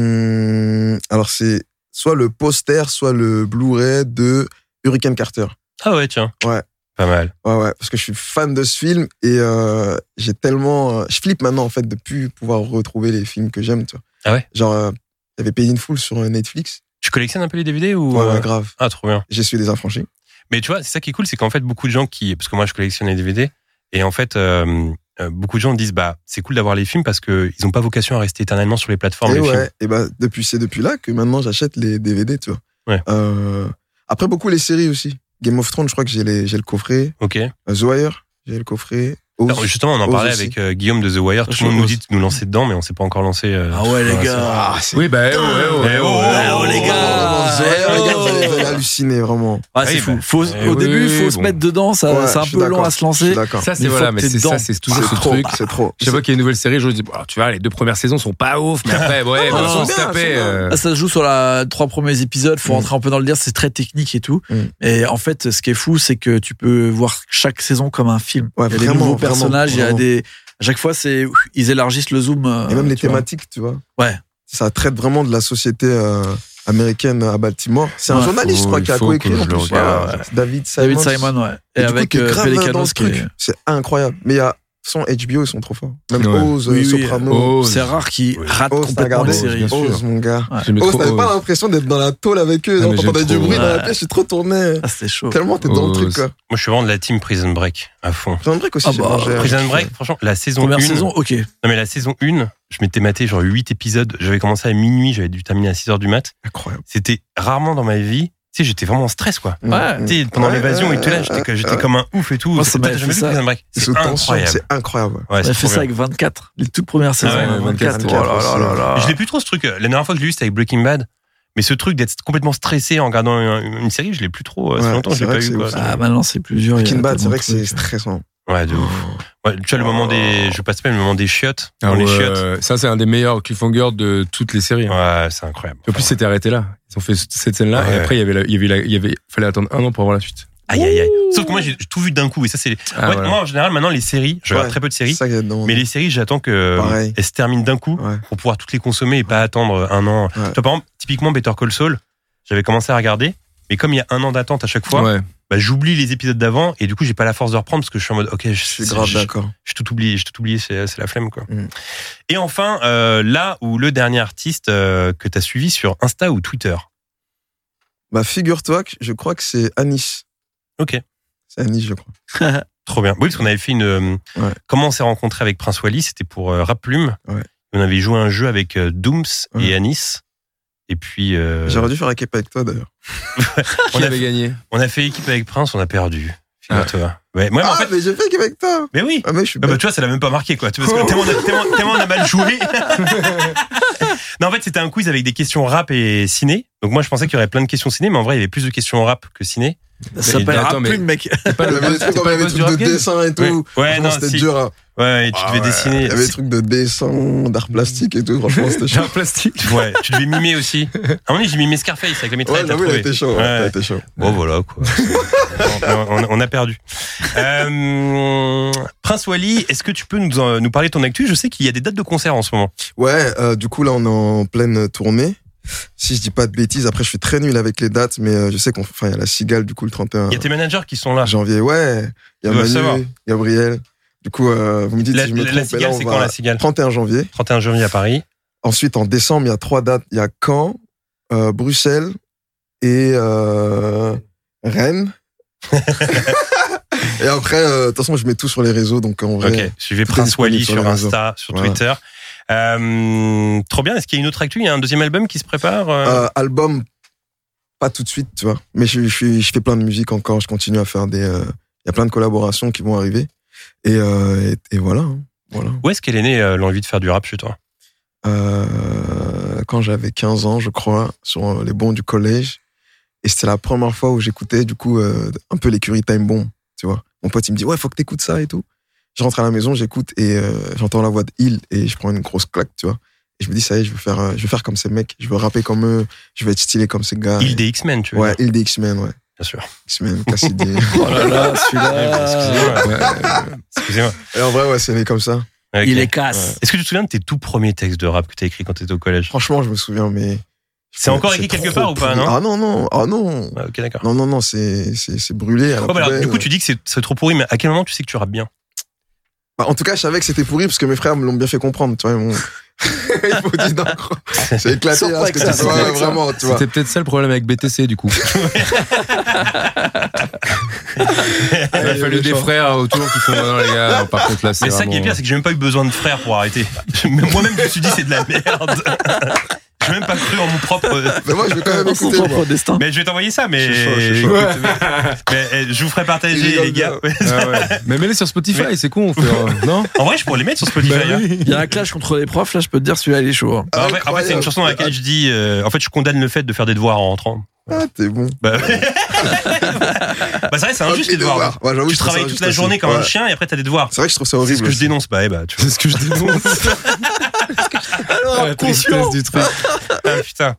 Hum, alors c'est soit le poster, soit le Blu-ray de Hurricane Carter. Ah ouais, tiens. Ouais. Pas mal. Ouais, ouais, parce que je suis fan de ce film et euh, j'ai tellement. euh, je flippe maintenant, en fait, de plus pouvoir retrouver les films que j'aime, tu vois. Ah ouais Genre, euh, il y avait Paid in Full sur euh, Netflix. Tu collectionnes un peu les DVD ou Ouais, euh, ouais, grave. Ah, trop bien. J'ai suis des affranchis. Mais tu vois, c'est ça qui est cool, c'est qu'en fait, beaucoup de gens qui. Parce que moi, je collectionne les DVD. Et en fait, euh, euh, beaucoup de gens disent bah, c'est cool d'avoir les films parce qu'ils n'ont pas vocation à rester éternellement sur les plateformes. et les films. ouais, et bah, depuis, c'est depuis là que maintenant j'achète les DVD, tu vois. Ouais. Euh, après, beaucoup les séries aussi. Game of Thrones, je crois que j'ai les- j'ai le coffret. Ok. Euh, The Wire, j'ai le coffret. Oz. Ah, Alors, justement, on en Oz parlait aussi. avec euh, Guillaume de The Wire. Tout Je le monde nous pense. dit de nous lancer dedans, mais on s'est pas encore lancé. euh, Ah ouais, dans les la gars. Ah, c'est. Oui, bah, eh, ouais, ouais, Eh ouais, oh, ouais, oh, ouais, les Ah, ouais. gars. Ah, The Wire, Eh les gars, oh. vous allez- vous allez halluciner, vraiment. Ah, c'est Oui, fou. bah, Faut- eh au oui, début, faut se bon. mettre dedans. Ça, Ouais, c'est je un suis peu long d'accord, à se Je suis lancer. d'accord. Ça, Une c'est fois voilà, que mais t'es c'est dedans. ça, c'est toujours ce C'est trop, truc. c'est trop. Chaque fois qu'il y a une nouvelle série, je dis, Bon, tu vois, les deux premières saisons sont pas ouf, mais après, ouais, non, on non, va se c'est bien, c'est taper. bien. euh, Ah, ça se joue sur la trois premiers épisodes. Faut Mm. rentrer un peu dans le dire. C'est très technique et tout. Mm. Et en fait, ce qui est fou, c'est que tu peux voir chaque saison comme un film. Ouais, il y a vraiment, des nouveaux vraiment, personnages. Il y a vraiment. des. À chaque fois, c'est ils élargissent le zoom. euh, Et même les thématiques thématiques, tu vois. Ouais. Ça traite vraiment de la société euh, américaine à Baltimore. C'est un Ouais, journaliste, je faut- crois, qui il a faut coécrit que en je le plus. regarde. Ouais, ouais. C'est David Simon. David Simon, ouais. Et, Et, du avec coup, qui est euh, grave là dans Pelicanos ce qui est- truc. C'est incroyable. Mais il y a, sans HBO, ils sont trop forts. Même Ouais. Oz, Oui, oui, Soprano. Oz. C'est rare qu'il Oui. rate Oz, t'as complètement regardé les Oz, séries. bien sûr. Oz, mon gars. Ouais. j'aimais Oz, trop, t'avais euh, pas l'impression d'être dans la tôle avec eux. Ah, mais genre, T'entendais j'aime du trop, bruit dans la ouais. pièce, tu te retournais. Ah, c'était chaud. Tellement t'es dans le Oz. truc, quoi. Moi, je suis vraiment de la team Prison Break à fond. Prison Break aussi, Ah j'ai bah, mangé. Prison Break, franchement, la saison 1. Première saison, ok. Non, mais la saison 1, je m'étais maté genre 8 épisodes. J'avais commencé à minuit, j'avais dû terminer à 6 heures du mat. Incroyable. C'était rarement dans ma vie. Tu sais, j'étais vraiment en stress, quoi. Ouais. Mm, mm. Tu sais, pendant Ouais, l'évasion ouais, et tout là, ouais, Euh, j'étais que- ouais, j'étais ouais. comme un ouf et tout. Moi, ça Toi, m'a t'as fait jamais vu ça. Prison Break C'est C'est sous tension, incroyable. c'est incroyable. ouais. Ouais, On c'est a trop fait ça bien. Ah avec 24, les toutes premières saisons. ouais, 24, Oh là là là là. Je l'ai plus trop ce truc. euh, La dernière fois que je l'ai eu, c'était avec Breaking Bad. Mais ce truc d'être complètement stressé en regardant un- une série, je l'ai plus trop. euh, Ça fait Ouais, longtemps que je c'est l'ai vrai pas que eu. c'est Quoi. ouf, ça. Ah, maintenant, c'est plusieurs. il y a Breaking Bad, c'est tellement vrai de que c'est trucs. stressant. Ouais, de ouf. Ouais, tu vois, le moment des. Je passe pas le moment des chiottes. Ah Dans les ouais, chiottes. Ça, c'est un des meilleurs cliffhangers de toutes les séries. hein. Ouais, c'est incroyable. En plus, c'était arrêté là. Ils ont fait cette scène-là, Ouais. et après, il y avait, la- il y avait, la- il y avait, fallait attendre un an pour avoir la suite. Aïe, aïe, aïe. Sauf que moi, j'ai j'ai tout vu d'un coup. Et ça, c'est. Ah, Ouais, voilà. Moi, en général, maintenant, les séries, je regarde Ouais, très peu de C'est séries. ça qu'il y a dedans. Mais les séries, j'attends que Pareil. elles se terminent d'un coup Ouais. pour pouvoir toutes les consommer et pas attendre un an. Tu vois, par exemple, typiquement Better Call Saul, j'avais commencé à regarder, mais comme il y a un an d'attente à chaque fois, Ouais. bah, j'oublie les épisodes d'avant et du coup, j'ai pas la force de reprendre parce que je suis en mode, ok, je Je suis grave je- d'accord. je tout oublié, je tout oublié, c'est c'est la flemme quoi. Mm. Et enfin, euh, là où le dernier artiste euh, que t'as suivi sur Insta ou Twitter. Bah, figure-toi que je crois que c'est Anis. Ok. C'est Anis, je crois. Trop bien. Oui, parce qu'on avait fait une. euh, Ouais. Comment on s'est rencontré avec Prince Wally C'était pour euh, Rap Plume. Ouais. On avait joué à un jeu avec euh, Dooms et Ouais. Anis. Et puis, euh, J'aurais dû faire un cap avec toi, d'ailleurs. Qui on a avait gagné on a fait équipe avec Prince, on a perdu. Figure-toi. Ouais. Moi, mais en ah, fait, mais j'ai fait un cap avec toi mais oui. Ah, mais je suis Ah bah, bête. tu vois, ça l'a même pas marqué, quoi. Tu vois, Oh. parce que tellement, on a- tellement- tellement on a mal joué. non, en fait, c'était un quiz avec des questions rap et ciné. Donc moi, je pensais qu'il y aurait plein de questions ciné, mais en vrai, il y avait plus de questions rap que ciné. Ça s'appelle Rap Plume, mec. T'es Il y avait des trucs comme il y avait des trucs de dessin et tout. Ouais, Franchement, non, c'était si. dur. hein. Ouais, et tu Ah devais ouais, dessiner. Il y avait des trucs de dessin, d'art plastique et tout. Franchement, c'était chaud. plastique. Ouais, tu devais mimer aussi. À un moment donné, j'ai mimé Scarface avec la Ouais, mitraille. t'as j'avoue, il trouvé. était chaud. ouais, Ouais. il était chaud. Bon, voilà, quoi. on, on- on a perdu. Euh, Prince Wally, est-ce que tu peux nous, en- nous parler de ton actu Je sais qu'il y a des dates de concert en ce moment. Ouais, euh, du coup, là, on est en pleine tournée. Si je dis pas de bêtises, après, je suis très nul avec les dates, mais euh, je sais qu'on, enfin, il y a la Cigale, du coup, le 31 Il y a tes managers qui sont là. janvier. Ouais, il y Ils a doivent savoir. Manu, Gabriel. Du coup, euh, vous me dites La, si je me la- la trompe. mais là, cigale, on c'est va- quand la cigale 31 janvier. 31 janvier à Paris. Ensuite, en décembre, il y a trois dates. Il y a Caen, euh, Bruxelles et euh, Rennes. et après, euh, de toute façon, je mets tout sur les réseaux, donc en vrai. Ok, suivez tout est Prince disponible Wally sur sur les réseaux. Insta, sur Voilà. Twitter. Euh, trop bien. Est-ce qu'il y a une autre actu Il y a un deuxième album qui se prépare euh, Euh, album, pas tout de suite, tu vois. Mais je, je, suis- je fais plein de musique encore, je continue à faire des. euh, Il y a plein de collaborations qui vont arriver. Et, euh, et, et voilà. hein. voilà. Où est-ce qu'elle est née euh, l'envie de faire du rap chez toi Euh, quand j'avais 15 ans, je crois, sur euh, les bancs du collège. Et c'était la première fois où j'écoutais, du coup, euh, un peu l'écurie Time Bomb, tu vois. Mon pote, il me dit, ouais, faut que t'écoutes ça et tout. Je rentre à la maison, j'écoute et euh, j'entends la voix de Hill et je prends une grosse claque, tu vois. Et je me dis, ça y est, je veux faire, euh, je veux faire comme ces mecs, je veux rapper comme eux, je veux être stylé comme ces gars. Il des X-Men, tu veux Ouais, dire, Hill des X-Men, ouais. Bien sûr. X-Men, Cassidy. Oh là là, Ouais, bah, celui-là. Excusez-moi. Ouais. excusez-moi. et en vrai, ouais, c'est né comme ça. Ok. Il est casse. Est-ce que tu te souviens de tes tout premiers textes de rap que t'as écrits quand t'étais au collège Franchement, je me souviens, mais. C'est encore écrit quelque trop part ou pas, pourri. non Ah non, non, ah non. Ouais, Ok, d'accord. Non, non, non, c'est c'est- c'est brûlé. à la Ouais, bah alors, du poubelle. coup, tu dis que c'est- c'est trop pourri, mais à quel moment tu sais que tu rappes bien Bah, en tout cas, je savais que c'était pourri parce que mes frères me l'ont bien fait comprendre. Tu vois, ils m'ont- Ils m'ont dit non, gros. J'ai éclaté Sors pas là, parce avec que ça, tu sors vois, pas avec ça. vraiment, tu vois. C'était peut-être ça le problème avec BTC du coup. Il a fallu des frères hein, autour qui font non les gars, par contre là c'est Mais ça qui est vraiment- pire, c'est que j'ai même pas eu besoin de frères pour arrêter. Je- mais Moi-même, je me suis dit, c'est de la merde. J'ai même pas cru en mon propre. euh, Mais moi, je vais quand même Dans son écouter. moi. propre destin. Mais je vais t'envoyer ça, mais. Je suis chaud, je suis chaud. Écoute, mais- mais, euh, je vous ferai Il partager, est les gars. Ah ouais. Mais mets-les sur Spotify, c'est con, on fait, euh, non Bah En vrai, je pourrais les mettre sur Spotify. Bah hein. Il y a un clash contre les profs, là, je peux te dire, celui-là, il est chaud. hein. Bah, en fait, en fait, c'est une chanson dans laquelle je dis. euh, en fait, je condamne le fait de faire des devoirs en rentrant. Ah, t'es bon. Bah, ouais. bah c'est vrai, c'est injuste les devoirs. Ouais, Ah, j'avoue, Tu je trouve travailles ça toute la injuste journée aussi. comme un Ouais. chien et après t'as des devoirs. C'est vrai que je trouve C'est ça ce horrible. que je dénonce. Bah, eh bah, tu vois. C'est ce que je dénonce. Alors, la tristesse conscient. du truc. Ah, putain.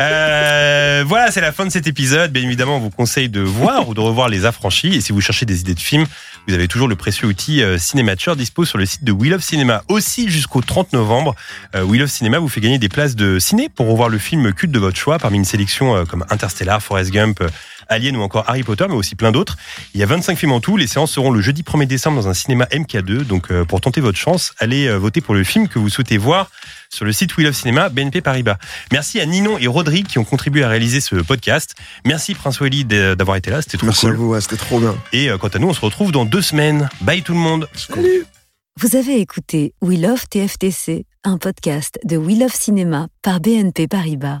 Euh, voilà, c'est la fin de cet épisode. Bien évidemment, on vous conseille de voir ou de revoir Les Affranchis. Et si vous cherchez des idées de films, vous avez toujours le précieux outil euh, Cinémature dispo sur le site de We Love Cinéma. Aussi jusqu'au 30 novembre, euh, We Love Cinéma vous fait gagner des places de ciné pour revoir le film culte de votre choix parmi une sélection euh, comme Interstellar, Forrest Gump. euh, Alien ou encore Harry Potter, mais aussi plein d'autres. Il y a 25 films en tout. Les séances seront le jeudi 1er décembre dans un cinéma MK2. Donc, euh, pour tenter votre chance, allez euh, voter pour le film que vous souhaitez voir sur le site We Love Cinéma BNP Paribas. Merci à Ninon et Rodrigue qui ont contribué à réaliser ce podcast. Merci Prince Wally d'a- d'avoir été là, c'était trop Merci à cool. vous, ouais, c'était trop bien. Et euh, quant à nous, on se retrouve dans deux semaines. Bye tout le monde. Vous avez écouté We Love TFTC, un podcast de We Love Cinéma par BNP Paribas.